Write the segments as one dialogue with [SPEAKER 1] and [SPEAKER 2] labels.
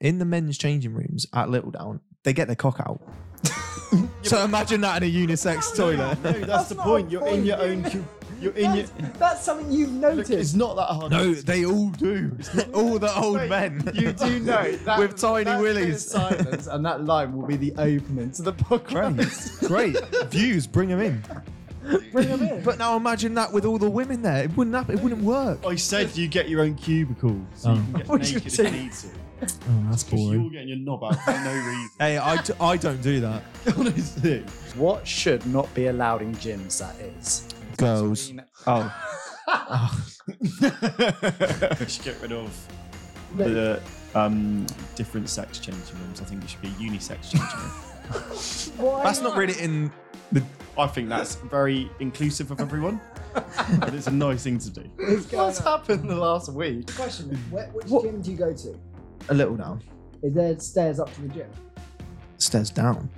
[SPEAKER 1] in the men's changing rooms at Littledown, they get their cock out. so imagine that in a unisex toilet.
[SPEAKER 2] No, that's, the
[SPEAKER 3] not
[SPEAKER 2] point.
[SPEAKER 3] a
[SPEAKER 2] You're in
[SPEAKER 3] point,
[SPEAKER 2] your own.
[SPEAKER 3] dude.
[SPEAKER 2] cu- You're in your.
[SPEAKER 3] That's, that's something you've
[SPEAKER 2] Look,
[SPEAKER 3] noticed.
[SPEAKER 2] it's not that hard.
[SPEAKER 1] No, they all do. all the old
[SPEAKER 2] Wait,
[SPEAKER 1] men.
[SPEAKER 2] You do know that
[SPEAKER 1] With tiny
[SPEAKER 2] that
[SPEAKER 1] willies.
[SPEAKER 2] bit of silence and that line will be the opening to the podcast.
[SPEAKER 1] Great. Views, bring them in.
[SPEAKER 3] Bring them in.
[SPEAKER 1] But now imagine that with all the women there. It wouldn't happen. It wouldn't work.
[SPEAKER 2] I said you get your own cubicle, so you can get
[SPEAKER 3] What you
[SPEAKER 2] naked if you
[SPEAKER 3] said.
[SPEAKER 2] need to.
[SPEAKER 1] Oh, that's
[SPEAKER 2] Because you're getting your knob out for no reason.
[SPEAKER 1] Hey, I, d- I don't do that.
[SPEAKER 2] Honestly,
[SPEAKER 3] What should not be allowed in gyms? That is.
[SPEAKER 1] Girls. Oh.
[SPEAKER 2] we should get rid of the um, different sex changing rooms. I think it should be unisex changing rooms.
[SPEAKER 3] Why
[SPEAKER 1] That's not really in the.
[SPEAKER 2] I think that's very inclusive of everyone. and it's a nice thing to do.
[SPEAKER 3] What's
[SPEAKER 2] happened the last week?
[SPEAKER 3] Question: Where, Which
[SPEAKER 1] What-
[SPEAKER 3] gym do you go to?
[SPEAKER 1] A little down.
[SPEAKER 3] Is there stairs up to the gym?
[SPEAKER 1] Stairs down.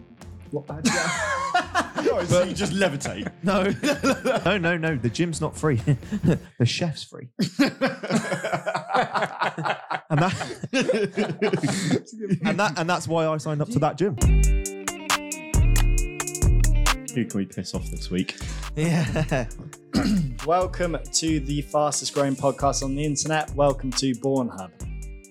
[SPEAKER 3] What? how do you-
[SPEAKER 2] so you just levitate.
[SPEAKER 1] No. no, no, no. The gym's not free. the chef's free. and, that, and, that, and that's why I signed up to that gym.
[SPEAKER 2] Who can we piss off this week?
[SPEAKER 1] Yeah.
[SPEAKER 3] Welcome to the fastest growing podcast on the internet. Welcome to Born Hub.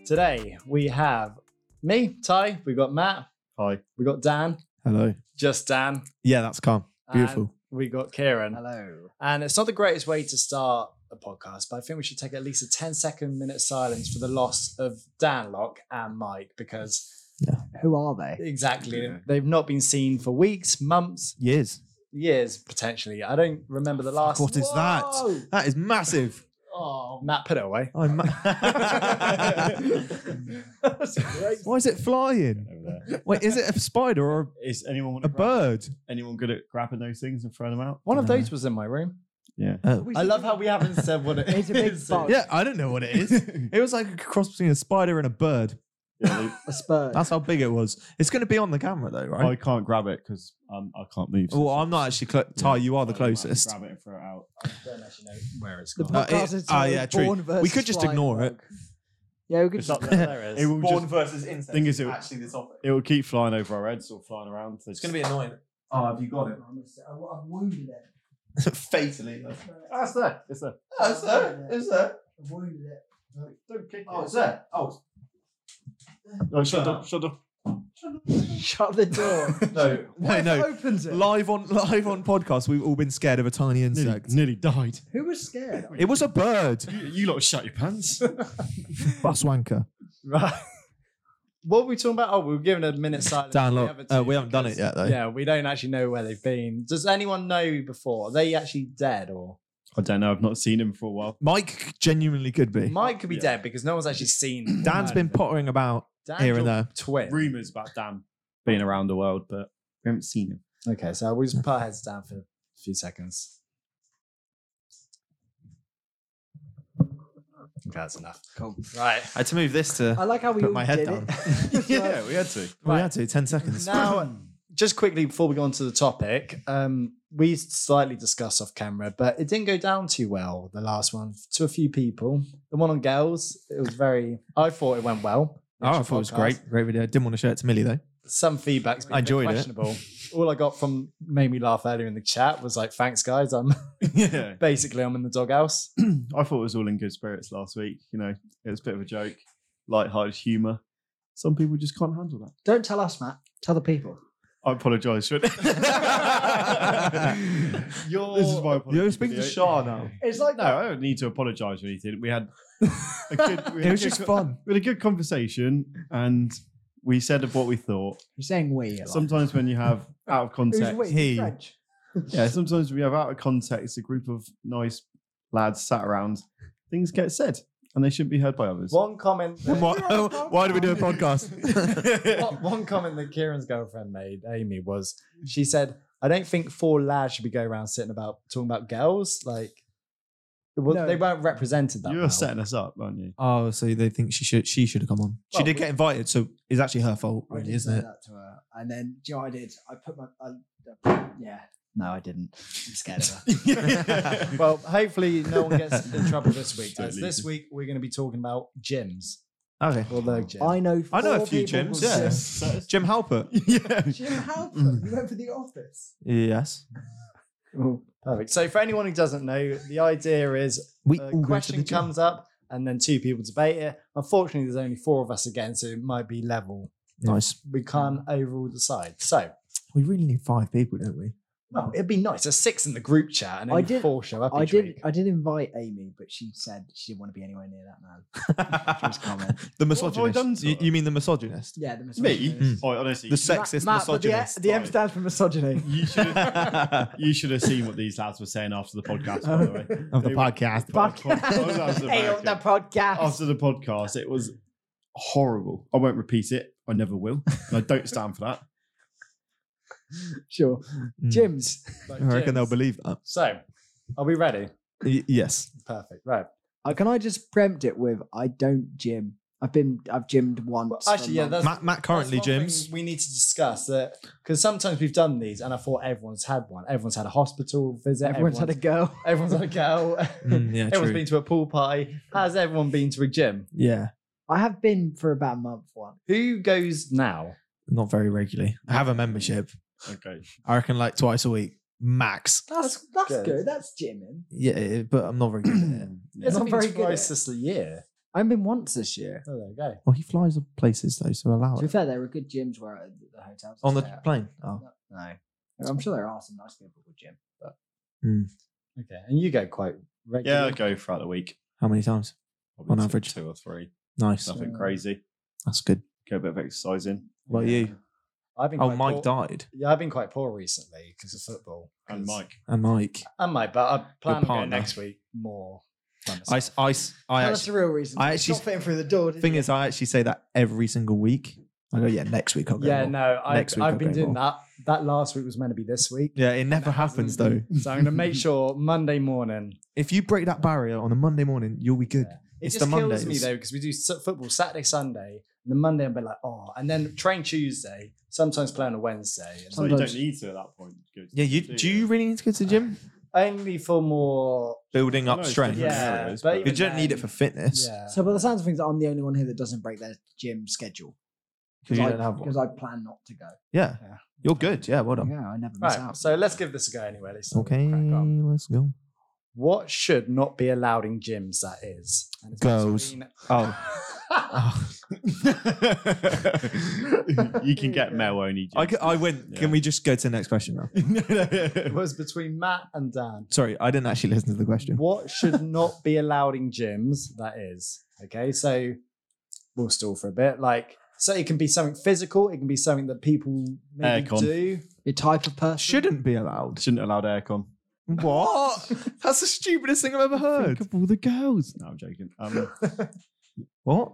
[SPEAKER 3] Today we have me, Ty. We've got Matt.
[SPEAKER 2] Hi.
[SPEAKER 3] We got Dan.
[SPEAKER 1] Hello.
[SPEAKER 3] Just Dan.
[SPEAKER 1] Yeah, that's calm. Beautiful.
[SPEAKER 3] And we got Kieran.
[SPEAKER 4] Hello.
[SPEAKER 3] And it's not the greatest way to start a podcast, but I think we should take at least a 10 second minute silence for the loss of Dan Locke and Mike because
[SPEAKER 4] Who are they?
[SPEAKER 3] exactly
[SPEAKER 2] Yeah.
[SPEAKER 3] they've not been seen for weeks, months,
[SPEAKER 1] Years.
[SPEAKER 3] years potentially. I don't remember the last
[SPEAKER 1] What is that?
[SPEAKER 3] Whoa!
[SPEAKER 1] That is massive.
[SPEAKER 3] Oh, Matt, put it away.
[SPEAKER 1] I'm
[SPEAKER 3] That's great.
[SPEAKER 1] Why is it flying?
[SPEAKER 2] Over there.
[SPEAKER 1] Wait, is it a spider or
[SPEAKER 2] Is anyone want
[SPEAKER 1] a, a
[SPEAKER 2] to grab,
[SPEAKER 1] bird?
[SPEAKER 2] anyone good at grabbing those things and throwing them out?
[SPEAKER 3] One of
[SPEAKER 1] No.
[SPEAKER 3] those was in my room.
[SPEAKER 2] Yeah.
[SPEAKER 3] I love how we haven't said what it is.
[SPEAKER 4] It's a big bug.
[SPEAKER 1] Yeah, I don't know what it is. it was like a cross between a spider and a bird.
[SPEAKER 2] yeah
[SPEAKER 4] A spur.
[SPEAKER 1] That's how big it was. It's going to be on the camera though,
[SPEAKER 2] they, I
[SPEAKER 1] right?
[SPEAKER 2] can't grab it because um, I can't move.
[SPEAKER 1] Well, I'm not actually clo- Ty. You are the
[SPEAKER 2] I might have to
[SPEAKER 1] closest.
[SPEAKER 2] Grab it and throw it out.
[SPEAKER 3] don't actually know where it's
[SPEAKER 4] The
[SPEAKER 3] gone.
[SPEAKER 1] Uh,
[SPEAKER 4] podcast
[SPEAKER 1] it-
[SPEAKER 4] is
[SPEAKER 1] ah,
[SPEAKER 4] titled
[SPEAKER 1] yeah, true.
[SPEAKER 4] Born
[SPEAKER 1] We
[SPEAKER 4] versus
[SPEAKER 1] could just
[SPEAKER 4] Flying
[SPEAKER 1] ignore it.
[SPEAKER 4] Bug. Yeah, we could
[SPEAKER 2] It's
[SPEAKER 4] just.
[SPEAKER 2] not there. It will, just,
[SPEAKER 1] versus insect.
[SPEAKER 2] Thing is, it-
[SPEAKER 1] actually the topic.
[SPEAKER 2] it will keep flying over our heads or flying around. It's
[SPEAKER 1] be annoying. Oh, have you got it?
[SPEAKER 4] I've wounded it.
[SPEAKER 1] Fatally. Oh,
[SPEAKER 2] Ah, it's there. It's there.
[SPEAKER 4] it's there, it's
[SPEAKER 1] there.
[SPEAKER 4] I've wounded it.
[SPEAKER 2] Don't kick
[SPEAKER 1] there. Oh,
[SPEAKER 2] No, shut up. Shut up.
[SPEAKER 4] Shut the door.
[SPEAKER 1] no. No,
[SPEAKER 4] Whoever
[SPEAKER 1] no.
[SPEAKER 4] opens it.
[SPEAKER 1] Live on live on podcast, we've all been scared of a tiny
[SPEAKER 2] Nearly,
[SPEAKER 1] insect.
[SPEAKER 2] nearly died.
[SPEAKER 4] Who was scared?
[SPEAKER 1] It was a bird.
[SPEAKER 2] You, you lot shut your pants.
[SPEAKER 1] Buswanker.
[SPEAKER 3] Right. What were we talking about? Oh, we were giving a minute silence.
[SPEAKER 1] Dan,
[SPEAKER 3] for the
[SPEAKER 1] look,
[SPEAKER 3] other
[SPEAKER 1] uh,
[SPEAKER 3] two
[SPEAKER 1] we haven't done
[SPEAKER 3] because-
[SPEAKER 1] it yet, though.
[SPEAKER 3] Yeah, we don't actually know where they've been. Does anyone know before? Are they actually dead or?
[SPEAKER 2] I don't know. I've not seen him for a while.
[SPEAKER 1] Mike genuinely could be.
[SPEAKER 3] Mike could be
[SPEAKER 2] Yeah.
[SPEAKER 3] dead because no one's actually seen.
[SPEAKER 1] Dan's been pottering about
[SPEAKER 3] Dan
[SPEAKER 1] here and there.
[SPEAKER 3] Twin.
[SPEAKER 2] Rumors about Dan being around the world, but we haven't seen him.
[SPEAKER 3] Okay, so we'll just put our heads down for a few seconds. Okay, that's enough.
[SPEAKER 4] Cool.
[SPEAKER 3] Right.
[SPEAKER 1] I had to move this to.
[SPEAKER 4] I like how we
[SPEAKER 1] Put
[SPEAKER 4] all
[SPEAKER 1] my head
[SPEAKER 4] did
[SPEAKER 1] down.
[SPEAKER 4] it.
[SPEAKER 2] yeah, we had to.
[SPEAKER 1] We had to, 10 seconds.
[SPEAKER 3] Now, just quickly before we go on to the topic, um, we slightly discussed off camera, but it didn't go down too well, the last one, to a few people. The one on girls, it was very, I thought it went well.
[SPEAKER 1] Oh, I thought it was
[SPEAKER 3] Podcast.
[SPEAKER 1] great. Great video. Didn't want to show it to Millie, though.
[SPEAKER 3] Some feedback's been
[SPEAKER 1] I
[SPEAKER 3] a bit
[SPEAKER 1] enjoyed it.
[SPEAKER 3] questionable. All I got from made me laugh earlier in the chat was like, thanks, guys. I'm
[SPEAKER 2] Yeah.
[SPEAKER 3] basically I'm in the doghouse.
[SPEAKER 2] I thought it was all in good spirits last week. You know, it was a bit of a joke, light-hearted humour. Some people just can't handle that.
[SPEAKER 4] Don't tell us, Matt. Tell the people.
[SPEAKER 2] I apologise. This is
[SPEAKER 3] You're
[SPEAKER 2] my apology.
[SPEAKER 1] You're speaking to
[SPEAKER 2] video.
[SPEAKER 1] Shah now.
[SPEAKER 4] It's like
[SPEAKER 2] No, I don't need to apologise or anything. We had a good. We
[SPEAKER 1] It
[SPEAKER 2] had
[SPEAKER 1] was
[SPEAKER 2] a good
[SPEAKER 1] just
[SPEAKER 2] co-
[SPEAKER 1] fun.
[SPEAKER 2] We had a good conversation, and we said of what we thought.
[SPEAKER 4] You're saying we. a lot.
[SPEAKER 2] Sometimes when you have out of
[SPEAKER 4] Who's
[SPEAKER 2] context,
[SPEAKER 4] we?
[SPEAKER 1] He.
[SPEAKER 4] French.
[SPEAKER 2] yeah. Sometimes we have out of context a group of nice lads sat around. Things get said, and they shouldn't be heard by others.
[SPEAKER 3] One comment. that-
[SPEAKER 1] Why, why do we do a podcast?
[SPEAKER 3] one, one comment that Kieran's girlfriend made, Amy, was
[SPEAKER 1] Mm.
[SPEAKER 3] she said, "I don't think four lads should be going around sitting about talking about girls. Like, it was,
[SPEAKER 4] No.
[SPEAKER 3] they weren't represented that.
[SPEAKER 2] You're
[SPEAKER 3] well.
[SPEAKER 2] setting us up, aren't you?
[SPEAKER 1] oh, so they think she should she should have come on. She
[SPEAKER 3] Well,
[SPEAKER 1] did
[SPEAKER 3] we-
[SPEAKER 1] get invited, so it's actually her fault,
[SPEAKER 4] I
[SPEAKER 1] really,
[SPEAKER 4] did
[SPEAKER 1] isn't
[SPEAKER 4] say
[SPEAKER 1] oh, it?
[SPEAKER 4] that to her. And then, do you know what I did? I put my. I, yeah. No, I didn't. I'm scared of her.
[SPEAKER 3] Well, hopefully, no one gets in trouble this week. guys.
[SPEAKER 2] Totally.
[SPEAKER 3] This week, we're going to be talking about gyms.
[SPEAKER 1] Okay.
[SPEAKER 3] Or the gym.
[SPEAKER 4] I know.
[SPEAKER 1] I know a
[SPEAKER 4] four
[SPEAKER 1] few
[SPEAKER 4] people
[SPEAKER 1] gyms,
[SPEAKER 4] will
[SPEAKER 1] yeah. Mm.
[SPEAKER 4] say-
[SPEAKER 1] Jim Halpert. yeah.
[SPEAKER 4] Jim Halpert, you went for the office.
[SPEAKER 1] Yes.
[SPEAKER 3] Perfect. So for anyone who doesn't know, the idea is
[SPEAKER 1] We
[SPEAKER 3] a
[SPEAKER 1] all go to
[SPEAKER 3] question
[SPEAKER 1] the gym.
[SPEAKER 3] comes up and then two people debate it. Unfortunately, there's only four of us again, so it might be level.
[SPEAKER 1] Nice.
[SPEAKER 3] We can't
[SPEAKER 1] Hmm.
[SPEAKER 3] overall decide. So
[SPEAKER 1] We really need five people, don't we?
[SPEAKER 3] well, Oh, it'd be nice. There's six in the group chat and
[SPEAKER 4] I
[SPEAKER 3] only
[SPEAKER 4] did-
[SPEAKER 3] four show up.
[SPEAKER 4] I
[SPEAKER 3] each
[SPEAKER 4] did.
[SPEAKER 3] week.
[SPEAKER 4] I did invite Amy, but she said she didn't want to be anywhere near that man. Just comment.
[SPEAKER 1] the
[SPEAKER 2] What have I
[SPEAKER 1] misogynist.
[SPEAKER 2] done to
[SPEAKER 1] you,
[SPEAKER 2] her?
[SPEAKER 1] you mean the misogynist?
[SPEAKER 4] Yeah, the
[SPEAKER 2] Me?
[SPEAKER 4] misogynist.
[SPEAKER 2] Oh, honestly,
[SPEAKER 1] Hmm. The Mm. sexist
[SPEAKER 4] Matt, but the,
[SPEAKER 1] misogynist.
[SPEAKER 4] the M stands for misogyny.
[SPEAKER 2] you should have you should have seen what these lads were saying after the podcast. By the way,
[SPEAKER 1] of the
[SPEAKER 2] They were-
[SPEAKER 1] podcast.
[SPEAKER 2] Podcast.
[SPEAKER 4] Podcast. hey, of the podcast.
[SPEAKER 2] after the podcast, it was horrible. I won't repeat it. I never will. And I don't stand for that.
[SPEAKER 4] Sure.
[SPEAKER 1] Mm.
[SPEAKER 4] Gyms.
[SPEAKER 3] Like
[SPEAKER 1] I reckon they'll
[SPEAKER 3] gyms.
[SPEAKER 1] believe that.
[SPEAKER 3] So, are we ready?
[SPEAKER 1] Y- yes.
[SPEAKER 3] Perfect. Right.
[SPEAKER 4] Uh, can I just preempt it with I don't gym. I've been I've gymmed once.
[SPEAKER 3] Well,
[SPEAKER 4] for
[SPEAKER 3] actually, yeah, that's
[SPEAKER 4] months.
[SPEAKER 1] Matt, Matt currently
[SPEAKER 3] That's one
[SPEAKER 1] gyms.
[SPEAKER 3] thing We need to discuss that because sometimes we've done these, and I thought everyone's had one. Everyone's had a hospital visit.
[SPEAKER 4] everyone's had a go.
[SPEAKER 3] Everyone's had a go.
[SPEAKER 1] Mm, yeah,
[SPEAKER 3] everyone's
[SPEAKER 1] true.
[SPEAKER 3] been to a pool party. Has everyone been to a gym?
[SPEAKER 1] yeah.
[SPEAKER 4] I have been for about a month one.
[SPEAKER 3] Who goes now?
[SPEAKER 1] Not very regularly. I have a membership.
[SPEAKER 2] Okay.
[SPEAKER 1] I reckon like twice a week, max.
[SPEAKER 4] That's that's
[SPEAKER 3] good.
[SPEAKER 4] good. That's gymming.
[SPEAKER 1] Yeah, eh, but I'm not very good at it.
[SPEAKER 3] Yeah, it's
[SPEAKER 4] Not
[SPEAKER 3] not
[SPEAKER 4] very
[SPEAKER 3] very
[SPEAKER 4] good at
[SPEAKER 3] twice
[SPEAKER 4] it.
[SPEAKER 3] this a year.
[SPEAKER 4] I've been once this year.
[SPEAKER 3] Oh, there you go.
[SPEAKER 1] Well, he flies to places though, so allow
[SPEAKER 4] To be
[SPEAKER 1] it.
[SPEAKER 4] fair, there were good gyms where at the hotels. I
[SPEAKER 1] On the
[SPEAKER 4] stay at.
[SPEAKER 1] plane. Oh.
[SPEAKER 4] No, I'm sure there are some nice people with gym. But
[SPEAKER 3] Okay, and you go quite
[SPEAKER 2] Yeah, I
[SPEAKER 3] regularly.
[SPEAKER 2] go throughout the week.
[SPEAKER 1] How many times?
[SPEAKER 2] Probably
[SPEAKER 1] On
[SPEAKER 2] two-
[SPEAKER 1] average.
[SPEAKER 2] two or three.
[SPEAKER 1] Nice.
[SPEAKER 2] Nothing
[SPEAKER 4] Uh,
[SPEAKER 2] crazy.
[SPEAKER 1] That's good.
[SPEAKER 2] Get a bit of exercise in.
[SPEAKER 1] What about
[SPEAKER 3] Yeah.
[SPEAKER 1] you?
[SPEAKER 3] I've been.
[SPEAKER 1] Oh,
[SPEAKER 3] quite
[SPEAKER 1] Mike
[SPEAKER 3] poor.
[SPEAKER 1] died.
[SPEAKER 3] Yeah, I've been quite poor recently because of football.
[SPEAKER 2] And
[SPEAKER 3] 'cause-
[SPEAKER 2] Mike.
[SPEAKER 1] And Mike.
[SPEAKER 3] And Mike, but I plan on going
[SPEAKER 1] partner.
[SPEAKER 3] next week more. by
[SPEAKER 1] I,
[SPEAKER 3] myself.
[SPEAKER 1] s- I, s- I
[SPEAKER 4] No, that's
[SPEAKER 1] actually,
[SPEAKER 4] the real reason.
[SPEAKER 1] I
[SPEAKER 4] It's
[SPEAKER 1] actually-
[SPEAKER 4] not fitting through the door. did
[SPEAKER 1] thing
[SPEAKER 4] you?
[SPEAKER 1] is, I actually say that every single week. I go, yeah, next week I'll go.
[SPEAKER 3] yeah,
[SPEAKER 1] more."
[SPEAKER 3] no, I,
[SPEAKER 1] Next week
[SPEAKER 3] I've
[SPEAKER 1] I'll
[SPEAKER 3] been
[SPEAKER 1] go
[SPEAKER 3] doing
[SPEAKER 1] more.
[SPEAKER 3] that. That last week was meant to be this week.
[SPEAKER 1] Yeah, it never happens though.
[SPEAKER 3] So I'm going to make sure Monday morning.
[SPEAKER 1] If you break that barrier on a Monday morning, you'll be good.
[SPEAKER 3] Yeah. It
[SPEAKER 1] It's
[SPEAKER 3] just
[SPEAKER 1] the
[SPEAKER 3] kills me
[SPEAKER 1] Mondays.
[SPEAKER 3] though because we do s- football Saturday, Sunday, and the Monday I'm like, oh, and then train Tuesday. Sometimes play on a Wednesday, and
[SPEAKER 2] So you don't
[SPEAKER 4] Sometimes-
[SPEAKER 2] need to at that point. Go to
[SPEAKER 1] Yeah,
[SPEAKER 2] the
[SPEAKER 1] you
[SPEAKER 2] gym,
[SPEAKER 1] do you really need to go to the gym?
[SPEAKER 3] only for more.
[SPEAKER 1] Building up
[SPEAKER 2] No, it's
[SPEAKER 1] strength.
[SPEAKER 2] different
[SPEAKER 3] Yeah,
[SPEAKER 2] areas,
[SPEAKER 3] but
[SPEAKER 2] but-
[SPEAKER 1] You
[SPEAKER 3] even
[SPEAKER 1] don't need it
[SPEAKER 3] then-
[SPEAKER 1] for fitness.
[SPEAKER 3] Yeah.
[SPEAKER 4] So, by the sounds of things, I'm the only one here that doesn't break their gym schedule
[SPEAKER 1] 'Cause you
[SPEAKER 4] I,
[SPEAKER 1] don't have one.
[SPEAKER 4] because I plan not to go.
[SPEAKER 1] Yeah.
[SPEAKER 3] Yeah.
[SPEAKER 1] You're good. Yeah, well done.
[SPEAKER 4] Yeah, I never miss
[SPEAKER 3] Right,
[SPEAKER 4] out.
[SPEAKER 3] so let's give this a go anyway. At least
[SPEAKER 1] Okay,
[SPEAKER 3] crack on.
[SPEAKER 1] let's go.
[SPEAKER 3] What should not be allowed in gyms? That is And it's
[SPEAKER 1] Goes.
[SPEAKER 3] between-
[SPEAKER 1] Oh. Oh.
[SPEAKER 2] gym. you can get male only.
[SPEAKER 1] I, g- I went.
[SPEAKER 2] Yeah.
[SPEAKER 1] Can we just go to the next question now?
[SPEAKER 3] it was between Matt and Dan.
[SPEAKER 1] Sorry, I didn't actually listen to the question.
[SPEAKER 3] What should not be allowed in gyms? That is okay. So we'll stall for a bit. Like, so it can be something physical. It can be something that people maybe
[SPEAKER 2] Aircon.
[SPEAKER 3] do.
[SPEAKER 4] Your type of person.
[SPEAKER 1] Shouldn't be allowed.
[SPEAKER 2] Shouldn't allow aircon.
[SPEAKER 1] What? That's the stupidest thing I've ever heard.
[SPEAKER 2] Think of all the girls. No, I'm joking. Um,
[SPEAKER 1] What?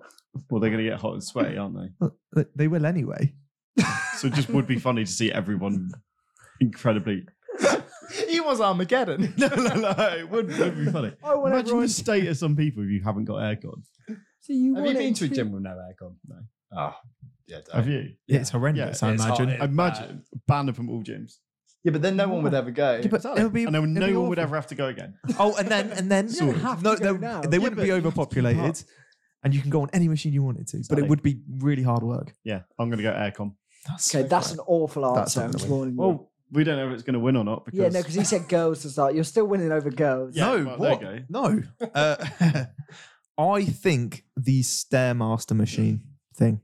[SPEAKER 2] well, they're going to get hot and sweaty, aren't they?
[SPEAKER 1] They- They will anyway.
[SPEAKER 2] So it just would be funny to see everyone incredibly.
[SPEAKER 3] He was Armageddon.
[SPEAKER 2] no, no, no. It would, it would be funny.
[SPEAKER 4] I want
[SPEAKER 2] Imagine
[SPEAKER 4] everyone.
[SPEAKER 2] the state of some people if you haven't got aircon.
[SPEAKER 4] So you
[SPEAKER 3] Have
[SPEAKER 4] want
[SPEAKER 3] you been
[SPEAKER 4] it
[SPEAKER 3] to a gym with no aircon? No. Oh, yeah.
[SPEAKER 2] Have you?
[SPEAKER 1] Yeah, it's horrendous. I
[SPEAKER 3] it's
[SPEAKER 1] imagine.
[SPEAKER 3] hard.
[SPEAKER 2] Imagine banned from all gyms.
[SPEAKER 3] Yeah, but then no one would ever go.
[SPEAKER 1] Yeah, but
[SPEAKER 2] Exactly.
[SPEAKER 1] it'll be,
[SPEAKER 2] and then
[SPEAKER 1] it'll be
[SPEAKER 2] no one would
[SPEAKER 1] awful.
[SPEAKER 2] ever have to go again.
[SPEAKER 1] Oh, and then and then
[SPEAKER 4] You don't have
[SPEAKER 1] no,
[SPEAKER 4] to go
[SPEAKER 1] they-
[SPEAKER 4] now.
[SPEAKER 1] they
[SPEAKER 4] Yeah,
[SPEAKER 1] wouldn't
[SPEAKER 2] but
[SPEAKER 1] be
[SPEAKER 2] you have to
[SPEAKER 1] overpopulated, and you can go on any machine you wanted to. But
[SPEAKER 2] Exactly.
[SPEAKER 1] it would be really hard work.
[SPEAKER 2] Yeah, I'm going to go aircon.
[SPEAKER 1] That's
[SPEAKER 4] Okay, that's an awful
[SPEAKER 1] That's
[SPEAKER 4] answer.
[SPEAKER 1] not
[SPEAKER 4] I'm
[SPEAKER 1] gonna
[SPEAKER 4] warning you.
[SPEAKER 2] Well, we don't know if it's going to win or not because
[SPEAKER 4] yeah, no, because he said girls to start. You're still winning over girls.
[SPEAKER 2] Yeah,
[SPEAKER 1] no,
[SPEAKER 2] well, there
[SPEAKER 1] what?
[SPEAKER 2] you
[SPEAKER 1] No, uh, I think the stairmaster machine thing,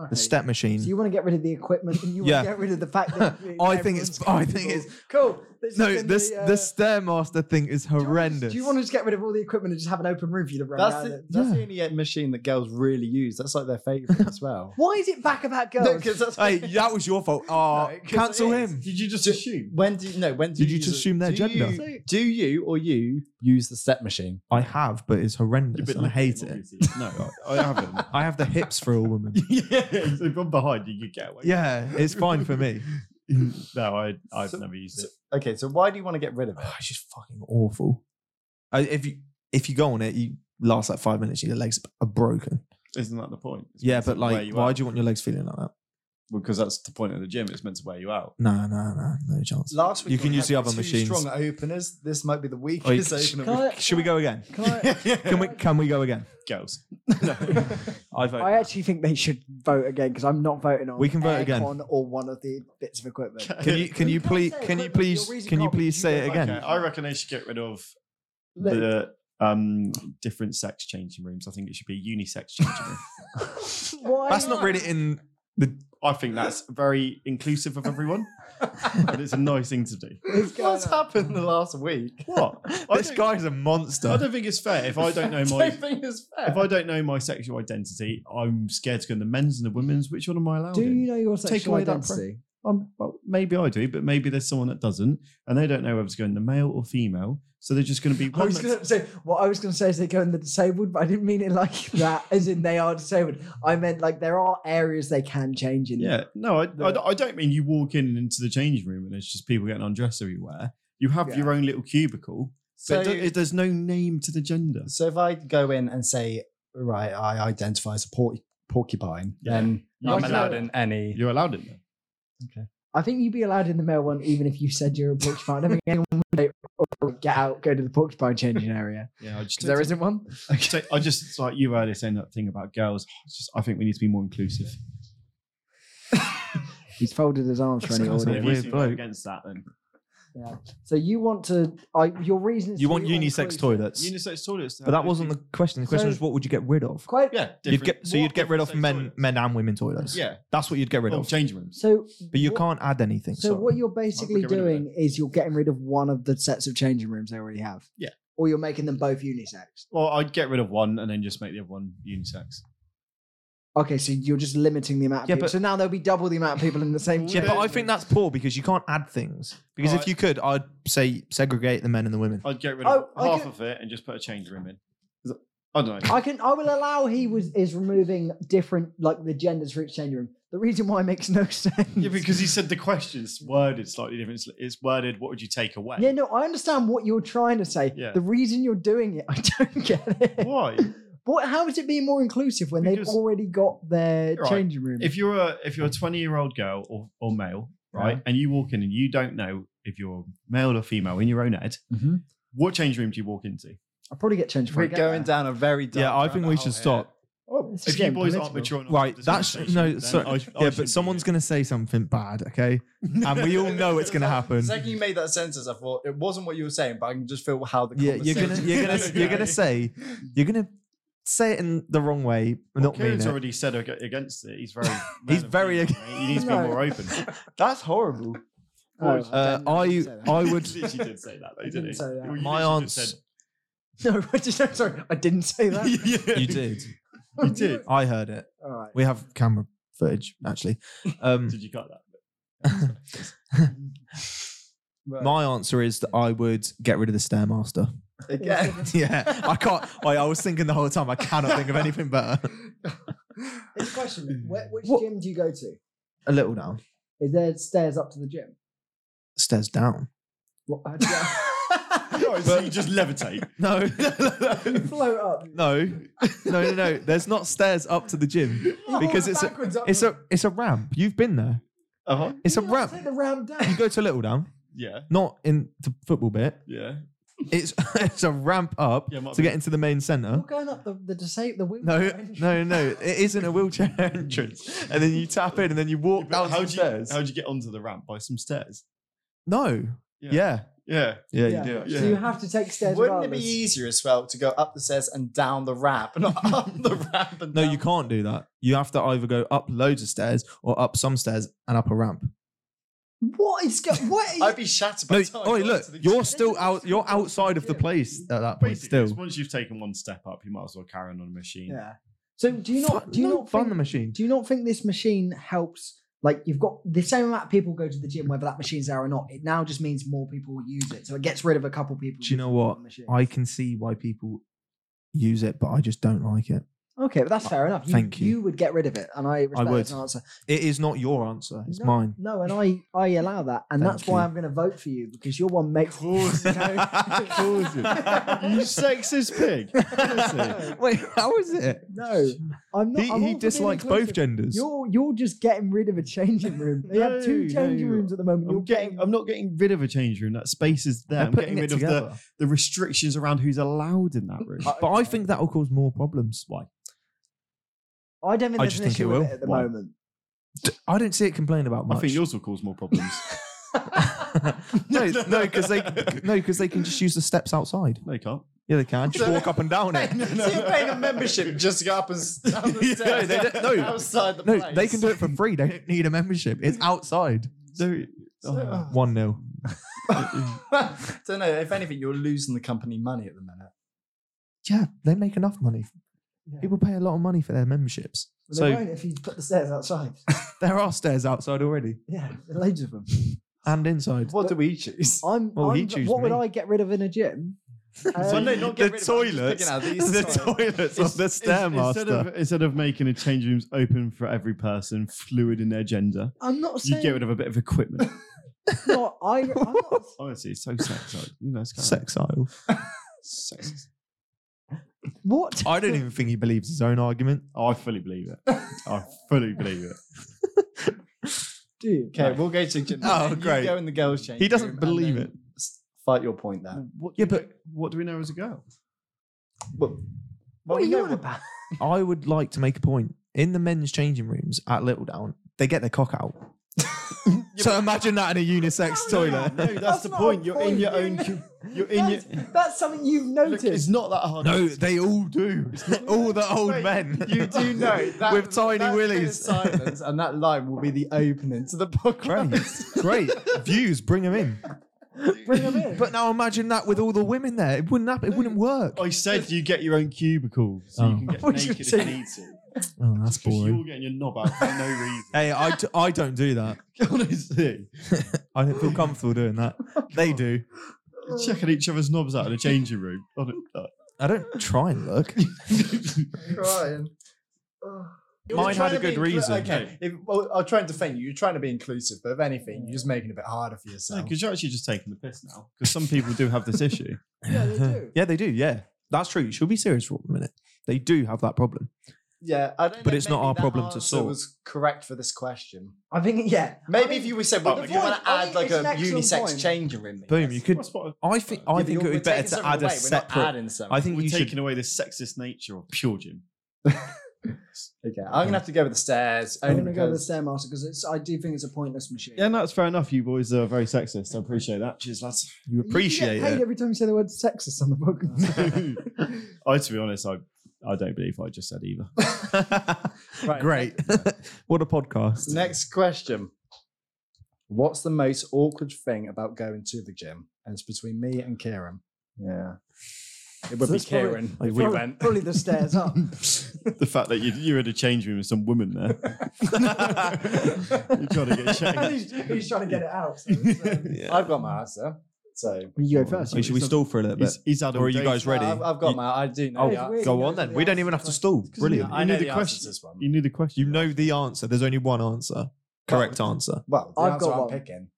[SPEAKER 4] Okay.
[SPEAKER 1] the step machine.
[SPEAKER 4] So you want to get rid of the equipment and you want
[SPEAKER 1] Yeah.
[SPEAKER 4] to get rid of the fact that.
[SPEAKER 1] I think it's. I think it's.
[SPEAKER 4] cool. This has
[SPEAKER 1] No,
[SPEAKER 4] been
[SPEAKER 1] this
[SPEAKER 4] the, uh,
[SPEAKER 1] the stairmaster thing is
[SPEAKER 4] do you wanna just-
[SPEAKER 1] horrendous.
[SPEAKER 4] Do you want to just get rid of all the equipment and just have an open room for you to run
[SPEAKER 3] that's
[SPEAKER 4] around
[SPEAKER 3] the,
[SPEAKER 4] in?
[SPEAKER 3] that's the
[SPEAKER 1] Yeah.
[SPEAKER 3] only uh, machine that girls really use. That's like their favorite as well.
[SPEAKER 4] Why is it back about girls?
[SPEAKER 3] No, 'cause that's
[SPEAKER 1] Hey, that was your fault. Oh,
[SPEAKER 3] No, 'cause
[SPEAKER 1] cancel
[SPEAKER 3] it is.
[SPEAKER 1] him.
[SPEAKER 2] Did you just assume?
[SPEAKER 3] When Uh, do you no? When do
[SPEAKER 1] Did you
[SPEAKER 3] use
[SPEAKER 1] just
[SPEAKER 3] it-
[SPEAKER 1] assume their
[SPEAKER 3] do
[SPEAKER 1] gender?
[SPEAKER 3] you- do you or you use the step machine?
[SPEAKER 1] I have, but it's horrendous.
[SPEAKER 2] You've been
[SPEAKER 1] and I hate
[SPEAKER 2] looking,
[SPEAKER 1] it.
[SPEAKER 2] obviously. No, I, I haven't.
[SPEAKER 1] I have the hips for a woman.
[SPEAKER 2] yeah, so if I'm behind you, you get away.
[SPEAKER 1] Yeah, it's fine for me.
[SPEAKER 2] No, I, I've
[SPEAKER 3] So-
[SPEAKER 2] never used
[SPEAKER 3] so-
[SPEAKER 2] it.
[SPEAKER 3] Okay, so why do you want to get rid of it?
[SPEAKER 1] Oh, it's just fucking awful. I, if you if you go on it, you last like five minutes, your legs are broken.
[SPEAKER 2] Isn't that the point? It's
[SPEAKER 1] Yeah,
[SPEAKER 2] basically
[SPEAKER 1] but
[SPEAKER 2] where
[SPEAKER 1] like,
[SPEAKER 2] you
[SPEAKER 1] why
[SPEAKER 2] are.
[SPEAKER 1] do you want your legs feeling like that?
[SPEAKER 2] because that's the point of the gym. It's meant to wear you out.
[SPEAKER 1] No, no, no, no chance.
[SPEAKER 3] Last week
[SPEAKER 1] You can
[SPEAKER 3] we
[SPEAKER 1] use
[SPEAKER 3] had
[SPEAKER 1] the other
[SPEAKER 3] two
[SPEAKER 1] machines.
[SPEAKER 3] Strong openers. This might be the weakest opener.
[SPEAKER 4] Can I-
[SPEAKER 1] Should we go again?
[SPEAKER 4] Can I,
[SPEAKER 1] Can we? Can we go again?
[SPEAKER 2] Girls. I vote.
[SPEAKER 4] I actually think they should vote again because I'm not voting on.
[SPEAKER 1] We can vote again.
[SPEAKER 4] aircon or one of the bits of equipment.
[SPEAKER 1] Can you? Can
[SPEAKER 4] You
[SPEAKER 1] you
[SPEAKER 4] can't
[SPEAKER 1] please?
[SPEAKER 4] say
[SPEAKER 1] Can you
[SPEAKER 4] equipment, you're
[SPEAKER 1] please?
[SPEAKER 4] raising
[SPEAKER 1] Can you
[SPEAKER 4] carpet,
[SPEAKER 1] please
[SPEAKER 4] you
[SPEAKER 1] say
[SPEAKER 4] go
[SPEAKER 1] it
[SPEAKER 4] back.
[SPEAKER 1] again?
[SPEAKER 2] Okay, I reckon they should get rid of
[SPEAKER 4] Look,
[SPEAKER 2] the um, different sex changing rooms. I think it should be a unisex changing room.
[SPEAKER 4] why
[SPEAKER 1] That's not really in the.
[SPEAKER 2] I think that's very inclusive of everyone, and it's a nice thing to do.
[SPEAKER 3] What's happened the last week?
[SPEAKER 2] What? I
[SPEAKER 1] This
[SPEAKER 2] don't-
[SPEAKER 1] guy's a
[SPEAKER 2] I
[SPEAKER 1] monster.
[SPEAKER 2] don't think it's fair if I don't know
[SPEAKER 3] I
[SPEAKER 2] my
[SPEAKER 3] don't think it's fair.
[SPEAKER 2] if I don't know my sexual identity. I'm scared to go in the men's and the women's. Which one am I allowed?
[SPEAKER 4] Do
[SPEAKER 2] in?
[SPEAKER 4] you know your sexual
[SPEAKER 2] Take away that pro-
[SPEAKER 4] identity?
[SPEAKER 2] um, well, maybe I do, but maybe there's someone that doesn't, and they don't know whether to go in the male or female. So they're just going to be.
[SPEAKER 4] I
[SPEAKER 2] one
[SPEAKER 4] was
[SPEAKER 2] that's-
[SPEAKER 4] going to say what I was going to say is they go in the disabled, but I didn't mean it like that. As in they are disabled. I meant like there are areas they can change in.
[SPEAKER 2] Yeah, no, I, I,
[SPEAKER 4] The-
[SPEAKER 2] I don't mean you walk in into the change room and it's just people getting undressed everywhere. You have
[SPEAKER 4] Yeah.
[SPEAKER 2] your own little cubicle,
[SPEAKER 3] So,
[SPEAKER 2] but it do- it- there's no name to the gender.
[SPEAKER 3] so if I go in and say, right, I identify as a por- porcupine,
[SPEAKER 2] Yeah.
[SPEAKER 3] then
[SPEAKER 2] You
[SPEAKER 3] I'm
[SPEAKER 2] can-
[SPEAKER 3] allowed in any.
[SPEAKER 2] You're allowed it. Though.
[SPEAKER 4] I think you'd be allowed in the male one even if you said you're a porcupine. I don't think anyone would say, "Oh, get out, go to the porcupine changing area
[SPEAKER 2] Yeah, I just
[SPEAKER 4] because there isn't one.
[SPEAKER 2] So I just like you earlier saying that thing about girls. It's Just I think we need to be more inclusive.
[SPEAKER 4] He's folded his arms for any
[SPEAKER 1] Sounds like
[SPEAKER 4] audio.
[SPEAKER 1] a weird bloke.
[SPEAKER 2] against that then.
[SPEAKER 4] So you want to? I your reason? is
[SPEAKER 1] You
[SPEAKER 4] to
[SPEAKER 1] want
[SPEAKER 4] be all
[SPEAKER 1] unisex
[SPEAKER 4] inclusive.
[SPEAKER 1] toilets,
[SPEAKER 2] Unisex toilets.
[SPEAKER 1] but that wasn't the question. The question
[SPEAKER 4] So-
[SPEAKER 1] was, what would you get rid of?
[SPEAKER 4] Quite.
[SPEAKER 2] yeah.
[SPEAKER 1] You'd get so you'd get rid of men, men and women toilets.
[SPEAKER 2] Yeah,
[SPEAKER 1] that's what you'd get rid
[SPEAKER 2] oh,
[SPEAKER 1] of.
[SPEAKER 2] change rooms.
[SPEAKER 4] So,
[SPEAKER 1] But you
[SPEAKER 4] what-
[SPEAKER 1] can't add anything.
[SPEAKER 4] So
[SPEAKER 1] sorry.
[SPEAKER 4] what you're basically
[SPEAKER 2] get rid of it.
[SPEAKER 4] doing is you're getting rid of one of the sets of changing rooms they already have.
[SPEAKER 2] Yeah.
[SPEAKER 4] Or you're making them both unisex.
[SPEAKER 2] Well, I'd get rid of one and then just make the other one unisex.
[SPEAKER 4] Okay, so you're just limiting the amount of
[SPEAKER 1] Yeah,
[SPEAKER 4] people.
[SPEAKER 1] but-
[SPEAKER 4] so now there'll be double the amount of people in the same
[SPEAKER 1] yeah,
[SPEAKER 4] gym.
[SPEAKER 1] but I think that's poor because you can't add things. Because if
[SPEAKER 2] Alright.
[SPEAKER 1] you could, I'd say segregate the men and the women.
[SPEAKER 2] I'd get rid of
[SPEAKER 4] Oh, I
[SPEAKER 2] half
[SPEAKER 4] get-
[SPEAKER 2] of it and just put a change room in. Is it- I don't know.
[SPEAKER 4] I can I will allow he was is removing different like the genders for each changing room. The reason why makes no sense.
[SPEAKER 2] Yeah, because you said the question's worded slightly different. It's- It's worded, what would you take away?
[SPEAKER 4] Yeah, no, I understand what you're trying to say.
[SPEAKER 2] Yeah.
[SPEAKER 4] The reason you're doing it, I don't get it.
[SPEAKER 2] Why?
[SPEAKER 4] What? How is it being more inclusive when
[SPEAKER 2] Because-
[SPEAKER 4] they've already got their
[SPEAKER 2] Right.
[SPEAKER 4] changing room?
[SPEAKER 2] If you're a if you're a 20 year old girl or, or male,
[SPEAKER 4] Uh-huh.
[SPEAKER 2] right,
[SPEAKER 3] Yeah.
[SPEAKER 2] and you walk in and you don't know if you're male or female in your own head,
[SPEAKER 4] Mm-hmm.
[SPEAKER 3] Mhm.
[SPEAKER 2] what change room do you walk into?
[SPEAKER 4] I'll probably get changed for
[SPEAKER 3] We're going down a very dark
[SPEAKER 1] Yeah, I think we
[SPEAKER 3] rabbit hole
[SPEAKER 1] should
[SPEAKER 3] here.
[SPEAKER 1] stop.
[SPEAKER 4] It's
[SPEAKER 2] If you
[SPEAKER 4] getting
[SPEAKER 2] boys aren't
[SPEAKER 4] political.
[SPEAKER 2] mature enough, to
[SPEAKER 1] Right,
[SPEAKER 2] have this
[SPEAKER 1] that's
[SPEAKER 2] conversation,
[SPEAKER 1] no.
[SPEAKER 2] then
[SPEAKER 1] So,
[SPEAKER 2] I- I
[SPEAKER 1] yeah,
[SPEAKER 2] shouldn't
[SPEAKER 1] but
[SPEAKER 2] be
[SPEAKER 1] someone's
[SPEAKER 2] here.
[SPEAKER 1] going to say something bad, okay? and we all know it's going to
[SPEAKER 3] The
[SPEAKER 1] happen.
[SPEAKER 3] second you made that sentence, I thought it wasn't what you were saying, but I can just feel how the
[SPEAKER 1] Yeah, you're gonna
[SPEAKER 3] conversation-
[SPEAKER 1] you're gonna you're gonna say you're gonna say it in the wrong way, but not mean
[SPEAKER 2] Kieran's
[SPEAKER 1] it.
[SPEAKER 2] already said ag- against it. He's very.
[SPEAKER 1] He's very
[SPEAKER 2] relevant, mate. He needs to be
[SPEAKER 4] No.
[SPEAKER 2] more open.
[SPEAKER 1] That's horrible.
[SPEAKER 4] Oh,
[SPEAKER 2] Boys-
[SPEAKER 1] Uh,
[SPEAKER 4] don't-
[SPEAKER 1] I
[SPEAKER 4] don't say that.
[SPEAKER 1] I
[SPEAKER 2] He
[SPEAKER 1] would.
[SPEAKER 2] literally did say that, though, didn't,
[SPEAKER 4] didn't
[SPEAKER 2] he?
[SPEAKER 4] say that.
[SPEAKER 2] Well, you
[SPEAKER 1] My
[SPEAKER 2] literally just
[SPEAKER 1] aunt's.
[SPEAKER 4] no, I just, I'm sorry, I didn't say that.
[SPEAKER 2] said-
[SPEAKER 1] You did.
[SPEAKER 2] You did.
[SPEAKER 1] I heard it.
[SPEAKER 4] All right.
[SPEAKER 1] We have camera footage actually. Um,
[SPEAKER 2] Did you cut that?
[SPEAKER 3] Right.
[SPEAKER 1] my answer is that I would get rid of the stairmaster.
[SPEAKER 3] Again.
[SPEAKER 1] yeah, I can't. I, I was thinking the whole time. I cannot think of anything better.
[SPEAKER 4] It's a question. Where, which
[SPEAKER 1] What-
[SPEAKER 4] gym do you go to?
[SPEAKER 1] A little down,
[SPEAKER 4] Is there stairs up to the gym?
[SPEAKER 1] stairs down.
[SPEAKER 4] What, how do you,
[SPEAKER 2] No, so you just levitate.
[SPEAKER 1] No,
[SPEAKER 4] you
[SPEAKER 2] Uh-huh.
[SPEAKER 4] float up.
[SPEAKER 1] no, no, no, no. There's not stairs up to the gym because it's a,
[SPEAKER 3] Backwards up
[SPEAKER 1] it's a it's a ramp. You've been there.
[SPEAKER 2] Uh-huh.
[SPEAKER 1] It's a
[SPEAKER 4] You have to Take
[SPEAKER 1] ramp.
[SPEAKER 4] the ramp
[SPEAKER 1] You
[SPEAKER 4] down.
[SPEAKER 1] go to Little Down,
[SPEAKER 2] Yeah,
[SPEAKER 1] not in the football bit.
[SPEAKER 2] yeah.
[SPEAKER 1] It's it's a ramp up
[SPEAKER 2] Yeah, might
[SPEAKER 1] to
[SPEAKER 2] be.
[SPEAKER 1] get into the main
[SPEAKER 4] You're
[SPEAKER 1] centre.
[SPEAKER 4] going up the the disa- the wheel.
[SPEAKER 1] No, no, no. It isn't a wheelchair entrance. And then you tap in, and then you walk down
[SPEAKER 2] how'd
[SPEAKER 1] some stairs.
[SPEAKER 2] You, how'd you get onto the ramp? By some stairs.
[SPEAKER 1] No.
[SPEAKER 2] Yeah.
[SPEAKER 1] Yeah.
[SPEAKER 2] Yeah.
[SPEAKER 1] Yeah,
[SPEAKER 4] Yeah.
[SPEAKER 1] you do.
[SPEAKER 4] So you have to take stairs.
[SPEAKER 3] Wouldn't it be
[SPEAKER 4] regardless.
[SPEAKER 3] easier as well to go up the stairs and down the ramp, not up the ramp and
[SPEAKER 1] No,
[SPEAKER 3] down
[SPEAKER 1] you can't do that. You have to either go up loads of stairs or up some stairs and up a ramp.
[SPEAKER 4] What is go- what?
[SPEAKER 3] I'd be shattered by
[SPEAKER 1] No,
[SPEAKER 3] the time.
[SPEAKER 1] oh,
[SPEAKER 3] I got
[SPEAKER 1] look,
[SPEAKER 3] to the
[SPEAKER 1] you're
[SPEAKER 3] gym.
[SPEAKER 1] still out. You're outside of the place at that point.
[SPEAKER 2] Basically, it's
[SPEAKER 1] Still,
[SPEAKER 2] once you've taken one step up, you might as well carry on on a machine.
[SPEAKER 4] yeah. So do you
[SPEAKER 1] Fu-
[SPEAKER 4] not do you
[SPEAKER 1] no,
[SPEAKER 4] not
[SPEAKER 1] fun
[SPEAKER 4] think,
[SPEAKER 1] the machine?
[SPEAKER 4] do you not think this machine helps? Like you've got the same amount of people go to the gym, whether that machine's there or not. It now just means more people use it, so it gets rid of a couple people.
[SPEAKER 1] Do you know
[SPEAKER 4] using
[SPEAKER 1] what?
[SPEAKER 4] the machine.
[SPEAKER 1] I can see why people use it, but I just don't like it.
[SPEAKER 4] Okay, but that's fair enough.
[SPEAKER 1] Uh, Thank you.
[SPEAKER 4] You would get rid of it, and I respect
[SPEAKER 1] would.
[SPEAKER 4] his answer.
[SPEAKER 1] It is not your answer. It's
[SPEAKER 4] no,
[SPEAKER 1] mine.
[SPEAKER 4] No, and I I allow that, and
[SPEAKER 1] Thank
[SPEAKER 4] that's why
[SPEAKER 1] you.
[SPEAKER 4] I'm going to vote for you because your one makes.
[SPEAKER 2] Calls you. you sexist pig. Honestly.
[SPEAKER 1] Wait, how is it?
[SPEAKER 4] No, I'm not.
[SPEAKER 1] He,
[SPEAKER 4] I'm all
[SPEAKER 1] he
[SPEAKER 4] for being
[SPEAKER 1] dislikes both
[SPEAKER 4] inclusive.
[SPEAKER 1] genders.
[SPEAKER 4] You're you're just getting rid of a changing room. They have two
[SPEAKER 2] No,
[SPEAKER 4] changing
[SPEAKER 2] no.
[SPEAKER 4] rooms at the moment. You're
[SPEAKER 2] I'm getting. I'm not getting rid of a change room. That space is there.
[SPEAKER 1] They're
[SPEAKER 2] I'm
[SPEAKER 1] putting
[SPEAKER 2] getting rid
[SPEAKER 1] it
[SPEAKER 2] of the,
[SPEAKER 1] together.
[SPEAKER 2] the restrictions around who's allowed in that room.
[SPEAKER 1] But I think that will cause more problems. Why?
[SPEAKER 4] I don't think
[SPEAKER 1] I
[SPEAKER 4] there's
[SPEAKER 1] just
[SPEAKER 4] an
[SPEAKER 1] think
[SPEAKER 4] issue
[SPEAKER 1] it
[SPEAKER 4] with
[SPEAKER 1] will.
[SPEAKER 4] it at the
[SPEAKER 2] Why?
[SPEAKER 4] moment.
[SPEAKER 1] I don't see it complain about much.
[SPEAKER 2] I think yours will cause more problems.
[SPEAKER 1] no, no, because they no, because they can just use the steps outside.
[SPEAKER 2] no, you can't.
[SPEAKER 1] Yeah, they can just walk up and down it.
[SPEAKER 3] So you're paying a membership just to go up and s- down the
[SPEAKER 1] Yeah,
[SPEAKER 3] stairs
[SPEAKER 1] they don't- no.
[SPEAKER 3] outside the
[SPEAKER 1] No,
[SPEAKER 3] place.
[SPEAKER 1] they can do it for free. They don't need a membership. It's outside.
[SPEAKER 2] No, oh.
[SPEAKER 3] So-
[SPEAKER 1] One 0
[SPEAKER 3] don't know. If anything, you're losing the company money at the minute.
[SPEAKER 1] Yeah, they make enough money. People pay a lot of money for their memberships.
[SPEAKER 4] Well, they
[SPEAKER 1] so
[SPEAKER 4] won't if you put the stairs outside.
[SPEAKER 1] there are stairs outside already
[SPEAKER 4] Yeah, there are loads of them.
[SPEAKER 1] and inside.
[SPEAKER 3] What do we choose?
[SPEAKER 4] I'm.
[SPEAKER 1] Well, he
[SPEAKER 4] I'm-
[SPEAKER 1] choose
[SPEAKER 4] what would
[SPEAKER 1] me.
[SPEAKER 4] I get rid of in a gym?
[SPEAKER 3] So
[SPEAKER 4] Um,
[SPEAKER 3] no, not
[SPEAKER 1] the
[SPEAKER 3] get rid of it, I'm just picking
[SPEAKER 1] toilets.
[SPEAKER 3] out these
[SPEAKER 1] the
[SPEAKER 3] toilets.
[SPEAKER 1] toilets of the
[SPEAKER 2] Instead
[SPEAKER 1] stairmaster.
[SPEAKER 2] of, instead of making the change rooms open for every person, fluid in their gender,
[SPEAKER 4] I'm not
[SPEAKER 2] you
[SPEAKER 4] saying.
[SPEAKER 2] get rid of a bit of equipment.
[SPEAKER 4] not, I, I'm not
[SPEAKER 2] Honestly, it's so sexy. You know, it's kind
[SPEAKER 1] Sex aisle.
[SPEAKER 4] What?
[SPEAKER 1] I don't even think he believes his own argument.
[SPEAKER 2] of. Oh, I fully believe it. I fully believe it.
[SPEAKER 4] Dude.
[SPEAKER 3] Okay, we'll go to gym.
[SPEAKER 1] Oh,
[SPEAKER 3] You
[SPEAKER 1] great.
[SPEAKER 3] go in the girls' change.
[SPEAKER 1] He doesn't
[SPEAKER 3] room and
[SPEAKER 1] believe
[SPEAKER 3] then
[SPEAKER 1] it.
[SPEAKER 3] s- Fight your point there.
[SPEAKER 2] What
[SPEAKER 1] Yeah, but
[SPEAKER 2] what do we know as a girl?
[SPEAKER 3] Well,
[SPEAKER 4] What are you on about?
[SPEAKER 1] I would like to make a point. In the men's changing rooms at Littledown, they get their cock out. so imagine that in a unisex toilet.
[SPEAKER 2] No, that's, the
[SPEAKER 4] not our
[SPEAKER 2] point. You're in your own. cu- You're in your.
[SPEAKER 4] that's, that's something you've
[SPEAKER 2] Look, it's
[SPEAKER 4] noticed.
[SPEAKER 2] not that hard.
[SPEAKER 1] No, they all do. all the old
[SPEAKER 3] Wait,
[SPEAKER 1] men.
[SPEAKER 3] You do know that
[SPEAKER 1] With tiny
[SPEAKER 3] that bit of
[SPEAKER 1] willies.
[SPEAKER 3] silence and that line will be the opening to the
[SPEAKER 1] Great,
[SPEAKER 3] podcast.
[SPEAKER 1] great views. Bring them in.
[SPEAKER 4] Bring them in.
[SPEAKER 1] But now imagine that with all the women there, it wouldn't happen. It wouldn't work.
[SPEAKER 2] I said you get your own cubicle, so
[SPEAKER 1] Oh.
[SPEAKER 2] you can get
[SPEAKER 4] What you
[SPEAKER 2] naked if you
[SPEAKER 4] said.
[SPEAKER 2] need to.
[SPEAKER 1] Oh, that's
[SPEAKER 2] Because you're getting your knob out for no reason.
[SPEAKER 1] Hey, I, d- I don't do that.
[SPEAKER 2] Honestly,
[SPEAKER 1] I don't feel comfortable doing that. They do.
[SPEAKER 2] checking each other's knobs out in a changing room. I don't- uh,
[SPEAKER 1] I don't try and look.
[SPEAKER 3] Crying. You're
[SPEAKER 1] Mine
[SPEAKER 3] trying
[SPEAKER 1] had a
[SPEAKER 3] to be
[SPEAKER 1] good
[SPEAKER 3] inclu-
[SPEAKER 1] reason.
[SPEAKER 3] Okay, if, well, I'll try and defend you. You're trying to be inclusive, but if anything, you're just making it a bit harder for
[SPEAKER 2] No,
[SPEAKER 3] yourself.
[SPEAKER 2] because you're actually just taking the piss now. Because some people do have this issue.
[SPEAKER 4] Yeah, they do.
[SPEAKER 1] Yeah, they do. Yeah, that's true. Should be serious for a minute. They do have that problem.
[SPEAKER 3] yeah, I don't.
[SPEAKER 1] But
[SPEAKER 3] know,
[SPEAKER 1] it's not
[SPEAKER 3] maybe
[SPEAKER 1] our
[SPEAKER 3] that
[SPEAKER 1] problem to
[SPEAKER 3] answer
[SPEAKER 1] solve.
[SPEAKER 3] Was correct for this question.
[SPEAKER 4] I think, yeah.
[SPEAKER 3] Maybe
[SPEAKER 4] I mean,
[SPEAKER 3] if you were said, well,
[SPEAKER 2] but
[SPEAKER 3] if
[SPEAKER 2] the
[SPEAKER 3] you want
[SPEAKER 4] point-
[SPEAKER 3] to
[SPEAKER 4] I
[SPEAKER 3] add
[SPEAKER 4] think
[SPEAKER 3] like
[SPEAKER 4] it's an
[SPEAKER 3] a
[SPEAKER 4] excellent
[SPEAKER 3] unisex
[SPEAKER 4] point.
[SPEAKER 3] changer in there.
[SPEAKER 1] Boom. You could.
[SPEAKER 2] That's what
[SPEAKER 1] I think. I think it would be better to add a separate. I think
[SPEAKER 2] we're
[SPEAKER 1] you
[SPEAKER 2] taking
[SPEAKER 1] should.
[SPEAKER 2] away the sexist nature of pure gym.
[SPEAKER 3] Okay, I'm gonna have to go with the stairs.
[SPEAKER 4] I'm
[SPEAKER 3] Only
[SPEAKER 4] going to go with
[SPEAKER 3] because
[SPEAKER 4] the Stairmaster because I do think it's a pointless machine.
[SPEAKER 2] Yeah, no, that's fair enough. You boys are very sexist. I appreciate that. Cheers, lads.
[SPEAKER 1] You
[SPEAKER 4] you
[SPEAKER 1] appreciate
[SPEAKER 4] get paid
[SPEAKER 1] it.
[SPEAKER 4] every time you say the word sexist on the podcast.
[SPEAKER 2] I, to be honest, I, I don't believe I just said either.
[SPEAKER 3] Right.
[SPEAKER 1] Great. what a podcast.
[SPEAKER 3] next question. What's the most awkward thing about going to the gym? And it's between me and Kieran. Yeah. It would
[SPEAKER 4] So
[SPEAKER 3] be
[SPEAKER 4] it's probably-
[SPEAKER 3] Kieran
[SPEAKER 1] Like,
[SPEAKER 3] if
[SPEAKER 1] we
[SPEAKER 3] we
[SPEAKER 4] probably,
[SPEAKER 3] went.
[SPEAKER 4] probably the stairs up.
[SPEAKER 2] the fact that you, you're in a change room with some woman there, you're trying to get
[SPEAKER 4] And
[SPEAKER 2] changed.
[SPEAKER 4] he's, he's trying to get it out. so it's, um,
[SPEAKER 1] Yeah.
[SPEAKER 3] I've got my answer. So
[SPEAKER 4] you go first.
[SPEAKER 1] Wait, should we stall for a little bit?
[SPEAKER 2] He's, he's had
[SPEAKER 1] Or are
[SPEAKER 2] all
[SPEAKER 1] you
[SPEAKER 2] day-
[SPEAKER 1] guys ready?
[SPEAKER 3] I've, I've got
[SPEAKER 1] You-
[SPEAKER 3] my. I do know.
[SPEAKER 1] Oh,
[SPEAKER 3] the answer.
[SPEAKER 1] Go on then. We don't even have to stall. Brilliant.
[SPEAKER 3] I
[SPEAKER 2] You
[SPEAKER 3] know
[SPEAKER 2] knew
[SPEAKER 3] the
[SPEAKER 2] the
[SPEAKER 3] question.
[SPEAKER 2] question.
[SPEAKER 3] this one.
[SPEAKER 2] You knew the question.
[SPEAKER 1] You know the answer. There's only one answer. Correct answer.
[SPEAKER 3] well, the
[SPEAKER 4] I've
[SPEAKER 3] answer
[SPEAKER 4] got
[SPEAKER 3] I'm
[SPEAKER 4] one.
[SPEAKER 3] picking.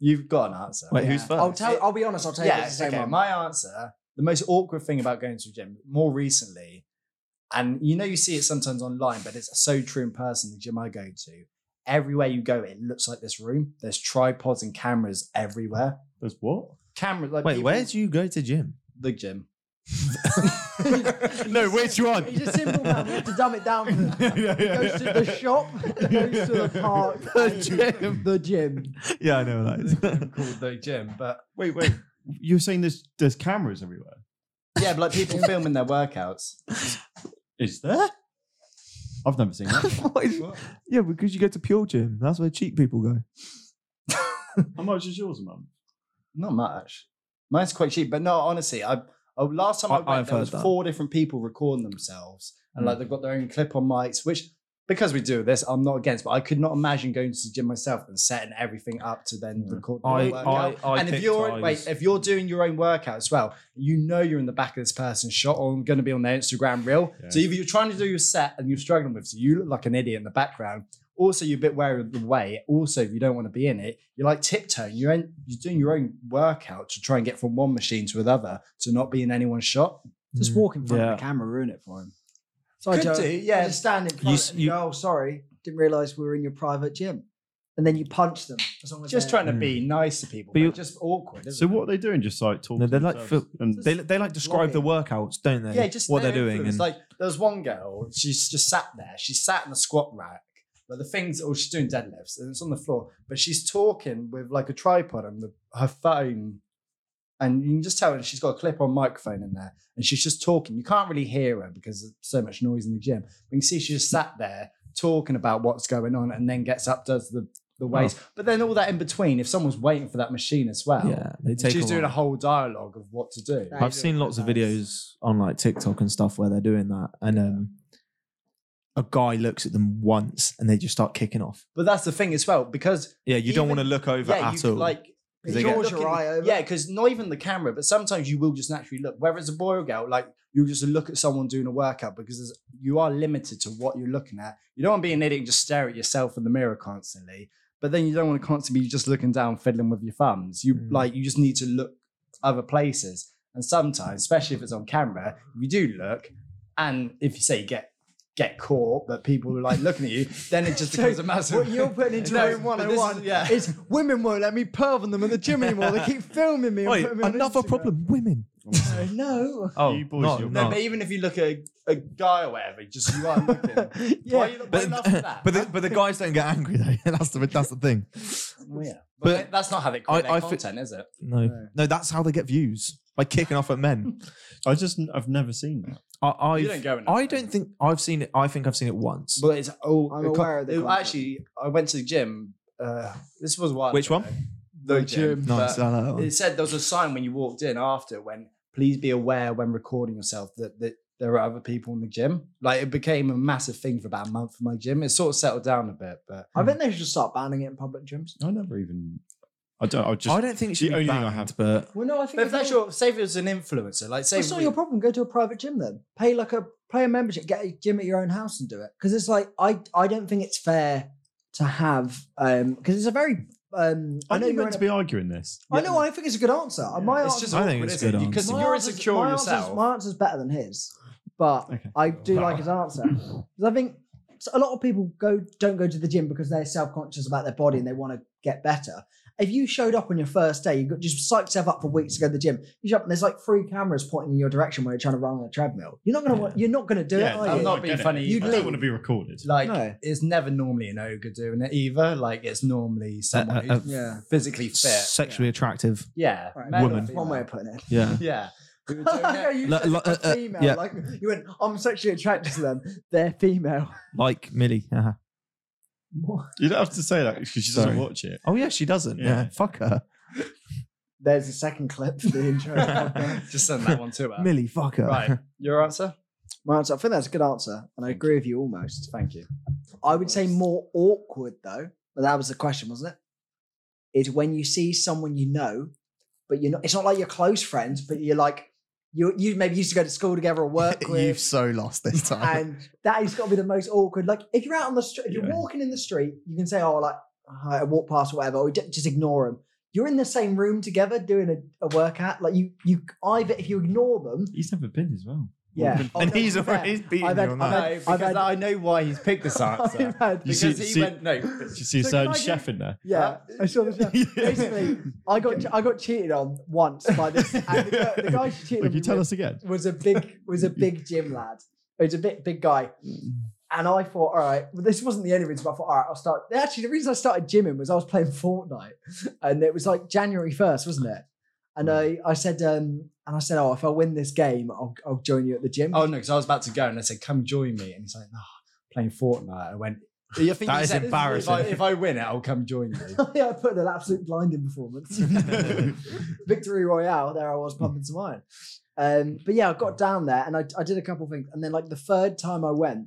[SPEAKER 3] You've got an answer.
[SPEAKER 1] Wait, who's first?
[SPEAKER 4] I'll, tell, I'll be honest, I'll tell you
[SPEAKER 3] yeah,
[SPEAKER 4] it's the same
[SPEAKER 3] okay.
[SPEAKER 4] one.
[SPEAKER 3] My answer, the most awkward thing about going to the gym more recently, and you know you see it sometimes online, but it's so true in person, the gym I go to. Everywhere you go, it looks like this room. There's tripods and cameras everywhere.
[SPEAKER 2] There's what?
[SPEAKER 3] Cameras like
[SPEAKER 1] Wait,
[SPEAKER 3] people-
[SPEAKER 1] where do you go to gym?
[SPEAKER 3] the gym?
[SPEAKER 1] no, which one?
[SPEAKER 4] He's a simple man. We have to dumb it down. For him. He goes to the shop, he goes to the park,
[SPEAKER 1] The gym.
[SPEAKER 4] the gym.
[SPEAKER 1] Yeah, I know what that is.
[SPEAKER 3] called the gym, but
[SPEAKER 2] Wait, wait. You're saying there's there's cameras everywhere.
[SPEAKER 3] yeah, but like people filming their workouts.
[SPEAKER 2] Is there? I've never seen that.
[SPEAKER 1] What is- yeah, because you go to Pure Gym. That's where cheap people go.
[SPEAKER 2] How much is yours, mum?
[SPEAKER 3] Not much. Mine's quite cheap, but no, honestly, I oh, last time I,
[SPEAKER 1] I-
[SPEAKER 3] went,
[SPEAKER 1] I've
[SPEAKER 3] there was
[SPEAKER 1] heard that. Mm.
[SPEAKER 3] four different people recording themselves, and like they've got their own clip-on mics, which because we do this, I'm not against, but I could not imagine going to the gym myself and setting everything up to then
[SPEAKER 2] Yeah.
[SPEAKER 3] record. my
[SPEAKER 5] I,
[SPEAKER 3] workout.
[SPEAKER 5] I, I
[SPEAKER 3] and if
[SPEAKER 5] picked
[SPEAKER 3] you're wait,
[SPEAKER 5] eyes.
[SPEAKER 3] if you're doing your own workout as well, you know you're in the back of this person's shot or going to be on their Instagram reel. So either you're trying to do your set and you're struggling with, it, so you look like an idiot in the background. Also, you're a bit wary of the way. Also, if you don't want to be in it, you're like tiptoeing. You're in, you're doing your own workout to try and get from one machine to another to not be in anyone's shot.
[SPEAKER 4] Just
[SPEAKER 1] Mm.
[SPEAKER 4] walk in front
[SPEAKER 2] Yeah.
[SPEAKER 4] of the camera, ruin it for him. So I
[SPEAKER 3] Could
[SPEAKER 4] don't,
[SPEAKER 3] do, yeah.
[SPEAKER 4] I just stand in front
[SPEAKER 5] You s-
[SPEAKER 4] and
[SPEAKER 5] you-
[SPEAKER 4] go, oh, sorry, didn't realise we were in your private gym. And then you punch them. As long as
[SPEAKER 3] Just
[SPEAKER 4] they're-
[SPEAKER 3] trying to be nice to people,
[SPEAKER 1] But
[SPEAKER 3] but
[SPEAKER 1] you-
[SPEAKER 3] just awkward. Isn't
[SPEAKER 2] So
[SPEAKER 3] it?
[SPEAKER 2] what are they doing? Just like talking.
[SPEAKER 1] No,
[SPEAKER 2] to
[SPEAKER 1] they're like
[SPEAKER 2] themselves and
[SPEAKER 1] They, they like describe the workouts, don't they?
[SPEAKER 3] Yeah, just
[SPEAKER 1] what they're
[SPEAKER 3] their
[SPEAKER 1] doing.
[SPEAKER 3] influence.
[SPEAKER 1] And
[SPEAKER 3] like there was one girl, she's just sat there. She sat in the squat rack, but the things, or she's doing deadlifts, and it's on the floor. But she's talking with like a tripod and the, her phone, and you can just tell she's got a clip-on microphone in there, and she's just talking. You can't really hear her because there's so much noise in the gym. But you can see she just sat there talking about what's going on, and then gets up, does the the weights. But then all that in between, if someone's waiting for that machine as well.
[SPEAKER 1] yeah, they take.
[SPEAKER 3] She's
[SPEAKER 1] a
[SPEAKER 3] doing a
[SPEAKER 1] while.
[SPEAKER 3] whole dialogue of what to do.
[SPEAKER 4] That
[SPEAKER 1] I've seen lots of
[SPEAKER 4] Nice.
[SPEAKER 1] videos on like TikTok and stuff where they're doing that, and um, a guy looks at them once and they just start kicking off.
[SPEAKER 3] But that's the thing as well, because
[SPEAKER 1] Yeah, you don't
[SPEAKER 3] Even-
[SPEAKER 1] want to look over
[SPEAKER 3] yeah,
[SPEAKER 1] at
[SPEAKER 3] you
[SPEAKER 1] all.
[SPEAKER 3] like
[SPEAKER 4] It
[SPEAKER 1] They get-
[SPEAKER 4] draws your eye over.
[SPEAKER 3] yeah, because not even the camera, but sometimes you will just naturally look. Whether it's a boy or girl, like you just look at someone doing a workout because there's- you are limited to what you're looking at. You don't want to be an idiot and just stare at yourself in the mirror constantly, but then you don't want to constantly be just looking down, fiddling with your thumbs. You
[SPEAKER 1] Mm.
[SPEAKER 3] like you just need to look other places, and sometimes, especially if it's on camera, if you do look, and if you say you get get caught, that people are like looking at you, then it just
[SPEAKER 4] So
[SPEAKER 3] becomes a massive.
[SPEAKER 4] What you're putting into
[SPEAKER 3] No, but
[SPEAKER 4] no,
[SPEAKER 3] this is-
[SPEAKER 4] 101
[SPEAKER 3] yeah.
[SPEAKER 4] is women won't let me perv on them in the gym anymore. They keep filming me. And
[SPEAKER 1] Wait,
[SPEAKER 4] putting me on
[SPEAKER 1] another
[SPEAKER 4] Instagram.
[SPEAKER 1] problem: women.
[SPEAKER 4] No, no.
[SPEAKER 1] Oh,
[SPEAKER 2] You boys,
[SPEAKER 1] no,
[SPEAKER 2] you're
[SPEAKER 1] no.
[SPEAKER 3] No, but even if you look at a, a guy or whatever, just you are looking.
[SPEAKER 4] Yeah.
[SPEAKER 3] Why are you, why
[SPEAKER 1] But,
[SPEAKER 3] you laughing at that?
[SPEAKER 1] but, the, but the guys don't get angry though. that's the that's the thing.
[SPEAKER 4] Oh,
[SPEAKER 3] Well, yeah.
[SPEAKER 1] but-
[SPEAKER 3] But, that's not how they
[SPEAKER 1] I-
[SPEAKER 3] create their
[SPEAKER 1] I fi-
[SPEAKER 3] content, is it?
[SPEAKER 1] No,
[SPEAKER 3] No.
[SPEAKER 1] no, that's how they get views by kicking off at men.
[SPEAKER 2] I just I've never seen that.
[SPEAKER 1] I, I've,
[SPEAKER 3] you don't go in that
[SPEAKER 1] I
[SPEAKER 3] way.
[SPEAKER 1] don't think I've seen it. I think I've seen it once.
[SPEAKER 3] But it's all.
[SPEAKER 4] I'm
[SPEAKER 3] it co-
[SPEAKER 4] aware of the
[SPEAKER 3] it-
[SPEAKER 4] content.
[SPEAKER 3] Actually, I went to the gym. Uh, this was one.
[SPEAKER 1] Which one?
[SPEAKER 3] The gym.
[SPEAKER 1] Nice.
[SPEAKER 3] but
[SPEAKER 1] I like that one.
[SPEAKER 3] It said there was a sign when you walked in after when please be aware when recording yourself that, that there are other people in the gym. Like it became a massive thing for about a month for my gym. It sort of settled down a bit, but
[SPEAKER 4] I think they should start banning it in public gyms.
[SPEAKER 2] I never even. I don't. I just.
[SPEAKER 1] I don't think it
[SPEAKER 2] the
[SPEAKER 1] should be
[SPEAKER 2] only thing I
[SPEAKER 1] banned,
[SPEAKER 2] have-
[SPEAKER 1] but
[SPEAKER 4] Well, no, I think
[SPEAKER 3] But if that's
[SPEAKER 4] they-
[SPEAKER 3] your, say if it was an influencer, like say
[SPEAKER 4] That's not
[SPEAKER 3] we-
[SPEAKER 4] your problem. Go to a private gym then. Pay like a pay a membership. Get a gym at your own house and do it. Because it's like I I don't think it's fair to have um because it's a very um I
[SPEAKER 2] I
[SPEAKER 4] know
[SPEAKER 2] know you
[SPEAKER 4] you're in
[SPEAKER 2] meant to
[SPEAKER 4] a-
[SPEAKER 2] be arguing this.
[SPEAKER 4] I know I think it's a good answer. My
[SPEAKER 3] it's
[SPEAKER 4] answer-
[SPEAKER 3] just
[SPEAKER 1] I
[SPEAKER 3] awkward,
[SPEAKER 1] think it's
[SPEAKER 3] isn't
[SPEAKER 1] good
[SPEAKER 3] it? Because
[SPEAKER 1] answer.
[SPEAKER 3] if
[SPEAKER 4] my
[SPEAKER 3] you're
[SPEAKER 4] answer's-
[SPEAKER 3] insecure
[SPEAKER 4] my answer's-
[SPEAKER 3] yourself,
[SPEAKER 4] my answer's better than his, but
[SPEAKER 2] Okay.
[SPEAKER 4] I do
[SPEAKER 2] Wow.
[SPEAKER 4] like his answer because I think so a lot of people go don't go to the gym because they're self conscious about their body and they want to get better. If you showed up on your first day, you got just psyched yourself up for weeks to go to the gym. You show up and there's like three cameras pointing in your direction when you're trying to run on a treadmill. You're not gonna want, you're not gonna do it. Are
[SPEAKER 3] I'm
[SPEAKER 4] you?
[SPEAKER 3] not
[SPEAKER 2] I
[SPEAKER 3] being
[SPEAKER 2] get it.
[SPEAKER 3] funny.
[SPEAKER 2] You
[SPEAKER 3] You'd
[SPEAKER 2] don't
[SPEAKER 3] leave.
[SPEAKER 2] want to be recorded.
[SPEAKER 3] Like
[SPEAKER 4] No.
[SPEAKER 3] it's never normally an ogre doing it either. Like it's normally someone
[SPEAKER 1] uh,
[SPEAKER 3] who's
[SPEAKER 4] yeah.
[SPEAKER 3] physically fit.
[SPEAKER 1] sexually attractive.
[SPEAKER 3] Yeah.
[SPEAKER 4] All right,
[SPEAKER 3] male or
[SPEAKER 1] Woman.
[SPEAKER 4] that's One
[SPEAKER 3] female.
[SPEAKER 4] way of putting it.
[SPEAKER 1] Yeah.
[SPEAKER 3] Yeah. We were doing
[SPEAKER 4] I like how
[SPEAKER 3] it.
[SPEAKER 4] you
[SPEAKER 1] Lo-
[SPEAKER 4] said
[SPEAKER 1] lo-
[SPEAKER 4] they're
[SPEAKER 1] uh, uh,
[SPEAKER 4] female.
[SPEAKER 1] yeah.
[SPEAKER 4] Like you went, I'm sexually attracted to them. They're female.
[SPEAKER 1] like Millie. Uh-huh.
[SPEAKER 2] You don't have to say that because she doesn't
[SPEAKER 1] Sorry.
[SPEAKER 2] watch it.
[SPEAKER 1] Oh yeah, she doesn't. Yeah.
[SPEAKER 2] Yeah.
[SPEAKER 1] fuck her,
[SPEAKER 4] There's a second clip for the intro.
[SPEAKER 3] Just send that one to her.
[SPEAKER 1] Millie. Fuck her.
[SPEAKER 3] Right. Your answer?
[SPEAKER 4] My answer, I think that's a good answer, and I
[SPEAKER 3] Thank
[SPEAKER 4] agree with you almost.
[SPEAKER 3] Thank you.
[SPEAKER 4] I would say more awkward though, but that was the question, wasn't it? Is when you see someone you know, but you're not. It's not like you're close friends, but you're like you you maybe used to go to school together or work
[SPEAKER 1] You've
[SPEAKER 4] with.
[SPEAKER 1] so lost this time.
[SPEAKER 4] and that has got to be the most awkward. Like if you're out on the street, if you're
[SPEAKER 2] Yeah.
[SPEAKER 4] walking in the street, you can say, "Oh, like "Hi," I walk past or whatever," or ju- just ignore them. You're in the same room together doing a, a workout. Like you, you either if you ignore them,
[SPEAKER 2] He's never been as well.
[SPEAKER 4] yeah. Oh,
[SPEAKER 1] and
[SPEAKER 4] no,
[SPEAKER 1] he's
[SPEAKER 4] to be fair,
[SPEAKER 1] already he's beating
[SPEAKER 4] I've
[SPEAKER 1] you
[SPEAKER 4] had-
[SPEAKER 1] on
[SPEAKER 4] I've
[SPEAKER 1] that.
[SPEAKER 4] had-
[SPEAKER 3] No, because
[SPEAKER 4] had-
[SPEAKER 3] I know why he's picked this answer.
[SPEAKER 4] I've had-
[SPEAKER 2] You
[SPEAKER 3] because
[SPEAKER 2] see-
[SPEAKER 3] he
[SPEAKER 2] see-
[SPEAKER 3] went no.
[SPEAKER 2] Did you see
[SPEAKER 4] So
[SPEAKER 2] certain
[SPEAKER 4] can I
[SPEAKER 2] chef in there?
[SPEAKER 4] Yeah,
[SPEAKER 3] Huh?
[SPEAKER 4] I saw this. Basically, I got I got cheated on once by this. And the, guy- the guy she cheated
[SPEAKER 2] Would
[SPEAKER 4] on
[SPEAKER 2] you
[SPEAKER 4] me
[SPEAKER 2] tell
[SPEAKER 4] with
[SPEAKER 2] us again?
[SPEAKER 4] was a big was a big gym lad. It was a big big guy, and I thought, all right, well, this wasn't the only reason. But I thought, all right, I'll start. Actually, the reason I started gymming was I was playing Fortnite, and it was like January first, wasn't it? And I, I said, um, and I said, oh, if I win this game, I'll, I'll join you at the gym.
[SPEAKER 3] Oh no, because I was about to go and I said, "Come join me," and he's like, "No, playing Fortnite." I went. You think
[SPEAKER 1] That
[SPEAKER 3] he
[SPEAKER 1] is
[SPEAKER 3] said,
[SPEAKER 1] embarrassing.
[SPEAKER 3] If I, if I win it, I'll come join you.
[SPEAKER 4] yeah, I put in an absolute blinding performance. Victory Royale, there I was pumping some iron. Um, but yeah, I got down there and I, I did a couple of things. And then, like, the third time I went,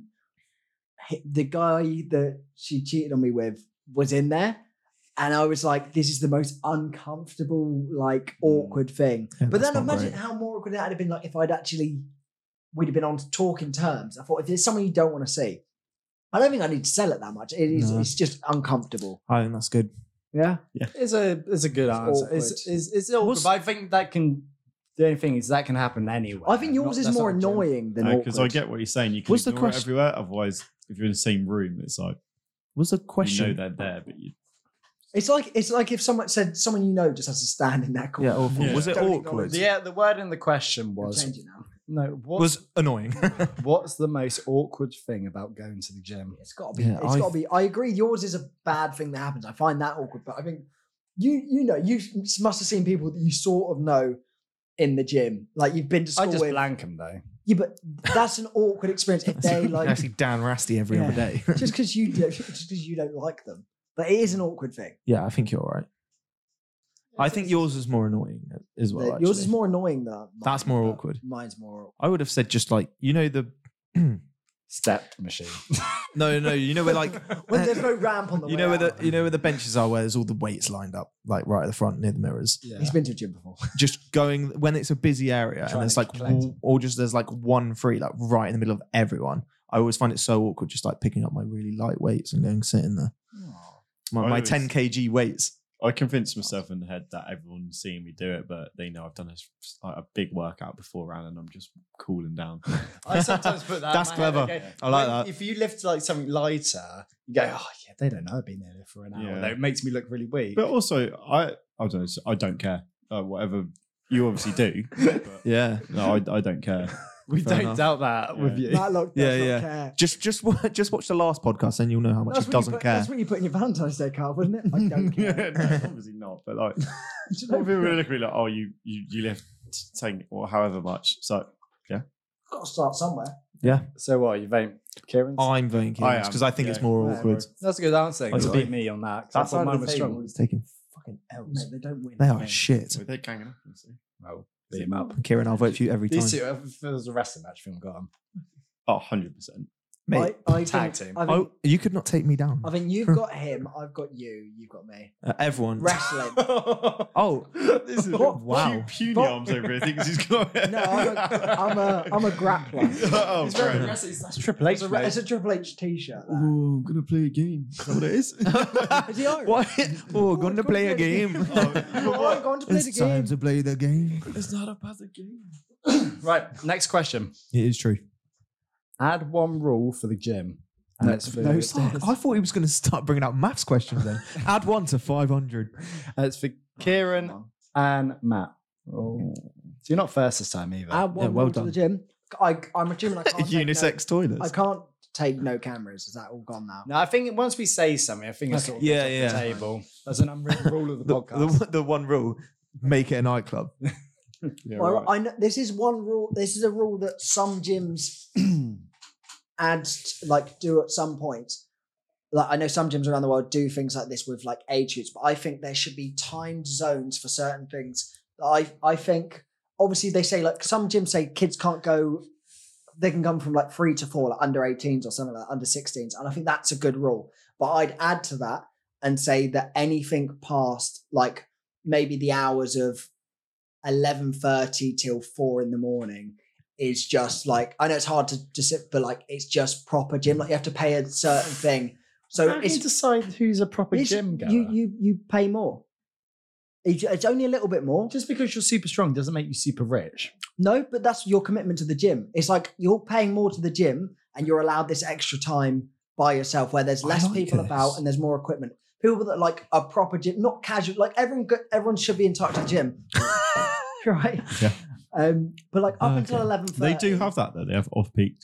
[SPEAKER 4] he- the guy that she cheated on me with was in there. And I was like, this is the most uncomfortable, like awkward thing.
[SPEAKER 1] Mm. Yeah,
[SPEAKER 4] but
[SPEAKER 1] that's
[SPEAKER 4] then
[SPEAKER 1] not
[SPEAKER 4] imagine
[SPEAKER 1] great.
[SPEAKER 4] how more awkward that would have been like if I'd actually we'd have been on talking terms. I thought if there's someone you don't want to see, I don't think I need to sell it that much. It is
[SPEAKER 1] No.
[SPEAKER 4] it's just uncomfortable.
[SPEAKER 1] I think that's good.
[SPEAKER 4] Yeah.
[SPEAKER 3] It's a it's a good
[SPEAKER 4] It's
[SPEAKER 3] answer. It's
[SPEAKER 4] awkward.
[SPEAKER 3] it's, it's awkward,
[SPEAKER 1] What's-
[SPEAKER 3] but I think that can. The only thing is that can happen anywhere.
[SPEAKER 4] I think
[SPEAKER 3] Not-
[SPEAKER 4] yours is
[SPEAKER 3] that's
[SPEAKER 4] more
[SPEAKER 3] not a gem.
[SPEAKER 4] annoying than
[SPEAKER 2] Because I
[SPEAKER 4] awkward.
[SPEAKER 2] get what you're saying. You can
[SPEAKER 1] What's the
[SPEAKER 2] ignore it
[SPEAKER 1] question-
[SPEAKER 2] everywhere. Otherwise, if you're in the same room, it's like
[SPEAKER 1] Was the
[SPEAKER 2] you
[SPEAKER 1] question?
[SPEAKER 2] know they're there, but you
[SPEAKER 4] It's like it's like if someone said someone you know just has to stand in that corner.
[SPEAKER 1] yeah, awful.
[SPEAKER 2] Yeah.
[SPEAKER 1] Was it
[SPEAKER 4] Don't acknowledge
[SPEAKER 1] awkward?
[SPEAKER 4] it.
[SPEAKER 3] The, uh, the word in the question
[SPEAKER 4] I'll
[SPEAKER 3] was
[SPEAKER 4] change it now.
[SPEAKER 3] no. What,
[SPEAKER 1] Was annoying.
[SPEAKER 3] what's the most awkward thing about going to the gym?
[SPEAKER 4] It's got to be.
[SPEAKER 1] Yeah,
[SPEAKER 4] it's
[SPEAKER 1] I-
[SPEAKER 4] got to be. I agree. Yours is a bad thing that happens. I find that awkward. But I think you you know you s- must have seen people that you sort of know in the gym. Like you've been to
[SPEAKER 3] I
[SPEAKER 4] school
[SPEAKER 3] just
[SPEAKER 4] with.
[SPEAKER 3] blank him though.
[SPEAKER 4] Yeah, but that's an awkward experience if they like
[SPEAKER 1] Actually, Dan Rasty every other day.
[SPEAKER 4] just because you do, just because you don't like them. But it is an awkward thing.
[SPEAKER 1] yeah, I think you're all right. I think yours is more annoying as well.
[SPEAKER 4] That- yours is
[SPEAKER 1] actually.
[SPEAKER 4] more annoying than mine,
[SPEAKER 1] That's more
[SPEAKER 4] but
[SPEAKER 1] awkward.
[SPEAKER 4] Mine's more. awkward.
[SPEAKER 1] I would have said just like you know the
[SPEAKER 3] Step machine.
[SPEAKER 1] no no you know where like
[SPEAKER 4] When there's no ramp on the
[SPEAKER 1] you
[SPEAKER 4] way
[SPEAKER 1] know where the
[SPEAKER 4] out.
[SPEAKER 1] you know where the benches are where there's all the weights lined up like right at the front near the mirrors.
[SPEAKER 3] yeah.
[SPEAKER 4] He's been to a gym before.
[SPEAKER 1] Just going when it's a busy area
[SPEAKER 3] Trying
[SPEAKER 1] and there's
[SPEAKER 3] to
[SPEAKER 1] like
[SPEAKER 3] collect.
[SPEAKER 1] w- or just there's like one free like right in the middle of everyone. I always find it so awkward just like picking up my really light weights and going sitting there. My,
[SPEAKER 2] I
[SPEAKER 1] my
[SPEAKER 2] always-
[SPEAKER 1] 10 kg weights.
[SPEAKER 2] I convinced myself in the head that everyone's seeing me do it, but they know I've done a, s- like a big workout beforehand and I'm just cooling down.
[SPEAKER 3] I sometimes put that. in
[SPEAKER 1] That's
[SPEAKER 3] my head,
[SPEAKER 1] clever.
[SPEAKER 3] okay?
[SPEAKER 1] I like
[SPEAKER 3] When-
[SPEAKER 1] that.
[SPEAKER 3] If you lift like something lighter, you go, oh yeah, they don't know I've been there for an hour.
[SPEAKER 2] Yeah.
[SPEAKER 3] Though it makes me look really weak.
[SPEAKER 2] But also, I I don't know, I don't care. Uh, whatever you obviously do, but
[SPEAKER 1] Yeah.
[SPEAKER 2] no, I, I don't care.
[SPEAKER 3] we
[SPEAKER 1] Fair
[SPEAKER 3] don't
[SPEAKER 1] enough.
[SPEAKER 3] doubt that
[SPEAKER 2] Yeah.
[SPEAKER 3] with you.
[SPEAKER 4] That look does
[SPEAKER 1] Yeah,
[SPEAKER 4] not
[SPEAKER 1] yeah.
[SPEAKER 4] care.
[SPEAKER 1] Just just wa- just watch the last podcast and you'll know how much
[SPEAKER 4] That's
[SPEAKER 1] he
[SPEAKER 4] what you
[SPEAKER 1] doesn't
[SPEAKER 4] put-
[SPEAKER 1] care.
[SPEAKER 4] That's what you put in your Valentine's Day card, wouldn't it? I don't
[SPEAKER 2] Yeah,
[SPEAKER 4] care.
[SPEAKER 2] no, obviously not. But like, people are looking at me like, oh, you you, you lift t- ten or however much. So
[SPEAKER 4] Got to start somewhere.
[SPEAKER 3] So what? You vote, Kieran?
[SPEAKER 1] I'm voting
[SPEAKER 2] I
[SPEAKER 1] Kieran's
[SPEAKER 2] am.
[SPEAKER 1] because I think
[SPEAKER 2] Yeah.
[SPEAKER 1] it's more
[SPEAKER 4] Yeah,
[SPEAKER 1] awkward.
[SPEAKER 3] That's a good answer.
[SPEAKER 1] That's
[SPEAKER 3] You
[SPEAKER 1] a
[SPEAKER 3] beat
[SPEAKER 1] big-
[SPEAKER 3] me on that. 'cause I
[SPEAKER 1] That's
[SPEAKER 3] thought
[SPEAKER 1] on
[SPEAKER 3] mine
[SPEAKER 1] the
[SPEAKER 3] was
[SPEAKER 1] table.
[SPEAKER 3] strong.
[SPEAKER 1] It's taking fucking
[SPEAKER 4] Mate,
[SPEAKER 1] L's.
[SPEAKER 4] they don't win.
[SPEAKER 1] They
[SPEAKER 4] do
[SPEAKER 1] are shit.
[SPEAKER 2] they're ganging up. you see.
[SPEAKER 3] Well, beat him up.
[SPEAKER 1] Kieran, I'll vote for you every time.
[SPEAKER 3] These two, if it was a wrestling match, we've got him.
[SPEAKER 2] Oh, 100 percent.
[SPEAKER 1] Mate,
[SPEAKER 4] I, I
[SPEAKER 3] Tag
[SPEAKER 4] think,
[SPEAKER 3] team.
[SPEAKER 4] I think,
[SPEAKER 1] oh, you could not take me down.
[SPEAKER 4] I think you've got him. I've got you. You've got me.
[SPEAKER 1] Uh, everyone.
[SPEAKER 4] Wrestling.
[SPEAKER 1] oh,
[SPEAKER 2] This is
[SPEAKER 1] What? Wow.
[SPEAKER 2] Puny
[SPEAKER 4] What?
[SPEAKER 2] arms over here thinks he's got.
[SPEAKER 4] No, I'm a- I'm a- I'm a grappler.
[SPEAKER 2] oh,
[SPEAKER 3] He's very
[SPEAKER 2] right.
[SPEAKER 3] aggressive. It's- That's Triple H.
[SPEAKER 4] It's a,
[SPEAKER 3] mate.
[SPEAKER 4] re- it's a Triple H T-shirt. that.
[SPEAKER 2] Oh, I'm gonna play a game. Is that what it is?
[SPEAKER 4] Is he Irish?
[SPEAKER 1] what? Oh,
[SPEAKER 4] Oh,
[SPEAKER 1] going to play a game.
[SPEAKER 4] Oh, I'm going to play the
[SPEAKER 1] it's time
[SPEAKER 4] game.
[SPEAKER 1] to play the game.
[SPEAKER 2] it's not about the game.
[SPEAKER 3] Right, next question.
[SPEAKER 1] It is true.
[SPEAKER 3] Add one rule for the gym. And it's for,
[SPEAKER 4] no
[SPEAKER 1] Fuck, I thought he was going to start bringing out maths questions then. Add one to 500.
[SPEAKER 3] and it's for Kieran and Matt.
[SPEAKER 2] Oh.
[SPEAKER 3] So you're not first this time either.
[SPEAKER 4] Add one
[SPEAKER 1] Yeah, well
[SPEAKER 4] more to the gym. I, I'm assuming I can't. take
[SPEAKER 1] Unisex
[SPEAKER 4] No, I
[SPEAKER 1] toilets.
[SPEAKER 4] can't take no cameras. Is that all gone now?
[SPEAKER 3] no, I think once we say something, I think it's sort of
[SPEAKER 1] Yeah,
[SPEAKER 3] off the
[SPEAKER 1] yeah.
[SPEAKER 3] table. That's an unwritten rule of the,
[SPEAKER 1] The,
[SPEAKER 3] podcast.
[SPEAKER 1] the, the one rule make it a nightclub.
[SPEAKER 2] Yeah,
[SPEAKER 4] Well,
[SPEAKER 2] right.
[SPEAKER 4] I know this is one rule. This is a rule that some gyms add, t- like do at some point. Like I know some gyms around the world do things like this with like age groups, but I think there should be timed zones for certain things. I I think obviously they say like some gyms say kids can't go. They can come from like three to four, like under 18s or something like that, under 16s, and I think that's a good rule. But I'd add to that and say that anything past like maybe the hours of 11.30 till 4 in the morning is just like i know it's hard to just sit but like it's just proper gym like you have to pay a certain thing so
[SPEAKER 3] Mm. How do
[SPEAKER 4] it's,
[SPEAKER 3] you decide who's a proper
[SPEAKER 4] it's-
[SPEAKER 3] gym goer?
[SPEAKER 4] you you you pay more it's, it's only a little bit more
[SPEAKER 3] Just because you're super strong doesn't make you super rich.
[SPEAKER 4] no but that's your commitment to the gym it's like you're paying more to the gym and you're allowed this extra time by yourself where there's
[SPEAKER 1] I
[SPEAKER 4] less
[SPEAKER 1] like
[SPEAKER 4] people about
[SPEAKER 1] this.
[SPEAKER 4] and there's more equipment people that like are proper gym not casual like everyone go- everyone should be in touch with the gym right
[SPEAKER 2] Yeah.
[SPEAKER 4] um but like up
[SPEAKER 1] Okay.
[SPEAKER 4] until 11.30
[SPEAKER 2] They do have that though. They have off-peak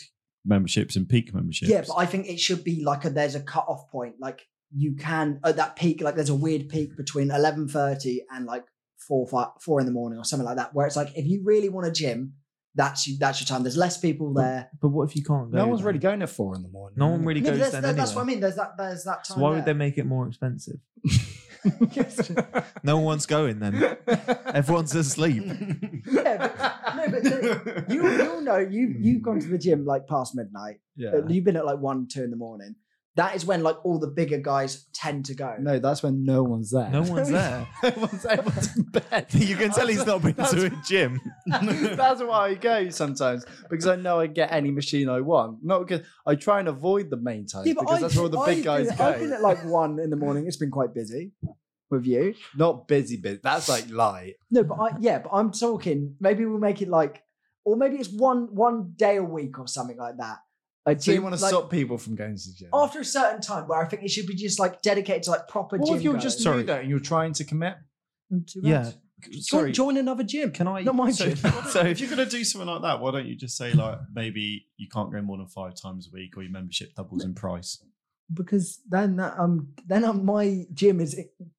[SPEAKER 2] memberships and peak memberships.
[SPEAKER 4] Yeah, but I think it should be like a there's a cut off point. Like you can at that peak, like there's a weird peak between eleven thirty and like four five four in the morning or something like that, where it's like if you really want a gym, that's you, that's your time. There's less people there.
[SPEAKER 1] But what if you can't go?
[SPEAKER 3] No one's
[SPEAKER 1] then?
[SPEAKER 3] really going at four in the morning.
[SPEAKER 1] No one really
[SPEAKER 4] No,
[SPEAKER 1] goes
[SPEAKER 4] but that's,
[SPEAKER 1] then
[SPEAKER 4] that- that's
[SPEAKER 1] anyway.
[SPEAKER 4] what I mean. There's that there's that time.
[SPEAKER 1] So why would
[SPEAKER 4] there.
[SPEAKER 1] they make it more expensive? No one's going then. Everyone's asleep.
[SPEAKER 4] no, but the- you you'll know you you've gone to the gym like past midnight.
[SPEAKER 3] yeah.
[SPEAKER 4] You've been at like one, two in the morning. That is when like all the bigger guys tend to go.
[SPEAKER 3] No, that's when no one's there.
[SPEAKER 1] No one's there.
[SPEAKER 3] everyone's, everyone's in bed.
[SPEAKER 1] You can tell he's not been to a gym.
[SPEAKER 3] That's why I go sometimes because I know I get any machine I want. Not because I try and avoid the main times because that's where all the big guys
[SPEAKER 4] been,
[SPEAKER 3] go.
[SPEAKER 4] I've been at like one in the morning. It's been quite busy with you.
[SPEAKER 3] Not busy, busy. That's like light.
[SPEAKER 4] No, but I yeah, but I'm talking. Maybe we'll make it like, or maybe it's one one day a week or something like that. A
[SPEAKER 3] So you
[SPEAKER 4] gym,
[SPEAKER 3] want to
[SPEAKER 4] like,
[SPEAKER 3] stop people from going to the gym?
[SPEAKER 4] after a certain time where I think it should be just like dedicated to like proper
[SPEAKER 3] What
[SPEAKER 4] gym.
[SPEAKER 3] if you're
[SPEAKER 4] goers.
[SPEAKER 3] just
[SPEAKER 1] Sorry.
[SPEAKER 3] new there and you're trying to commit?
[SPEAKER 4] Too bad.
[SPEAKER 1] Yeah.
[SPEAKER 4] Go
[SPEAKER 1] Sorry.
[SPEAKER 4] and join another gym.
[SPEAKER 1] Can I?
[SPEAKER 4] Not my
[SPEAKER 1] so,
[SPEAKER 4] gym.
[SPEAKER 1] so
[SPEAKER 2] if you're going to do something like that, why don't you just say, like, maybe you can't go more than five times a week or your membership doubles in price?
[SPEAKER 4] because then that um then um, my gym is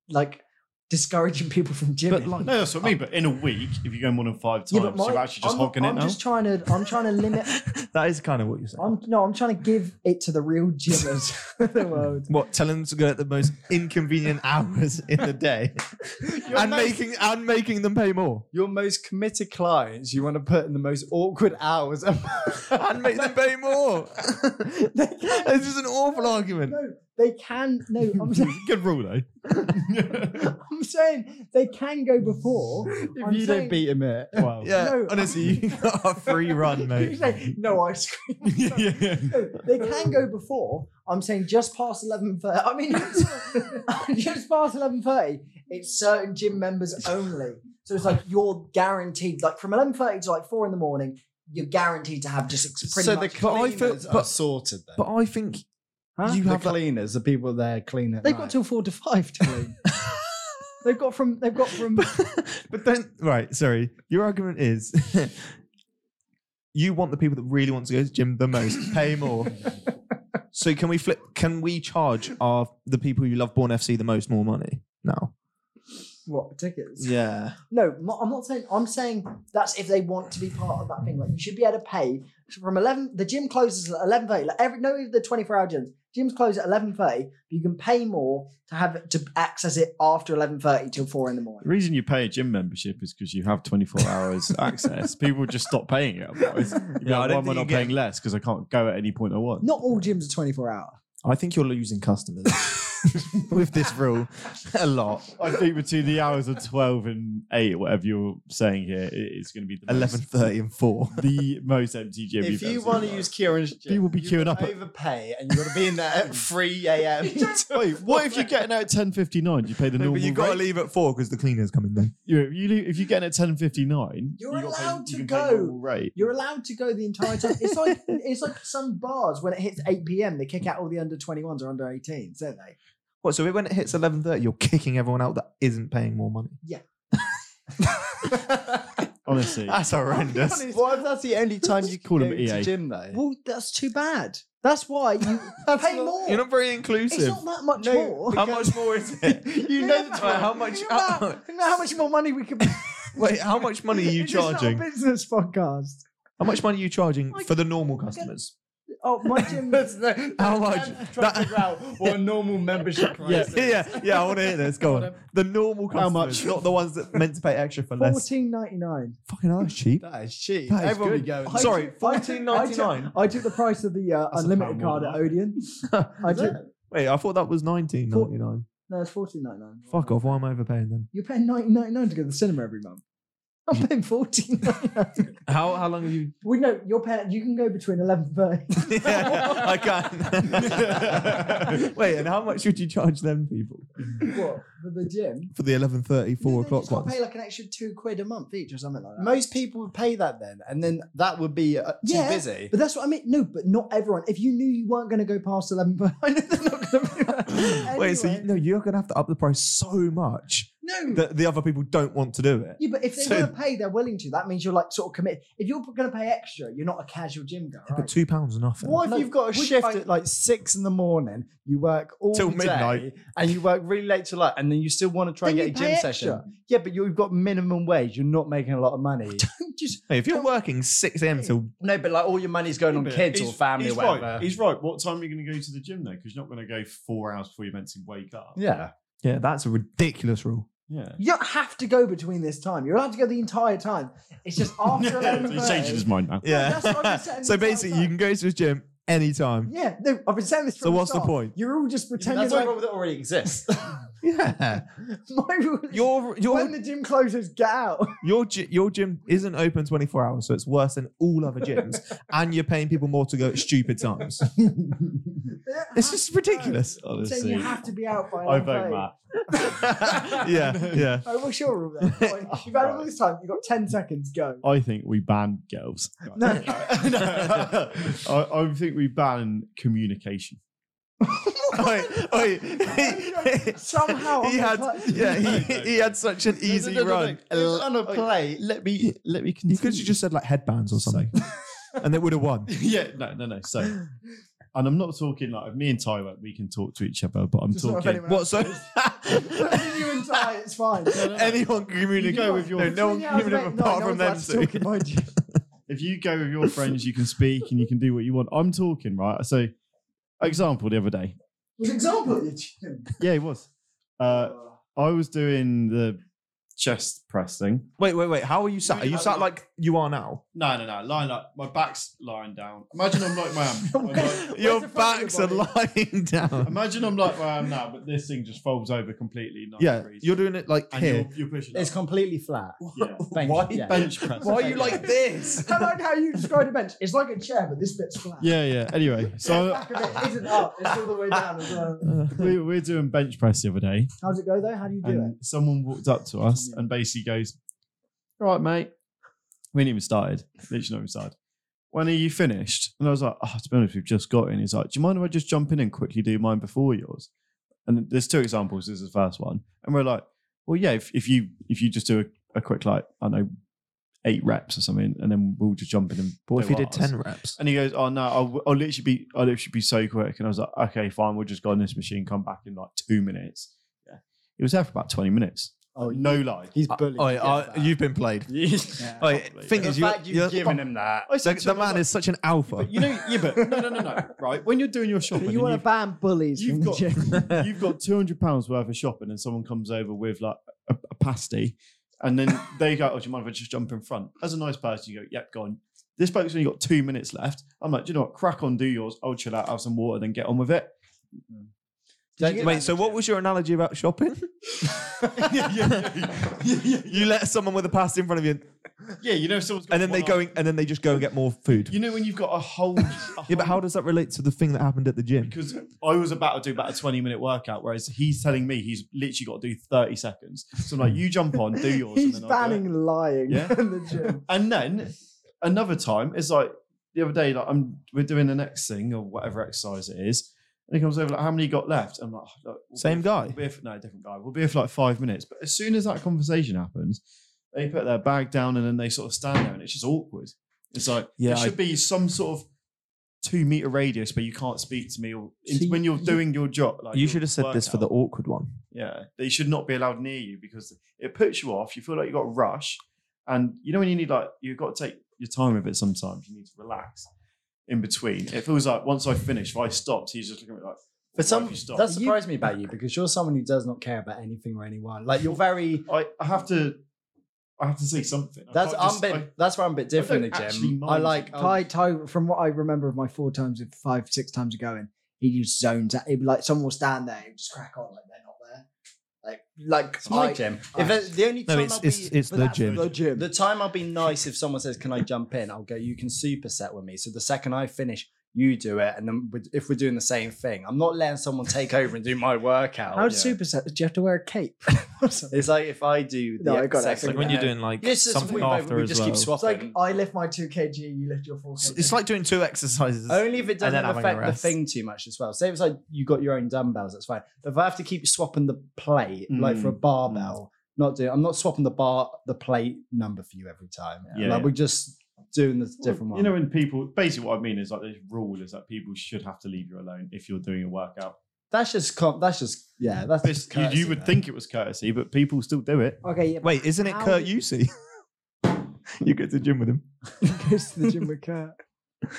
[SPEAKER 4] like discouraging people from gymming.
[SPEAKER 1] But like,
[SPEAKER 2] No, that's what I mean. But in a week, if you go more than five times,
[SPEAKER 4] yeah, but my,
[SPEAKER 2] you're actually just
[SPEAKER 4] I'm,
[SPEAKER 2] hogging
[SPEAKER 4] I'm
[SPEAKER 2] it
[SPEAKER 4] just trying to I'm trying to limit.
[SPEAKER 1] that is kind of what you're saying.
[SPEAKER 4] I'm no, I'm trying to give it to the real gymmers in the world.
[SPEAKER 1] What telling them to go at the most inconvenient hours in the day,
[SPEAKER 3] Your
[SPEAKER 1] and
[SPEAKER 3] most-
[SPEAKER 1] making and making them pay more,
[SPEAKER 3] your most committed clients you want to put in the most awkward hours.
[SPEAKER 1] and make them pay more. it's just an awful argument.
[SPEAKER 4] No, they can. No, I'm saying,
[SPEAKER 2] now. Good rule, though.
[SPEAKER 4] I'm saying they can go before.
[SPEAKER 3] if
[SPEAKER 4] I'm
[SPEAKER 3] you
[SPEAKER 4] saying-
[SPEAKER 3] don't beat him it.
[SPEAKER 2] Wow.
[SPEAKER 1] Yeah,
[SPEAKER 4] No.
[SPEAKER 1] honestly, you got a free run,
[SPEAKER 4] You
[SPEAKER 1] mate.
[SPEAKER 4] say, no ice cream.
[SPEAKER 2] yeah.
[SPEAKER 4] No, they can go before. I'm saying just past eleven thirty. I mean, just past eleven thirty. It's certain gym members only. So it's like you're guaranteed, like from eleven thirty to like four in the morning, you're guaranteed to have just ex- pretty
[SPEAKER 3] So the
[SPEAKER 4] much.
[SPEAKER 1] But I
[SPEAKER 3] cleaners
[SPEAKER 1] feel-
[SPEAKER 3] are
[SPEAKER 1] but-
[SPEAKER 3] sorted then.
[SPEAKER 1] But I think
[SPEAKER 4] Huh?
[SPEAKER 1] you
[SPEAKER 3] the
[SPEAKER 1] have.
[SPEAKER 3] cleaners, the people there clean it.
[SPEAKER 4] they've got till four to five to clean. they've got from. They've got from.
[SPEAKER 1] but then, right? Sorry, your argument is you want the people that really want to go to the gym the most pay more. so can we flip? Can we charge our the people who love Born FC the most more money now?
[SPEAKER 4] What tickets?
[SPEAKER 1] Yeah.
[SPEAKER 4] No, mo- I'm not saying. I'm saying that's if they want to be part of that thing. Like you should be able to pay from eleven. The gym closes at eleven thirty. Like every no, the twenty four hour gyms. Gyms close at eleven thirty. But you can pay more to have it, to access it after eleven thirty till four in the
[SPEAKER 2] The
[SPEAKER 4] morning.
[SPEAKER 2] reason you pay a gym membership is because you have 24 hours access. People just stop paying it. Otherwise,
[SPEAKER 1] Yeah,
[SPEAKER 2] yeah,
[SPEAKER 1] I don't
[SPEAKER 2] like, why am I
[SPEAKER 1] think you
[SPEAKER 2] not
[SPEAKER 1] get-
[SPEAKER 2] paying less? Because I can't go at any point I want.
[SPEAKER 4] Not all gyms are twenty four hour.
[SPEAKER 1] I think you're losing customers with this rule a lot.
[SPEAKER 2] I think between the hours of 12 and 8, whatever you're saying here, it- it's going to be the
[SPEAKER 1] Eleven thirty and four.
[SPEAKER 2] Most, the most empty gym.
[SPEAKER 3] If
[SPEAKER 2] you've ever
[SPEAKER 3] you
[SPEAKER 2] seen
[SPEAKER 3] want
[SPEAKER 2] in
[SPEAKER 3] to
[SPEAKER 2] your
[SPEAKER 3] use Kieran's gym,
[SPEAKER 2] People be
[SPEAKER 3] you
[SPEAKER 2] queuing
[SPEAKER 3] gotta
[SPEAKER 2] up at-
[SPEAKER 3] Overpay, and you got to be in there at three a.m.
[SPEAKER 2] life. Wait, what if you're getting out at 10.59? You pay the normal
[SPEAKER 1] but you got to
[SPEAKER 2] rate?
[SPEAKER 1] leave at four because the cleaner's coming then.
[SPEAKER 2] You, you leave, if you're getting at 10.59,
[SPEAKER 4] You're
[SPEAKER 2] you gotta pay-
[SPEAKER 4] allowed
[SPEAKER 2] you
[SPEAKER 4] to
[SPEAKER 2] can pay
[SPEAKER 4] go.
[SPEAKER 2] normal rate.
[SPEAKER 4] You're allowed to go the entire time. It's like it's like some bars when it hits eight pm, they kick out all the under twenty ones or under 18s, don't they?
[SPEAKER 1] What? So when it hits eleven thirty, you're kicking everyone out that isn't paying more money.
[SPEAKER 2] Honestly.
[SPEAKER 1] That's horrendous.
[SPEAKER 3] What if that's the only time you
[SPEAKER 2] Call
[SPEAKER 3] call E
[SPEAKER 2] them
[SPEAKER 3] him to
[SPEAKER 2] EA.
[SPEAKER 3] gym though?
[SPEAKER 4] Well, that's too bad. That's why you
[SPEAKER 3] That's
[SPEAKER 4] pay
[SPEAKER 3] not-
[SPEAKER 4] more.
[SPEAKER 1] You're not very
[SPEAKER 4] it's
[SPEAKER 1] inclusive.
[SPEAKER 4] not that much
[SPEAKER 3] No,
[SPEAKER 4] more.
[SPEAKER 1] How much more is it?
[SPEAKER 3] you know the
[SPEAKER 1] Right,
[SPEAKER 3] time.
[SPEAKER 1] how much?
[SPEAKER 4] Think about-
[SPEAKER 1] How,
[SPEAKER 4] think about how much more money we could.
[SPEAKER 1] wait, how much money are you
[SPEAKER 4] This is not a
[SPEAKER 1] charging?
[SPEAKER 4] business podcast.
[SPEAKER 1] How much money are you charging
[SPEAKER 4] Like-
[SPEAKER 1] for the normal customers?
[SPEAKER 4] Oh, my gym.
[SPEAKER 3] That's the-
[SPEAKER 1] How
[SPEAKER 3] I'm
[SPEAKER 1] much?
[SPEAKER 3] Trying to figure out what a normal membership price
[SPEAKER 2] Yeah.
[SPEAKER 3] is.
[SPEAKER 1] yeah, yeah. I want to hear this. Go on. The normal customers,
[SPEAKER 2] How much?
[SPEAKER 1] not the ones that meant to pay extra for less.
[SPEAKER 4] Fourteen ninety nine.
[SPEAKER 1] Fucking hell, that's cheap.
[SPEAKER 3] That is cheap.
[SPEAKER 1] That is
[SPEAKER 3] Everyone would
[SPEAKER 1] good.
[SPEAKER 3] go.
[SPEAKER 1] I- Sorry, $14.99?
[SPEAKER 4] I took the price of the uh,
[SPEAKER 2] That's a
[SPEAKER 4] unlimited card
[SPEAKER 2] pound more
[SPEAKER 4] at
[SPEAKER 2] than
[SPEAKER 4] Odeon. I took
[SPEAKER 1] Wait, I thought that was nineteen ninety nine.
[SPEAKER 4] no, it's fourteen ninety nine.
[SPEAKER 1] Fuck off. Why am I overpaying then?
[SPEAKER 4] You're paying nineteen ninety nine to go to the cinema every month. I'm paying fourteen ninety nine.
[SPEAKER 1] How how long are you?
[SPEAKER 4] we know you're paying. You can go between eleven thirty.
[SPEAKER 1] yeah, I can. Wait, and how much would you charge them people
[SPEAKER 4] what for the gym?
[SPEAKER 1] for the eleven thirty four
[SPEAKER 4] You
[SPEAKER 1] o'clock
[SPEAKER 4] just gotta
[SPEAKER 1] ones?
[SPEAKER 4] Pay like an extra two quid a month each or something like that.
[SPEAKER 3] Most people would pay that then, and then that would be uh, too
[SPEAKER 4] Yeah,
[SPEAKER 3] busy.
[SPEAKER 4] But that's what I mean. No, but not everyone. If you knew you weren't going to go past eleven, but I know they're not going to.
[SPEAKER 1] Wait, so you, no, you're gonna have to up the price so much
[SPEAKER 4] no.
[SPEAKER 1] that the other people don't want to do it.
[SPEAKER 4] yeah, but if they
[SPEAKER 1] So-
[SPEAKER 4] want to pay, they're willing to. That means you're like sort of committed. If you're going to pay extra, you're not a casual gym guy.
[SPEAKER 1] Yeah,
[SPEAKER 4] Right?
[SPEAKER 1] But two pounds is nothing.
[SPEAKER 3] What if
[SPEAKER 4] No,
[SPEAKER 3] you've got a
[SPEAKER 4] would
[SPEAKER 3] shift
[SPEAKER 4] I-
[SPEAKER 3] at like six in the morning? You work all
[SPEAKER 1] Till
[SPEAKER 3] day,
[SPEAKER 1] midnight.
[SPEAKER 3] and you work really late till light, and then you still want to try
[SPEAKER 4] Then
[SPEAKER 3] and get a
[SPEAKER 4] you pay
[SPEAKER 3] gym
[SPEAKER 4] extra.
[SPEAKER 3] session. Yeah, but you've got minimum wage. You're not making a lot of money.
[SPEAKER 4] Just
[SPEAKER 1] Hey, if you're working six a.m. till
[SPEAKER 3] no, but like all your money's going on
[SPEAKER 2] But
[SPEAKER 3] kids
[SPEAKER 2] he's-
[SPEAKER 3] or family
[SPEAKER 2] he's
[SPEAKER 3] or whatever.
[SPEAKER 2] Right. He's right. What time are you going to go to the gym though? Because you're not going to go four hours before you're meant to wake up.
[SPEAKER 3] yeah,
[SPEAKER 1] Yeah, that's a ridiculous rule.
[SPEAKER 2] Yeah.
[SPEAKER 4] You don't have to go between this time. You're allowed to go the entire time. It's just after
[SPEAKER 2] yeah.
[SPEAKER 4] 11
[SPEAKER 2] He's changing his mind now.
[SPEAKER 4] that's what I was saying
[SPEAKER 1] so
[SPEAKER 4] the entire
[SPEAKER 1] basically, you
[SPEAKER 4] time.
[SPEAKER 1] can go to his gym anytime.
[SPEAKER 4] Yeah, no, I've been saying this.
[SPEAKER 1] So
[SPEAKER 4] from
[SPEAKER 1] what's the
[SPEAKER 4] start.
[SPEAKER 1] point?
[SPEAKER 4] You're all just pretending
[SPEAKER 3] That's why
[SPEAKER 4] like
[SPEAKER 3] that already exists.
[SPEAKER 1] Yeah.
[SPEAKER 4] my rule is
[SPEAKER 1] Your
[SPEAKER 4] when
[SPEAKER 1] your
[SPEAKER 4] the gym closes, get out.
[SPEAKER 1] your gy- your gym isn't open 24 hours, so it's worse than all other gyms, and you're paying people more to go at stupid times. It's just ridiculous.
[SPEAKER 4] Saying you have to be out by.
[SPEAKER 2] I
[SPEAKER 4] 11:30.
[SPEAKER 2] vote Matt.
[SPEAKER 1] Yeah, yeah.
[SPEAKER 4] Oh, what's your rule then? Fine. You've had all this time. You've got 10 seconds. Go.
[SPEAKER 2] I think we ban girls.
[SPEAKER 4] No.
[SPEAKER 2] I, I think we ban communication.
[SPEAKER 1] Oi, oi.
[SPEAKER 4] Somehow.
[SPEAKER 1] he
[SPEAKER 4] I'm
[SPEAKER 1] had
[SPEAKER 4] like-
[SPEAKER 1] yeah,
[SPEAKER 2] No,
[SPEAKER 1] he,
[SPEAKER 2] no.
[SPEAKER 1] he had such an easy run.
[SPEAKER 3] on a play.
[SPEAKER 2] Let me let me
[SPEAKER 1] You
[SPEAKER 2] continue.
[SPEAKER 1] could have just said like headbands or something, and it would have won.
[SPEAKER 2] yeah, no, no, no. So, and I'm not talking like me and Tyler. We can talk to each other, but I'm
[SPEAKER 4] Just not if
[SPEAKER 2] talking.
[SPEAKER 4] anyone
[SPEAKER 1] What so?
[SPEAKER 4] you and Ty, it's fine.
[SPEAKER 1] Anyone can communicate
[SPEAKER 2] go with your-
[SPEAKER 1] no, no one
[SPEAKER 4] Three
[SPEAKER 1] can communicate
[SPEAKER 4] hours late night,
[SPEAKER 1] apart
[SPEAKER 4] no
[SPEAKER 1] from
[SPEAKER 4] one's allowed
[SPEAKER 1] them
[SPEAKER 4] to
[SPEAKER 1] two.
[SPEAKER 4] talk about you.
[SPEAKER 2] If you go with your friends, you can speak and you can do what you want. I'm talking right. So, example the other day.
[SPEAKER 4] Was example at your gym.
[SPEAKER 2] Yeah, it was. Uh, I was doing the chest press thing.
[SPEAKER 1] Wait, wait, wait. How are you sat? Are you sat like you are now?
[SPEAKER 2] No, no, no. Lying like my back's lying down. Imagine I'm like where I am. I'm like-
[SPEAKER 4] Where's
[SPEAKER 1] Your
[SPEAKER 4] the front of
[SPEAKER 1] backs
[SPEAKER 4] your
[SPEAKER 1] are
[SPEAKER 4] body?
[SPEAKER 1] lying down.
[SPEAKER 2] imagine I'm like where I am now, but this thing just folds over completely. 90
[SPEAKER 1] Yeah,
[SPEAKER 2] degrees.
[SPEAKER 1] you're doing it like
[SPEAKER 2] and
[SPEAKER 1] here.
[SPEAKER 2] You're, you're pushing.
[SPEAKER 3] It's
[SPEAKER 2] up.
[SPEAKER 3] completely flat.
[SPEAKER 2] Yeah.
[SPEAKER 3] Bench,
[SPEAKER 1] Why?
[SPEAKER 3] yeah.
[SPEAKER 2] Bench press.
[SPEAKER 1] Why are you like this?
[SPEAKER 4] I like how you described a bench. It's like a chair, but this bit's flat.
[SPEAKER 2] Yeah, yeah. Anyway,
[SPEAKER 4] The
[SPEAKER 2] so
[SPEAKER 4] back of it isn't up. It's all the way down as well.
[SPEAKER 2] we, we were doing bench press the other day,
[SPEAKER 4] How's it go though? How do you do
[SPEAKER 2] and someone walked up to us and basically goes, "All right, mate, we ain't even started. Literally, not even started. When are you finished?" And I was like, "Oh, to be honest, we've just got in." He's like, "Do you mind if I just jump in and quickly do mine before yours?" And there's two examples. This is the first one, and we're like, "Well, yeah, if, if you if you just do a, a quick like I don't know eight reps or something, and then we'll just jump in and." do ours."
[SPEAKER 1] reps?
[SPEAKER 2] And he goes, "Oh no, I'll, I'll literally be, I'll literally be so quick." And I was like, "Okay, fine, we'll just go on this machine, come back in like two minutes." Yeah, he was there for about twenty minutes.
[SPEAKER 3] Oh,
[SPEAKER 2] no lie.
[SPEAKER 3] He's bullied.
[SPEAKER 1] Oi, uh, you've been played.
[SPEAKER 3] Yeah.
[SPEAKER 1] Oi,
[SPEAKER 2] Probably,
[SPEAKER 1] fingers.
[SPEAKER 3] the
[SPEAKER 1] you-
[SPEAKER 3] fact
[SPEAKER 1] you're-
[SPEAKER 3] you've given him that.
[SPEAKER 2] I
[SPEAKER 1] The,
[SPEAKER 2] said to
[SPEAKER 1] the
[SPEAKER 2] him, I was
[SPEAKER 1] man is such an alpha.
[SPEAKER 2] like, you know, yeah, but no, no, no, no. Right, when you're doing your shopping,
[SPEAKER 4] it?
[SPEAKER 2] you
[SPEAKER 4] You want to ban bullies
[SPEAKER 2] you've
[SPEAKER 4] from the
[SPEAKER 2] got-
[SPEAKER 4] gym.
[SPEAKER 2] you've got two hundred pounds worth of shopping, and someone comes over with like a, a pasty, and then they go, "Oh, do you mind if I just jump in front?" As a nice person, you go, "Yep, go on." This bloke's only got two minutes left. I'm like, "Do you know what? Crack on, do yours. I'll chill out, have some water, then get on with it."
[SPEAKER 3] Don't you
[SPEAKER 1] Wait, so what was your analogy about shopping?
[SPEAKER 2] yeah, yeah, yeah, yeah, yeah.
[SPEAKER 1] You let someone with a pass in front of you,
[SPEAKER 2] Yeah, you know, if someone's got
[SPEAKER 1] and then they
[SPEAKER 2] one
[SPEAKER 1] go,
[SPEAKER 2] arm-
[SPEAKER 1] in, and then they just go and get more food.
[SPEAKER 2] You know, when you've got a whole. a
[SPEAKER 1] Yeah, but
[SPEAKER 2] whole-
[SPEAKER 1] how does that relate to the thing that happened at the gym?
[SPEAKER 2] Because I was about to do about a 20 minute workout, whereas he's telling me he's literally got to do 30 seconds. So I'm like, you jump on, do yours.
[SPEAKER 4] He's
[SPEAKER 2] and then I'll do it.
[SPEAKER 4] banning lying
[SPEAKER 2] Yeah.
[SPEAKER 4] in the gym.
[SPEAKER 2] And then another time, it's like the other day, like I'm we're doing the next thing or whatever exercise it is. And he comes over, like, how many you got left? I'm like, "Oh, look, we'll
[SPEAKER 1] Same
[SPEAKER 2] be-
[SPEAKER 1] guy?
[SPEAKER 2] We'll be here for, no, different guy. We'll be here for like five minutes. But as soon as that conversation happens, they put their bag down and then they sort of stand there and it's just awkward. It's like,
[SPEAKER 1] Yeah,
[SPEAKER 2] there
[SPEAKER 1] I-
[SPEAKER 2] should be some sort of two meter radius where you can't speak to me or
[SPEAKER 1] See,
[SPEAKER 2] when you're
[SPEAKER 1] you-
[SPEAKER 2] doing your job. Like
[SPEAKER 1] You
[SPEAKER 2] your
[SPEAKER 1] should have said this for
[SPEAKER 2] workout.
[SPEAKER 1] the awkward one.
[SPEAKER 2] Yeah, they should not be allowed near you because it puts you off. You feel like you got to rush, and you know when you need like you've got to take your time with it. Sometimes you need to relax in between. It feels like once I finish, if I stopped, he's just looking at me like.
[SPEAKER 3] But some
[SPEAKER 2] why have you stopped?
[SPEAKER 3] that surprised me about you because you're someone who does not care about anything or anyone. Like you're very.
[SPEAKER 2] I, I have to, I have to say something. I
[SPEAKER 3] That's
[SPEAKER 2] can't
[SPEAKER 3] I'm
[SPEAKER 2] just-
[SPEAKER 3] bit. that's where I'm a bit different in
[SPEAKER 2] don't
[SPEAKER 3] the
[SPEAKER 2] actually
[SPEAKER 3] gym.
[SPEAKER 2] mind
[SPEAKER 3] I like. I'll-
[SPEAKER 4] Ty, Ty, from what I remember of my four times, of five, six times of going, he just zones out. It'd be like someone will stand there, he'd just crack on like they're not there. Like, like,
[SPEAKER 3] it's my gym. If it- the only
[SPEAKER 1] No,
[SPEAKER 3] time
[SPEAKER 1] it's-
[SPEAKER 3] I'll be,
[SPEAKER 1] it's- it's
[SPEAKER 3] but
[SPEAKER 1] the
[SPEAKER 3] that's
[SPEAKER 1] gym.
[SPEAKER 4] the gym.
[SPEAKER 3] The time I'll be nice if someone says, "Can I jump in?" I'll go. You can superset with me. So the second I finish, you do it, and then we- if we're doing the same thing, I'm not letting someone take over and do my workout.
[SPEAKER 4] How
[SPEAKER 3] Yeah.
[SPEAKER 4] does superset? Do you have to wear a cape? or something?
[SPEAKER 3] It's like if I do the
[SPEAKER 4] No, I got it.
[SPEAKER 3] exercise-
[SPEAKER 4] It's like when
[SPEAKER 3] Yeah.
[SPEAKER 1] like
[SPEAKER 3] Yes, it's we, we just keep
[SPEAKER 4] It's like
[SPEAKER 3] swapping.
[SPEAKER 4] I lift my two kg, you lift your four kg.
[SPEAKER 1] It's like doing two exercises.
[SPEAKER 3] Only if it
[SPEAKER 1] And then
[SPEAKER 3] doesn't
[SPEAKER 1] having a
[SPEAKER 3] affect the
[SPEAKER 1] rest.
[SPEAKER 3] thing too much as well. Say if it's like you got your own dumbbells, that's fine. But if I have to keep swapping the plate, like for a barbell, not doing, I'm not swapping the bar, the plate number for you every time.
[SPEAKER 2] Yeah,
[SPEAKER 3] like
[SPEAKER 2] yeah.
[SPEAKER 3] we're just doing the different one.
[SPEAKER 2] You know, when people basically what I mean is like this rule is that people should have to leave you alone if you're doing a workout.
[SPEAKER 3] that's just com- that's just yeah. That's
[SPEAKER 2] It's-
[SPEAKER 3] just
[SPEAKER 2] you-
[SPEAKER 3] courtesy
[SPEAKER 2] you would
[SPEAKER 3] there.
[SPEAKER 2] think it was courtesy, but people still do it.
[SPEAKER 4] okay, yeah.
[SPEAKER 1] Wait, isn't it
[SPEAKER 4] How
[SPEAKER 1] Kurt
[SPEAKER 4] do-
[SPEAKER 1] Usey? you go to the gym with him.
[SPEAKER 4] goes to the gym with Kurt.
[SPEAKER 1] Do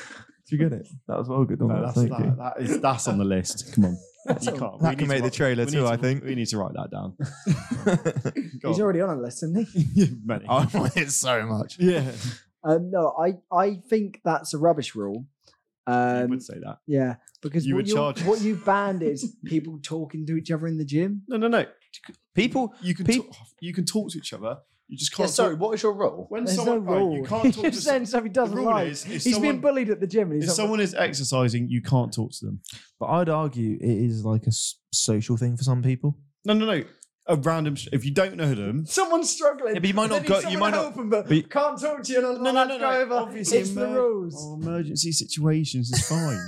[SPEAKER 1] you get it? That was well good.
[SPEAKER 2] No, that's, that, that is, that's on the list. Come on. You can't.
[SPEAKER 1] That
[SPEAKER 2] We
[SPEAKER 1] can make
[SPEAKER 2] need to
[SPEAKER 1] the
[SPEAKER 2] write-
[SPEAKER 1] trailer
[SPEAKER 2] we
[SPEAKER 1] too,
[SPEAKER 2] need to-
[SPEAKER 1] I think.
[SPEAKER 2] We need to write that down. Go
[SPEAKER 4] He's
[SPEAKER 2] on.
[SPEAKER 4] already on a list, isn't he?
[SPEAKER 2] Many.
[SPEAKER 1] I want it so much.
[SPEAKER 2] yeah.
[SPEAKER 4] Um, no, I, I think that's a rubbish rule.
[SPEAKER 2] I
[SPEAKER 4] Um,
[SPEAKER 2] would say that.
[SPEAKER 4] yeah, because
[SPEAKER 2] You
[SPEAKER 4] what,
[SPEAKER 2] would
[SPEAKER 4] you're-
[SPEAKER 2] charge us.
[SPEAKER 4] what you've banned is people talking to each other in the gym.
[SPEAKER 2] No, no, no.
[SPEAKER 1] People,
[SPEAKER 2] You can
[SPEAKER 1] Pe-
[SPEAKER 2] talk, you can talk to each other. You just
[SPEAKER 3] Yeah,
[SPEAKER 2] can't.
[SPEAKER 3] sorry,
[SPEAKER 2] talk-
[SPEAKER 3] what is your rule?
[SPEAKER 2] when
[SPEAKER 4] There's
[SPEAKER 2] someone
[SPEAKER 4] no
[SPEAKER 2] right,
[SPEAKER 4] rule.
[SPEAKER 2] you can't talk to
[SPEAKER 4] He's saying
[SPEAKER 2] someone.
[SPEAKER 4] stuff he
[SPEAKER 2] The
[SPEAKER 4] doesn't
[SPEAKER 2] rule
[SPEAKER 4] like.
[SPEAKER 2] is if
[SPEAKER 4] He's been
[SPEAKER 2] someone,
[SPEAKER 4] bullied at the gym. And
[SPEAKER 2] if
[SPEAKER 4] he's not-
[SPEAKER 2] someone is exercising, you can't talk to them.
[SPEAKER 1] but I'd argue it is like a s- social thing for some people.
[SPEAKER 2] No, no, no. A random. Sh- if you don't know them,
[SPEAKER 4] Someone's struggling.
[SPEAKER 1] Yeah, but you might
[SPEAKER 4] and
[SPEAKER 1] not
[SPEAKER 4] they need
[SPEAKER 1] go- you
[SPEAKER 4] someone
[SPEAKER 1] might
[SPEAKER 4] to
[SPEAKER 1] not-
[SPEAKER 4] help them, but,
[SPEAKER 1] but you-
[SPEAKER 4] can't talk to you. And
[SPEAKER 2] No, no, no, no.
[SPEAKER 4] Go over.
[SPEAKER 2] Obviously,
[SPEAKER 4] it's the
[SPEAKER 2] emer-
[SPEAKER 4] rules.
[SPEAKER 2] oh, emergency situations is fine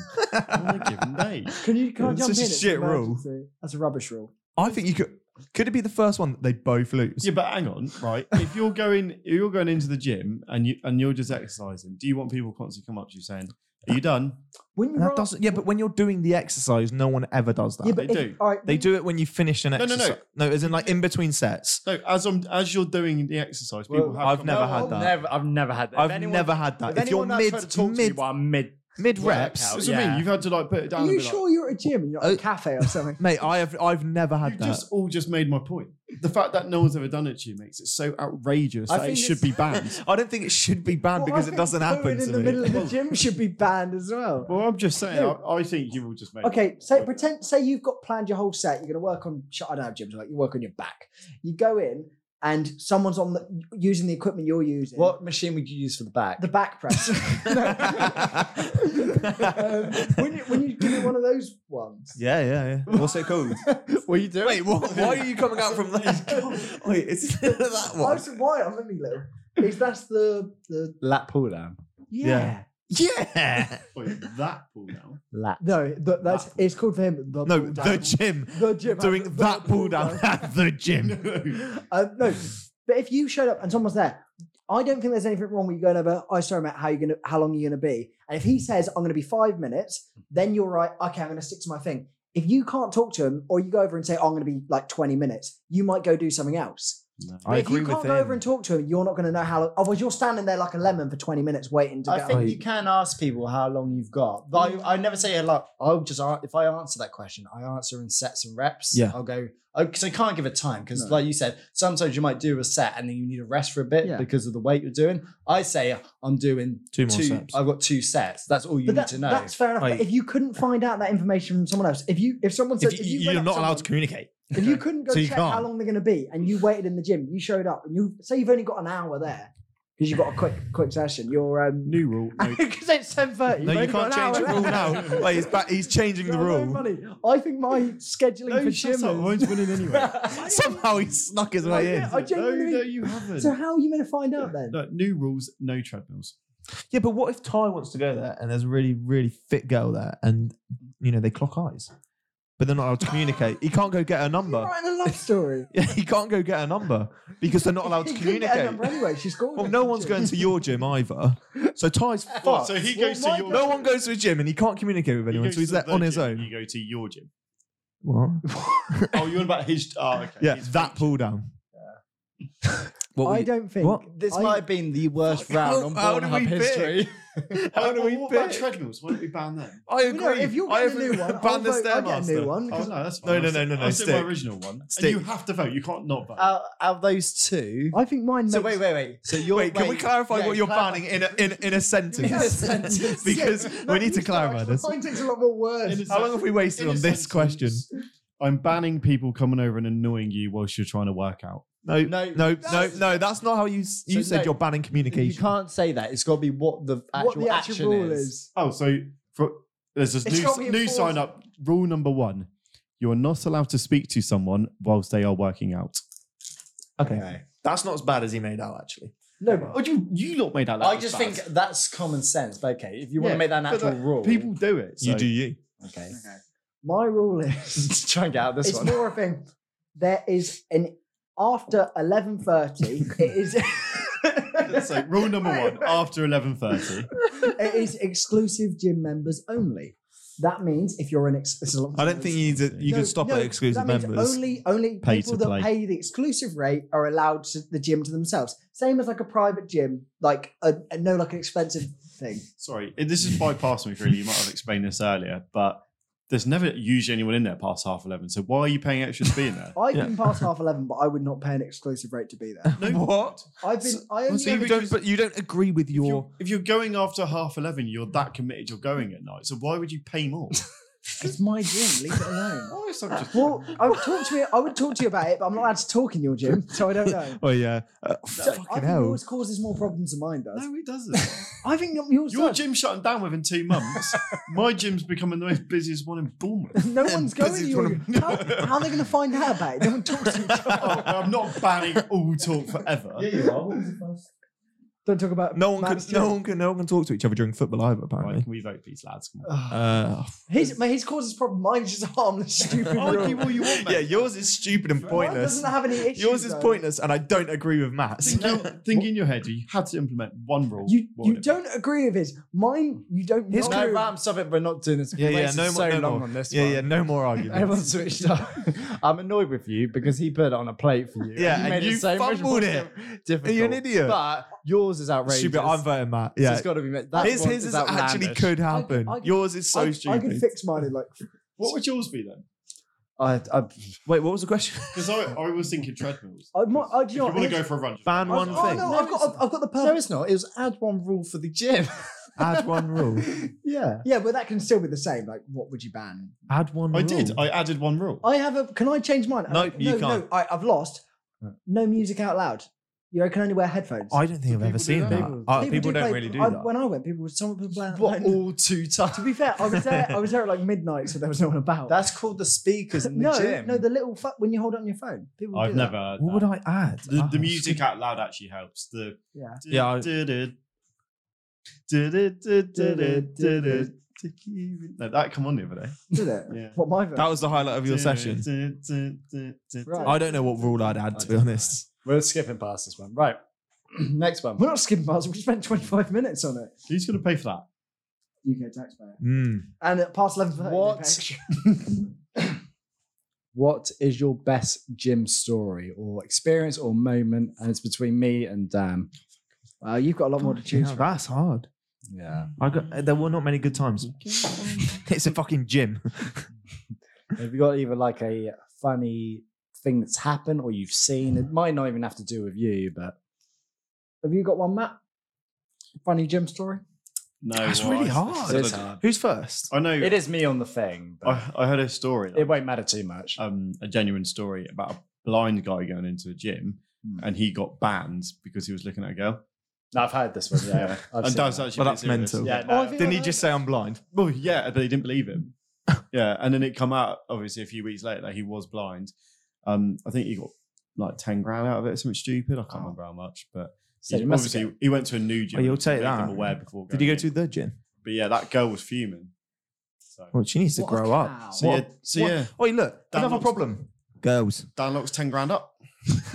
[SPEAKER 2] on a given day.
[SPEAKER 4] Can you can I
[SPEAKER 1] It's
[SPEAKER 4] jump
[SPEAKER 1] such a
[SPEAKER 4] in? It's an
[SPEAKER 1] shit rule.
[SPEAKER 4] emergency. That's a rubbish rule.
[SPEAKER 1] I think you could. Could it be the first one that they both lose?
[SPEAKER 2] Yeah, but hang on, right? If you're going, if you're going into the gym and you and you're just exercising, do you want people constantly come up to you saying, "Are you done?"
[SPEAKER 4] Wouldn't you
[SPEAKER 1] That
[SPEAKER 4] rather-
[SPEAKER 1] doesn't. Yeah, but when you're doing the exercise, no one ever does that.
[SPEAKER 4] yeah, but
[SPEAKER 2] they
[SPEAKER 4] if-
[SPEAKER 2] do.
[SPEAKER 4] All right,
[SPEAKER 1] they do it when you finish an
[SPEAKER 2] No, no,
[SPEAKER 1] exercise.
[SPEAKER 2] no.
[SPEAKER 1] no. as in like in between sets.
[SPEAKER 2] No, as I'm as you're doing the exercise, people
[SPEAKER 4] Well,
[SPEAKER 2] have.
[SPEAKER 1] I've
[SPEAKER 2] come
[SPEAKER 1] never
[SPEAKER 2] up-
[SPEAKER 1] had
[SPEAKER 3] I've
[SPEAKER 1] that.
[SPEAKER 3] Never, I've never had that.
[SPEAKER 1] I've never had that. If, you're mid mid
[SPEAKER 3] mid
[SPEAKER 1] mid reps,
[SPEAKER 3] workout,
[SPEAKER 2] That's what I mean.
[SPEAKER 3] Yeah.
[SPEAKER 2] You've had to like put it down.
[SPEAKER 4] Are
[SPEAKER 2] and
[SPEAKER 4] you
[SPEAKER 2] be like,
[SPEAKER 4] sure you're at a gym and you're at
[SPEAKER 1] Oh.
[SPEAKER 4] a cafe or something?
[SPEAKER 1] mate. I have I've never had
[SPEAKER 2] You've
[SPEAKER 1] that.
[SPEAKER 2] just all just made my point. The fact that no one's ever done it to you makes it so outrageous
[SPEAKER 3] I
[SPEAKER 2] that it
[SPEAKER 3] think
[SPEAKER 2] should
[SPEAKER 3] it's-
[SPEAKER 2] be banned.
[SPEAKER 1] I don't think it should be banned
[SPEAKER 4] Well, I
[SPEAKER 1] because it
[SPEAKER 4] think
[SPEAKER 1] doesn't
[SPEAKER 4] pooing
[SPEAKER 1] happen
[SPEAKER 4] in
[SPEAKER 1] to
[SPEAKER 4] the
[SPEAKER 1] me.
[SPEAKER 4] middle of the gym should be banned as well.
[SPEAKER 2] well, I'm just saying.
[SPEAKER 4] No.
[SPEAKER 2] I, I think you will just make.
[SPEAKER 4] Okay, say pretend say you've got planned your whole set. You're going to work on sh- I don't have gyms like you work on your back. You go in and someone's on the using the equipment you're using.
[SPEAKER 3] What machine would you use for the back?
[SPEAKER 4] The back press. um, when, you, when you give me one of those ones.
[SPEAKER 1] yeah, yeah, yeah. What's it called?
[SPEAKER 3] what are you doing?
[SPEAKER 1] Wait, what, why are you coming out from that? Wait, it's that
[SPEAKER 4] I
[SPEAKER 1] one.
[SPEAKER 4] was why I'm only little. Is that's the the
[SPEAKER 3] Lat pull down.
[SPEAKER 4] yeah.
[SPEAKER 1] Yeah.
[SPEAKER 2] Wait, that pull now.
[SPEAKER 3] Lat.
[SPEAKER 4] No, the, that's it's called for him. The
[SPEAKER 1] Ah. No,
[SPEAKER 4] pull
[SPEAKER 1] the
[SPEAKER 4] down.
[SPEAKER 1] gym.
[SPEAKER 4] the gym
[SPEAKER 1] Doing
[SPEAKER 4] the
[SPEAKER 1] that pull down at the gym.
[SPEAKER 2] No.
[SPEAKER 4] Uh, no, but if you showed up and someone's there, I don't think there's anything wrong with you going over. I sorry, mate. How you gonna? How long are you gonna be? And if he says I'm gonna be five minutes, then you're right. Okay, I'm gonna stick to my thing. If you can't talk to him, or you go over and say oh, I'm gonna be like 20 minutes, you might go do something else. But
[SPEAKER 1] I
[SPEAKER 4] if
[SPEAKER 1] agree
[SPEAKER 4] you
[SPEAKER 1] with
[SPEAKER 4] can't go
[SPEAKER 1] him.
[SPEAKER 4] over and talk to him, you're not gonna know how long. Otherwise, you're standing there like a lemon for 20 minutes waiting to
[SPEAKER 3] I
[SPEAKER 4] go.
[SPEAKER 3] think you can ask people how long you've got. But I, I never say a lot. I'll just an- if I answer that question, I answer in sets and reps.
[SPEAKER 1] Yeah.
[SPEAKER 3] I'll go because I can't give a time because,
[SPEAKER 4] No.
[SPEAKER 3] like you said, sometimes you might do a set and then you need a rest for a bit
[SPEAKER 4] Yeah.
[SPEAKER 3] because of the weight you're doing. I say I'm doing
[SPEAKER 1] Two more sets.
[SPEAKER 3] I've got two sets. That's all you
[SPEAKER 4] but
[SPEAKER 3] need
[SPEAKER 4] that-
[SPEAKER 3] to know.
[SPEAKER 4] that's fair enough. but
[SPEAKER 1] Like-
[SPEAKER 4] if you couldn't find out that information from someone else, if you if someone says
[SPEAKER 1] If
[SPEAKER 4] if
[SPEAKER 1] you,
[SPEAKER 4] ran
[SPEAKER 1] you're
[SPEAKER 4] up
[SPEAKER 1] not allowed
[SPEAKER 4] someone-
[SPEAKER 1] to communicate.
[SPEAKER 4] If you couldn't go
[SPEAKER 1] So you
[SPEAKER 4] check how
[SPEAKER 1] can't.
[SPEAKER 4] long they're going to be, and you waited in the gym, you showed up, and you say you've only got an hour there because you've got a quick quick session. You're um
[SPEAKER 2] New rule. No.
[SPEAKER 4] because it's ten thirty.
[SPEAKER 1] No, you can't change the rule now. Wait, he's, back, he's changing the rule.
[SPEAKER 4] Money. I think my scheduling
[SPEAKER 2] No,
[SPEAKER 4] for
[SPEAKER 2] shut
[SPEAKER 4] gym.
[SPEAKER 2] up.
[SPEAKER 4] is-
[SPEAKER 2] Owen's winning anyway.
[SPEAKER 1] Somehow he snuck his
[SPEAKER 4] No,
[SPEAKER 1] way
[SPEAKER 4] yeah,
[SPEAKER 1] in.
[SPEAKER 4] I genuinely-
[SPEAKER 2] No, no, you haven't.
[SPEAKER 4] So how are you meant to find out then?
[SPEAKER 2] No, new rules, no treadmills.
[SPEAKER 1] Yeah, but what if Ty wants to go there and there's a really, really fit girl there and, you know, they clock eyes, but they're not allowed to communicate? He can't go get a
[SPEAKER 4] You're
[SPEAKER 1] number.
[SPEAKER 4] writing a love story.
[SPEAKER 1] Yeah, he can't go get a number because they're not allowed to
[SPEAKER 4] You couldn't get her
[SPEAKER 1] communicate.
[SPEAKER 4] number anyway, she's called.
[SPEAKER 1] Well,
[SPEAKER 4] her,
[SPEAKER 1] no
[SPEAKER 4] didn't
[SPEAKER 1] one's
[SPEAKER 4] she?
[SPEAKER 1] going to your gym either. So Ty's
[SPEAKER 2] Well,
[SPEAKER 1] fucked.
[SPEAKER 2] so he
[SPEAKER 4] Well,
[SPEAKER 2] goes
[SPEAKER 4] my
[SPEAKER 2] to your.
[SPEAKER 1] no one goes to a gym and he can't communicate with
[SPEAKER 2] he
[SPEAKER 1] anyone,
[SPEAKER 2] goes
[SPEAKER 1] so he's
[SPEAKER 2] to
[SPEAKER 1] there
[SPEAKER 2] the
[SPEAKER 1] on his
[SPEAKER 2] gym,
[SPEAKER 1] own.
[SPEAKER 2] You go to your gym.
[SPEAKER 1] What?
[SPEAKER 2] Oh, you're on about his. Oh, okay.
[SPEAKER 1] Yeah,
[SPEAKER 2] He's
[SPEAKER 1] that pull down. What were
[SPEAKER 4] I
[SPEAKER 1] you-
[SPEAKER 4] don't think
[SPEAKER 1] What?
[SPEAKER 3] this
[SPEAKER 4] I-
[SPEAKER 3] might have been the worst
[SPEAKER 1] Fuck,
[SPEAKER 3] round
[SPEAKER 1] how-
[SPEAKER 3] on
[SPEAKER 1] how do we
[SPEAKER 3] Pornhub
[SPEAKER 1] pick?
[SPEAKER 3] history.
[SPEAKER 1] How do
[SPEAKER 2] Well,
[SPEAKER 1] we
[SPEAKER 2] what about
[SPEAKER 1] pick?
[SPEAKER 2] treadmills? Why don't we ban them?
[SPEAKER 1] I
[SPEAKER 4] Well,
[SPEAKER 1] agree.
[SPEAKER 4] no, if you're
[SPEAKER 1] I
[SPEAKER 4] getting a
[SPEAKER 1] haven't
[SPEAKER 4] new one, I'll
[SPEAKER 1] banned the
[SPEAKER 4] vote- I'll get a new
[SPEAKER 1] Stairmaster.
[SPEAKER 4] one,
[SPEAKER 2] Oh
[SPEAKER 4] 'cause
[SPEAKER 2] no, that's
[SPEAKER 1] No, no,
[SPEAKER 2] fine. I'll
[SPEAKER 1] no,
[SPEAKER 2] say-
[SPEAKER 1] no, no,
[SPEAKER 2] I'll say
[SPEAKER 1] stick.
[SPEAKER 2] my original one. And
[SPEAKER 1] Stick.
[SPEAKER 2] you have to vote. You can't not
[SPEAKER 4] Uh,
[SPEAKER 2] vote.
[SPEAKER 3] out, out of those two.
[SPEAKER 4] I think mine.
[SPEAKER 3] so
[SPEAKER 4] makes-
[SPEAKER 3] wait, wait, wait. So you're
[SPEAKER 1] Wait, can we clarify
[SPEAKER 3] yeah,
[SPEAKER 1] what you're
[SPEAKER 3] clarify.
[SPEAKER 1] banning in a, in, in a sentence?
[SPEAKER 3] In a sentence.
[SPEAKER 1] because
[SPEAKER 4] No,
[SPEAKER 1] we need to
[SPEAKER 4] you
[SPEAKER 1] clarify
[SPEAKER 4] start,
[SPEAKER 1] this.
[SPEAKER 4] Mine takes a lot more words.
[SPEAKER 2] In a
[SPEAKER 1] How long have we wasted
[SPEAKER 2] In a
[SPEAKER 1] on this
[SPEAKER 2] sentence,
[SPEAKER 1] question?
[SPEAKER 2] I'm banning people coming over and annoying you whilst you're trying to work out.
[SPEAKER 1] No, no,
[SPEAKER 3] No.
[SPEAKER 1] no, no, That's not how you s- you
[SPEAKER 3] So
[SPEAKER 1] said
[SPEAKER 3] no,
[SPEAKER 1] you're banning
[SPEAKER 3] You
[SPEAKER 1] communication.
[SPEAKER 3] can't say that. It's got to be what the actual,
[SPEAKER 4] what the actual
[SPEAKER 3] action
[SPEAKER 4] rule
[SPEAKER 3] is.
[SPEAKER 4] is.
[SPEAKER 2] Oh, so for, there's this
[SPEAKER 4] It's gotta
[SPEAKER 2] new,
[SPEAKER 4] be
[SPEAKER 2] new
[SPEAKER 4] enforced.
[SPEAKER 2] sign up rule number one. You're not allowed to speak to someone whilst they are working out.
[SPEAKER 1] That's not as bad as he made out, actually.
[SPEAKER 4] No, but
[SPEAKER 2] Oh, you you lot made out that.
[SPEAKER 3] I
[SPEAKER 2] was
[SPEAKER 3] just
[SPEAKER 2] bad.
[SPEAKER 3] think that's common sense. But okay, if you want
[SPEAKER 2] Yeah,
[SPEAKER 3] to make that an
[SPEAKER 2] but
[SPEAKER 3] actual
[SPEAKER 2] like,
[SPEAKER 3] rule,
[SPEAKER 2] people do it.
[SPEAKER 1] You
[SPEAKER 2] so-
[SPEAKER 1] do you.
[SPEAKER 3] Okay,
[SPEAKER 4] my rule is
[SPEAKER 3] let's try and get out of this
[SPEAKER 4] it's
[SPEAKER 3] one.
[SPEAKER 4] more a thing. There is an after eleven thirty. it is.
[SPEAKER 2] So rule number
[SPEAKER 4] Wait,
[SPEAKER 2] one:
[SPEAKER 4] wait.
[SPEAKER 2] after eleven thirty.
[SPEAKER 4] it is exclusive gym members only. That means if you're an ex- this is a long
[SPEAKER 1] I don't think you need to, you
[SPEAKER 4] No,
[SPEAKER 1] can stop
[SPEAKER 4] no,
[SPEAKER 1] at exclusive
[SPEAKER 4] that means
[SPEAKER 1] members.
[SPEAKER 4] Only only
[SPEAKER 2] Pay
[SPEAKER 4] people
[SPEAKER 2] to
[SPEAKER 4] that
[SPEAKER 2] play.
[SPEAKER 4] pay the exclusive rate are allowed to the gym to themselves. Same as like a private gym, like a, a no like an expensive thing.
[SPEAKER 2] Sorry, this is bypassing me. Really, you might have explained this earlier, but there's never usually anyone in there past half eleven. So why are you paying extra to be in there?
[SPEAKER 4] I've
[SPEAKER 1] Yeah.
[SPEAKER 4] been past half eleven, but I would not pay an exclusive rate to be there.
[SPEAKER 1] What?
[SPEAKER 4] I've been.
[SPEAKER 2] So-
[SPEAKER 4] I only
[SPEAKER 2] so
[SPEAKER 1] you
[SPEAKER 4] ever-
[SPEAKER 1] don't, but you don't agree with
[SPEAKER 2] If you're,
[SPEAKER 1] your.
[SPEAKER 2] if you're going after half eleven, you're that committed. You're going at night. So why would you pay more?
[SPEAKER 4] it's my gym. Leave it alone.
[SPEAKER 2] oh, it's not just-
[SPEAKER 4] Well, I would talk to you. I would talk to you about it, but I'm not allowed to talk in your gym, so I don't know.
[SPEAKER 1] Oh yeah. Uh,
[SPEAKER 4] So I
[SPEAKER 1] fucking
[SPEAKER 4] think
[SPEAKER 1] hell.
[SPEAKER 4] yours causes more problems than mine does.
[SPEAKER 2] no, it doesn't.
[SPEAKER 4] I think that yours
[SPEAKER 2] Your
[SPEAKER 4] does.
[SPEAKER 2] gym's shutting down within two months. My gym's becoming the most busiest one in Bournemouth.
[SPEAKER 4] No one's going to
[SPEAKER 1] it's
[SPEAKER 4] your
[SPEAKER 1] one
[SPEAKER 4] gym. How, how are they going to find out about it? No one talks to each other.
[SPEAKER 2] Oh, I'm not banning all talk forever.
[SPEAKER 4] Don't talk about
[SPEAKER 1] No one can.
[SPEAKER 4] Matt's
[SPEAKER 1] No
[SPEAKER 4] gym.
[SPEAKER 1] one can. No one can talk to each other during football either.
[SPEAKER 2] Right,
[SPEAKER 1] Apparently.
[SPEAKER 2] can we vote, please, lads? Come on.
[SPEAKER 4] Ugh.
[SPEAKER 1] Uh,
[SPEAKER 4] His, mate, his causes problem. Mine's just harmless, stupid.
[SPEAKER 2] Argue
[SPEAKER 4] rule.
[SPEAKER 2] all you want, mate.
[SPEAKER 1] yeah, yours is stupid and
[SPEAKER 4] Mine
[SPEAKER 1] pointless.
[SPEAKER 4] doesn't have any issues.
[SPEAKER 1] Yours is
[SPEAKER 4] though.
[SPEAKER 1] pointless, and I don't agree with Matt's.
[SPEAKER 2] Think, in- think in your head, you had to implement one rule.
[SPEAKER 4] You
[SPEAKER 2] what
[SPEAKER 4] you
[SPEAKER 2] would it be?
[SPEAKER 4] don't agree with his. Mine you don't.
[SPEAKER 1] His
[SPEAKER 4] know.
[SPEAKER 3] No, Ram, stop it. We're not doing this.
[SPEAKER 1] Yeah,
[SPEAKER 3] We're
[SPEAKER 1] yeah,
[SPEAKER 3] wasting
[SPEAKER 1] no more-
[SPEAKER 3] so
[SPEAKER 1] no
[SPEAKER 3] long
[SPEAKER 1] more.
[SPEAKER 3] on this
[SPEAKER 1] Yeah,
[SPEAKER 3] one.
[SPEAKER 1] yeah, no more arguments.
[SPEAKER 3] Everyone switched up. I'm annoyed with you because he put it on a plate for you.
[SPEAKER 1] Yeah, and
[SPEAKER 3] made
[SPEAKER 1] you
[SPEAKER 3] it so much more
[SPEAKER 1] fumbled it.
[SPEAKER 3] Difficult.
[SPEAKER 1] You're an idiot.
[SPEAKER 3] But yours is outrageous.
[SPEAKER 1] Stupid. I'm voting Matt.
[SPEAKER 3] So
[SPEAKER 1] Yeah.
[SPEAKER 3] it's got to be met. That
[SPEAKER 1] his
[SPEAKER 3] one
[SPEAKER 1] his
[SPEAKER 3] is
[SPEAKER 1] is actually
[SPEAKER 3] outlandish.
[SPEAKER 1] could happen.
[SPEAKER 4] I- I-
[SPEAKER 1] yours is so
[SPEAKER 4] I, I
[SPEAKER 1] stupid.
[SPEAKER 4] could fix mine in like.
[SPEAKER 2] What would yours be then?
[SPEAKER 3] I, I,
[SPEAKER 1] Wait, what was the question?
[SPEAKER 2] Because I, I was thinking treadmills.
[SPEAKER 4] I might. I, do
[SPEAKER 2] If
[SPEAKER 4] you
[SPEAKER 2] you
[SPEAKER 4] know
[SPEAKER 2] want
[SPEAKER 4] what?
[SPEAKER 2] to
[SPEAKER 4] his-
[SPEAKER 2] go for a run,
[SPEAKER 1] Ban
[SPEAKER 4] I've-
[SPEAKER 1] one
[SPEAKER 4] oh,
[SPEAKER 1] thing.
[SPEAKER 4] No, I've got. I've, I've got the
[SPEAKER 3] no,
[SPEAKER 4] perfect.
[SPEAKER 3] it's not. It was add one rule for the gym.
[SPEAKER 1] Add one rule.
[SPEAKER 3] yeah.
[SPEAKER 4] yeah, but that can still be the same. Like, what would you ban?
[SPEAKER 1] Add one.
[SPEAKER 2] I
[SPEAKER 1] rule.
[SPEAKER 2] did. I added one rule.
[SPEAKER 4] I have a. Can I change mine?
[SPEAKER 1] No,
[SPEAKER 4] Uh,
[SPEAKER 1] you
[SPEAKER 4] no,
[SPEAKER 1] can't.
[SPEAKER 4] No, I, I've lost. No music out loud. You can only wear headphones.
[SPEAKER 1] I don't think I've ever
[SPEAKER 2] people do
[SPEAKER 1] seen
[SPEAKER 2] that?
[SPEAKER 1] that.
[SPEAKER 3] People-
[SPEAKER 1] Uh, people,
[SPEAKER 4] do
[SPEAKER 1] not
[SPEAKER 4] play-
[SPEAKER 1] really do
[SPEAKER 4] I-
[SPEAKER 1] that.
[SPEAKER 4] When I went, people would. Someone would play. out
[SPEAKER 3] What
[SPEAKER 4] loud.
[SPEAKER 3] all too tough.
[SPEAKER 4] To be fair, I was there. I was there at like midnight, so there was no one about.
[SPEAKER 3] That's called the speakers in the
[SPEAKER 4] no,
[SPEAKER 3] gym.
[SPEAKER 4] no. The little fu- when you hold it on your phone, people.
[SPEAKER 2] I've
[SPEAKER 4] do that.
[SPEAKER 2] never. Heard
[SPEAKER 1] what would
[SPEAKER 2] that.
[SPEAKER 1] I add?
[SPEAKER 2] The, the
[SPEAKER 1] Oh.
[SPEAKER 2] music out loud actually helps. The
[SPEAKER 4] Yeah.
[SPEAKER 1] Yeah, I-
[SPEAKER 2] Du-du-du. Du-du-du-du-du-du-du. No, that come on the other day.
[SPEAKER 4] Did it?
[SPEAKER 2] Yeah.
[SPEAKER 4] What my version?
[SPEAKER 1] That was the highlight of your session.
[SPEAKER 2] session.
[SPEAKER 4] Right.
[SPEAKER 1] I don't know what rule I'd add to be honest.
[SPEAKER 3] We're skipping past this one. Right. Next one.
[SPEAKER 4] We're not skipping past. it, We spent 25 minutes on it.
[SPEAKER 2] Who's going to pay for that?
[SPEAKER 4] UK taxpayer.
[SPEAKER 1] Mm.
[SPEAKER 4] And at past 11.
[SPEAKER 3] What? what is your best gym story or experience or moment? And it's between me and Dan.
[SPEAKER 4] Wow, you've got a lot more to choose from.
[SPEAKER 1] that's hard.
[SPEAKER 3] Yeah.
[SPEAKER 1] I got. uh, There were not many good times.
[SPEAKER 4] um,
[SPEAKER 1] it's a fucking gym.
[SPEAKER 3] Have you got either like a funny thing that's happened or you've seen? It might not even have to do with you, but
[SPEAKER 4] Have you got one, Matt? Funny gym story?
[SPEAKER 2] No,
[SPEAKER 1] That's
[SPEAKER 2] well,
[SPEAKER 1] really
[SPEAKER 2] I-
[SPEAKER 1] hard.
[SPEAKER 2] I-
[SPEAKER 3] It's hard.
[SPEAKER 1] Who's first?
[SPEAKER 2] I know.
[SPEAKER 3] it is me on the thing. But
[SPEAKER 2] I, I heard a story.
[SPEAKER 3] it won't matter too much.
[SPEAKER 2] um, a genuine story about a blind guy going into a gym,
[SPEAKER 3] Hmm.
[SPEAKER 2] and he got banned because he was looking at a girl.
[SPEAKER 3] No, I've heard this one. Yeah, I've
[SPEAKER 2] and
[SPEAKER 3] seen
[SPEAKER 2] that's
[SPEAKER 1] Well,
[SPEAKER 3] that.
[SPEAKER 2] actually a bit
[SPEAKER 1] that's
[SPEAKER 2] serious.
[SPEAKER 1] mental.
[SPEAKER 2] Yeah,
[SPEAKER 4] Oh, I
[SPEAKER 2] no.
[SPEAKER 4] think
[SPEAKER 1] Didn't he
[SPEAKER 4] I've
[SPEAKER 1] just
[SPEAKER 4] heard
[SPEAKER 1] say I'm blind?
[SPEAKER 2] Well, yeah, but they didn't believe him. yeah, and then it come out obviously a few weeks later that he was blind. Um, I think he got like ten grand out of it, or something stupid. I can't remember how much, but
[SPEAKER 3] Oh. So
[SPEAKER 2] he,
[SPEAKER 3] you must
[SPEAKER 2] obviously he went to a new gym.
[SPEAKER 1] Oh, you'll
[SPEAKER 2] and
[SPEAKER 1] take
[SPEAKER 2] made
[SPEAKER 1] that.
[SPEAKER 2] Them aware before
[SPEAKER 1] Did you go
[SPEAKER 2] going
[SPEAKER 1] to
[SPEAKER 2] in.
[SPEAKER 1] the gym?
[SPEAKER 2] But yeah, that girl was fuming. So,
[SPEAKER 1] Well, she needs to
[SPEAKER 4] What a
[SPEAKER 1] grow
[SPEAKER 4] cow.
[SPEAKER 1] up.
[SPEAKER 2] so
[SPEAKER 1] What-
[SPEAKER 2] yeah, so
[SPEAKER 1] what-
[SPEAKER 2] yeah,
[SPEAKER 1] Wait, look,
[SPEAKER 2] That
[SPEAKER 1] another
[SPEAKER 2] looks-
[SPEAKER 1] problem. Girls.
[SPEAKER 2] Dan Locke's ten grand up.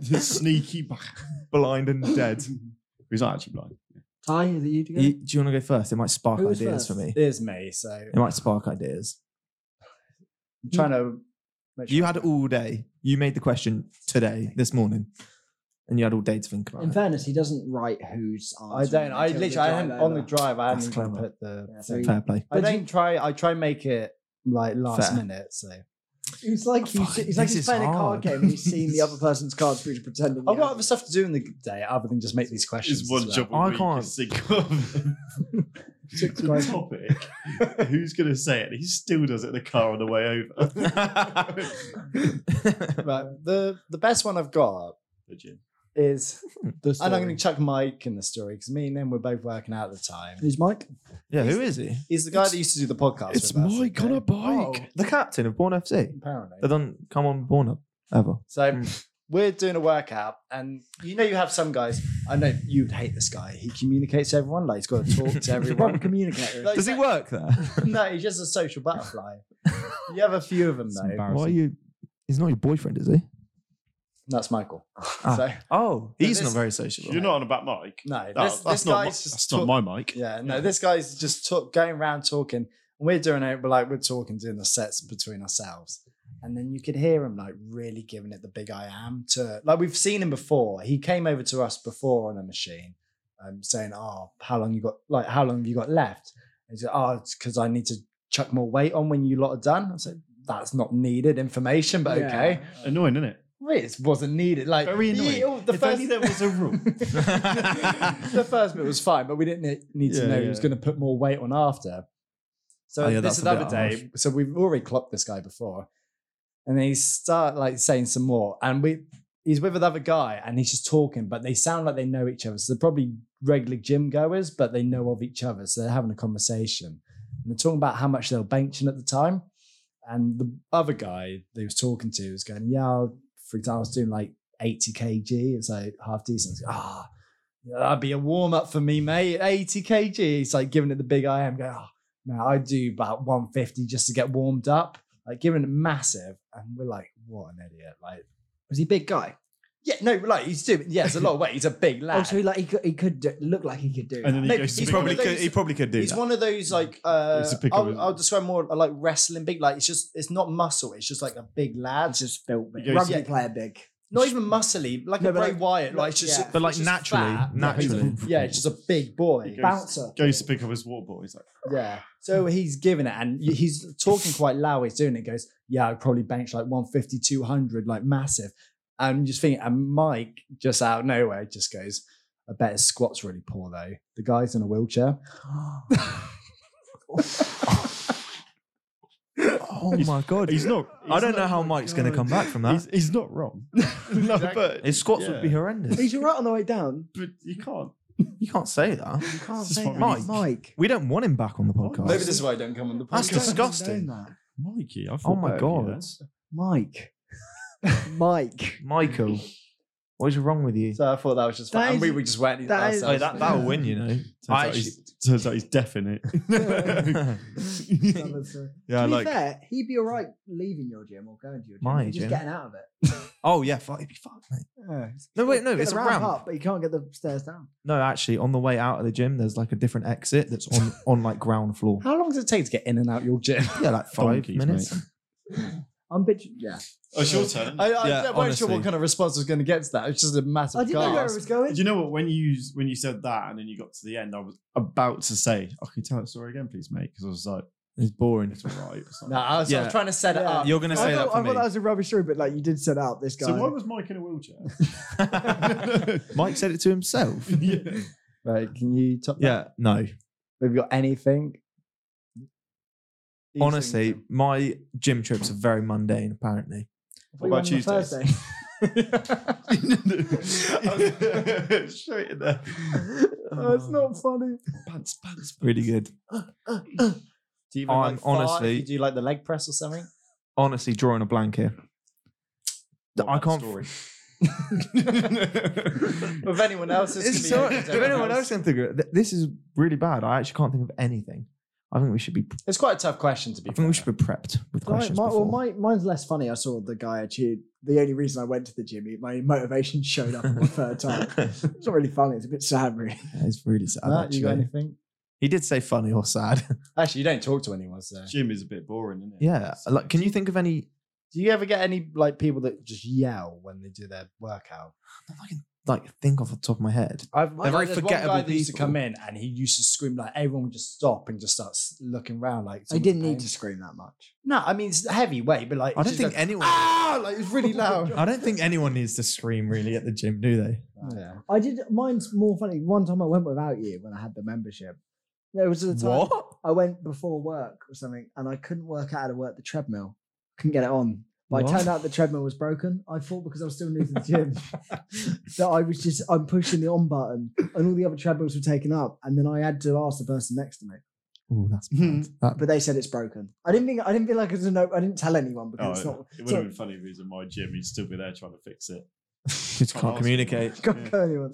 [SPEAKER 2] Sneaky back.
[SPEAKER 1] Blind and dead.
[SPEAKER 2] He's not actually blind.
[SPEAKER 4] Ty, is it you to go?
[SPEAKER 1] You- do you want to go first? It might spark
[SPEAKER 4] Who was
[SPEAKER 1] ideas for
[SPEAKER 4] first?
[SPEAKER 1] me.
[SPEAKER 3] It is me. So I'm
[SPEAKER 1] It might spark ideas.
[SPEAKER 3] trying to. Make
[SPEAKER 1] You had all day. You made the question today, this morning, and you had all day to think about
[SPEAKER 4] In
[SPEAKER 1] it.
[SPEAKER 4] fairness, he doesn't write who's answering.
[SPEAKER 3] I don't. I literally.
[SPEAKER 4] until the
[SPEAKER 3] I
[SPEAKER 4] drive
[SPEAKER 3] hadn't on the
[SPEAKER 4] over.
[SPEAKER 3] drive. I
[SPEAKER 1] That's
[SPEAKER 3] hadn't even
[SPEAKER 1] clever.
[SPEAKER 3] put the.
[SPEAKER 4] Yeah, so
[SPEAKER 3] thing.
[SPEAKER 4] you-
[SPEAKER 1] Fair play.
[SPEAKER 3] I
[SPEAKER 4] But
[SPEAKER 3] don't try. I try and make it like last
[SPEAKER 1] Fair.
[SPEAKER 3] minute. So I've
[SPEAKER 4] He's like he's,
[SPEAKER 1] Fucking-
[SPEAKER 4] he's like
[SPEAKER 1] this
[SPEAKER 4] he's
[SPEAKER 1] is
[SPEAKER 4] playing a
[SPEAKER 1] hard.
[SPEAKER 4] card game and he's seeing the other person's cards through to pretending. he
[SPEAKER 3] got
[SPEAKER 4] hasn't.
[SPEAKER 3] other stuff to do in the day other than just make these questions.
[SPEAKER 2] Is one
[SPEAKER 3] as well.
[SPEAKER 2] job a
[SPEAKER 1] I
[SPEAKER 2] week
[SPEAKER 1] can't-
[SPEAKER 2] is think of
[SPEAKER 4] Six
[SPEAKER 2] the
[SPEAKER 4] grand.
[SPEAKER 2] topic. Who's going to say it? He still does it in the car on the way over.
[SPEAKER 3] Right. The the best one I've got
[SPEAKER 2] The gym.
[SPEAKER 3] is,
[SPEAKER 1] The
[SPEAKER 3] and I'm
[SPEAKER 1] story.
[SPEAKER 3] going to chuck Mike in the story because me and him were both working out at the time.
[SPEAKER 4] Who's Mike?
[SPEAKER 1] yeah, who is he?
[SPEAKER 3] He's the guy that used to do the podcast. with us, okay?
[SPEAKER 1] bike. the captain of Born FC.
[SPEAKER 3] Apparently.
[SPEAKER 1] They don't come on Born Up ever.
[SPEAKER 3] So
[SPEAKER 1] Mm.
[SPEAKER 3] we're doing a workout, and you know you have some guys. I know you'd hate this guy. He communicates to everyone. Like he's got to talk to
[SPEAKER 4] Proper
[SPEAKER 3] everyone.
[SPEAKER 4] communicator.
[SPEAKER 3] Like,
[SPEAKER 1] Does he work
[SPEAKER 3] like-
[SPEAKER 1] there?
[SPEAKER 3] No, he's just a social butterfly. You have a few of them though.
[SPEAKER 1] Why are you? He's not your boyfriend, is he?
[SPEAKER 3] That's Michael.
[SPEAKER 1] Ah.
[SPEAKER 3] So
[SPEAKER 1] Oh, he's
[SPEAKER 3] this-
[SPEAKER 1] not very sociable.
[SPEAKER 2] You're not on about Mike.
[SPEAKER 3] no,
[SPEAKER 2] No,
[SPEAKER 3] this,
[SPEAKER 2] that's
[SPEAKER 3] this
[SPEAKER 2] not. My,
[SPEAKER 3] guy's
[SPEAKER 2] that's
[SPEAKER 3] just
[SPEAKER 2] not
[SPEAKER 3] talk-
[SPEAKER 2] my mic.
[SPEAKER 3] Yeah, no, this guy's just talk, going around talking. And we're doing it, but like we're talking, doing the sets between ourselves. And then you could hear him like really giving it the big I am to like we've seen him before. He came over to us before on a machine, um, saying, "Oh, how long you got? Like, how long have you got left?" And he said, "Oh, it's because I need to chuck more weight on when you lot are done. I said, that's not needed information, but
[SPEAKER 4] Yeah.
[SPEAKER 3] okay.
[SPEAKER 2] Annoying, isn't it?
[SPEAKER 3] It wasn't needed. Like
[SPEAKER 2] Very
[SPEAKER 3] the-
[SPEAKER 2] annoying.
[SPEAKER 3] oh, the
[SPEAKER 2] if
[SPEAKER 3] first
[SPEAKER 2] only there was a rule.
[SPEAKER 3] the first bit was fine, but we didn't ne- need to
[SPEAKER 2] Yeah,
[SPEAKER 3] know
[SPEAKER 2] yeah.
[SPEAKER 3] who was going to put more weight on after. So
[SPEAKER 1] Oh, yeah,
[SPEAKER 3] this
[SPEAKER 1] that's
[SPEAKER 3] is
[SPEAKER 1] a bit
[SPEAKER 3] another day. So we've already clocked this guy before, and then he start like saying some more, and we he's with another guy, and he's just talking, but they sound like they know each other. So they're probably regular gym goers, but they know of each other, so they're having a conversation, and they're talking about how much they were benching at the time, and the other guy they was talking to was going, yeah, I'll- for example, I was doing like 80 kg, it's like half decent. It's like, Ah. Yeah, That'd be a warm up for me, mate. 80 kg. It's like giving it the big I am. Going, oh, man, I do about 150 just to get warmed up. Like giving it massive. And we're like, what an idiot. Like,
[SPEAKER 4] Was he a big guy?
[SPEAKER 3] yeah, no, like he's doing, yeah, it's a lot of weight. He's a big lad.
[SPEAKER 4] Oh, so he, like he could, he could do, look like he could do.
[SPEAKER 2] And then he
[SPEAKER 3] No,
[SPEAKER 2] goes to
[SPEAKER 1] He
[SPEAKER 3] he's
[SPEAKER 2] big
[SPEAKER 1] probably
[SPEAKER 2] ones.
[SPEAKER 1] could. He probably could do
[SPEAKER 3] he's
[SPEAKER 1] that.
[SPEAKER 3] one of those like, uh,
[SPEAKER 2] It's a big one.
[SPEAKER 3] I'll, I'll describe more like wrestling big. Like, it's just, it's not muscle. It's just like a big lad.
[SPEAKER 4] That's just built big.
[SPEAKER 2] He goes-
[SPEAKER 4] Rugby
[SPEAKER 3] yeah.
[SPEAKER 4] player big.
[SPEAKER 3] not even muscly, like
[SPEAKER 4] No,
[SPEAKER 3] a
[SPEAKER 4] but
[SPEAKER 3] Bray
[SPEAKER 4] like-
[SPEAKER 3] Wyatt. Like, it's just,
[SPEAKER 4] yeah.
[SPEAKER 1] but like
[SPEAKER 3] it's just
[SPEAKER 1] naturally,
[SPEAKER 3] fat.
[SPEAKER 1] naturally.
[SPEAKER 3] Yeah, it's just a big boy.
[SPEAKER 2] He goes-
[SPEAKER 4] Bouncer.
[SPEAKER 2] Goes to pick up his water bottle. He's like,
[SPEAKER 3] Yeah. So he's giving it and he's talking quite loud. He's doing it. He goes, Yeah, I'd probably bench like 150, 200, like massive. And you just think, and Mike just out of nowhere just goes, I bet his squat's really poor though. The guy's in a wheelchair.
[SPEAKER 1] Oh my god!
[SPEAKER 2] he's not.
[SPEAKER 1] I
[SPEAKER 2] he's
[SPEAKER 1] don't know
[SPEAKER 2] not- uh,
[SPEAKER 1] how Mike's going to come back from that.
[SPEAKER 2] He's, he's not wrong. no, but
[SPEAKER 1] His squats
[SPEAKER 2] Yeah.
[SPEAKER 1] would be horrendous.
[SPEAKER 4] He's all right on the way down.
[SPEAKER 2] but you can't.
[SPEAKER 1] You can't say that.
[SPEAKER 4] You can't
[SPEAKER 2] This is
[SPEAKER 4] say
[SPEAKER 2] what
[SPEAKER 4] that.
[SPEAKER 2] we need.
[SPEAKER 4] Mike. Mike.
[SPEAKER 1] We don't want him back on the podcast.
[SPEAKER 2] Maybe
[SPEAKER 3] is why I don't come on the
[SPEAKER 1] That's
[SPEAKER 4] You don't
[SPEAKER 1] disgusting.
[SPEAKER 4] condone that.
[SPEAKER 2] Mikey, I
[SPEAKER 1] oh
[SPEAKER 2] feel
[SPEAKER 1] my
[SPEAKER 2] better for you
[SPEAKER 1] god,
[SPEAKER 4] Mike. Mike.
[SPEAKER 1] Michael, what is wrong with you?
[SPEAKER 3] So I thought that was just
[SPEAKER 4] That
[SPEAKER 3] fun.
[SPEAKER 4] is-
[SPEAKER 3] and we were just waiting.
[SPEAKER 4] that is-
[SPEAKER 1] Like,
[SPEAKER 3] ourselves.
[SPEAKER 1] that that'll win, you know.
[SPEAKER 2] there.
[SPEAKER 1] I
[SPEAKER 2] Turns, out he's, turns out he's deaf in it.
[SPEAKER 4] Another story.
[SPEAKER 1] yeah,
[SPEAKER 4] to be
[SPEAKER 1] like
[SPEAKER 4] fair, he'd be all right leaving your gym or going to your gym.
[SPEAKER 1] My
[SPEAKER 4] He's just
[SPEAKER 1] gym?
[SPEAKER 4] getting out of it.
[SPEAKER 1] oh yeah, fuck, it'd be fucked, mate. No wait, no,
[SPEAKER 4] Get
[SPEAKER 1] it's
[SPEAKER 4] the
[SPEAKER 1] a ramp.
[SPEAKER 4] up, but you can't get the stairs down.
[SPEAKER 1] No, actually, on the way out of the gym, there's like a different exit that's on on like ground floor.
[SPEAKER 3] How long does it take to get in and out your gym?
[SPEAKER 1] Yeah, like five
[SPEAKER 2] Donkeys,
[SPEAKER 1] minutes.
[SPEAKER 2] mate.
[SPEAKER 4] I'm bitching. Yeah,
[SPEAKER 2] oh, it's your turn.
[SPEAKER 3] I, I
[SPEAKER 1] Yeah,
[SPEAKER 3] wasn't sure
[SPEAKER 1] honestly.
[SPEAKER 3] what kind of response was going to get to that. It was just a massive
[SPEAKER 4] I didn't know where it
[SPEAKER 3] gasp.
[SPEAKER 4] was going.
[SPEAKER 2] Do you know what? When you when you said that, and then you got to the end, I was about to say, "I can you tell that story again, please, mate," because I was like,
[SPEAKER 1] It's boring.
[SPEAKER 2] "It's all right." It's not
[SPEAKER 3] No, I was, I was
[SPEAKER 1] Yeah.
[SPEAKER 3] trying to set it
[SPEAKER 4] Yeah.
[SPEAKER 3] up.
[SPEAKER 1] You're gonna
[SPEAKER 4] I
[SPEAKER 1] say
[SPEAKER 4] thought,
[SPEAKER 1] that for
[SPEAKER 4] I
[SPEAKER 1] me.
[SPEAKER 4] thought that was a rubbish story, but like you did set out this guy.
[SPEAKER 2] so why was Mike in a wheelchair?
[SPEAKER 1] Mike said it to himself.
[SPEAKER 2] yeah.
[SPEAKER 3] Right, can you top that?
[SPEAKER 1] Yeah, no.
[SPEAKER 3] Have you got anything?
[SPEAKER 1] Honestly, my gym trips are very mundane. Apparently,
[SPEAKER 4] We
[SPEAKER 2] What about
[SPEAKER 4] went on the
[SPEAKER 2] Tuesdays?
[SPEAKER 4] Thursday.
[SPEAKER 2] Straight in there.
[SPEAKER 4] Oh, it's not funny.
[SPEAKER 2] Pants, pants.
[SPEAKER 1] really good.
[SPEAKER 3] do you
[SPEAKER 1] even, like, I'm fart if honestly- you
[SPEAKER 3] do like the leg press or something?
[SPEAKER 1] Honestly, drawing a blank here. I can't.
[SPEAKER 3] If anyone else is,
[SPEAKER 1] It's so- if anyone else can figure it, th- this is really bad. I actually can't think of anything. I think we should be.
[SPEAKER 3] it's quite a tough question to be.
[SPEAKER 1] I think we should be prepped with
[SPEAKER 4] Right,
[SPEAKER 1] questions.
[SPEAKER 4] my, well,
[SPEAKER 1] before.
[SPEAKER 4] my, mine's less funny. I saw the guy actually. The only reason I went to the gym, he- my motivation showed up on the third time. It's not really funny. It's a bit sad, really.
[SPEAKER 1] That is really sad.
[SPEAKER 3] Matt, you got
[SPEAKER 1] actually.
[SPEAKER 3] anything?
[SPEAKER 1] He did say funny or sad.
[SPEAKER 3] Actually, you don't talk to anyone. So,
[SPEAKER 2] Gym is a bit boring, isn't it?
[SPEAKER 1] yeah.
[SPEAKER 2] It's
[SPEAKER 1] Like, can you think of any
[SPEAKER 3] do you ever get any like people that just yell when they do their workout?
[SPEAKER 1] I can like think off the top of my head.
[SPEAKER 3] I've,
[SPEAKER 1] They're very
[SPEAKER 3] there's
[SPEAKER 1] forgettable
[SPEAKER 3] One guy that used to
[SPEAKER 1] people.
[SPEAKER 3] come in and he used to scream like everyone would just stop and just start s- looking around like.
[SPEAKER 4] I
[SPEAKER 3] someone's
[SPEAKER 4] didn't need
[SPEAKER 3] paying.
[SPEAKER 4] to scream that much.
[SPEAKER 3] No, I mean it's heavy weight, but like
[SPEAKER 1] I
[SPEAKER 3] it's
[SPEAKER 1] don't think
[SPEAKER 3] just like,
[SPEAKER 1] anyone.
[SPEAKER 3] ah, like it's really loud.
[SPEAKER 1] I don't think anyone needs to scream really at the gym, do they?
[SPEAKER 3] Yeah.
[SPEAKER 4] I did. Mine's more funny. One time I went without you when I had the membership. There was a time I went before work or something, and I couldn't work out how to work the treadmill. Couldn't get it on. But
[SPEAKER 1] What?
[SPEAKER 4] I turned out the treadmill was broken. I thought because I was still new to the gym that I was just I'm pushing the on button, and all the other treadmills were taken up. And then I had to ask the person next to me,
[SPEAKER 1] Oh, that's
[SPEAKER 4] Hmm.
[SPEAKER 1] bad. That-
[SPEAKER 4] but they said it's broken. I didn't think I didn't feel like it was a no. I didn't tell anyone because
[SPEAKER 2] Oh,
[SPEAKER 4] it's not.
[SPEAKER 2] it
[SPEAKER 4] it's
[SPEAKER 2] would have
[SPEAKER 4] not
[SPEAKER 2] been funny if he was in my gym. He'd still be there trying to fix it.
[SPEAKER 1] just can't communicate.
[SPEAKER 4] can't
[SPEAKER 2] Yeah.
[SPEAKER 4] tell anyone.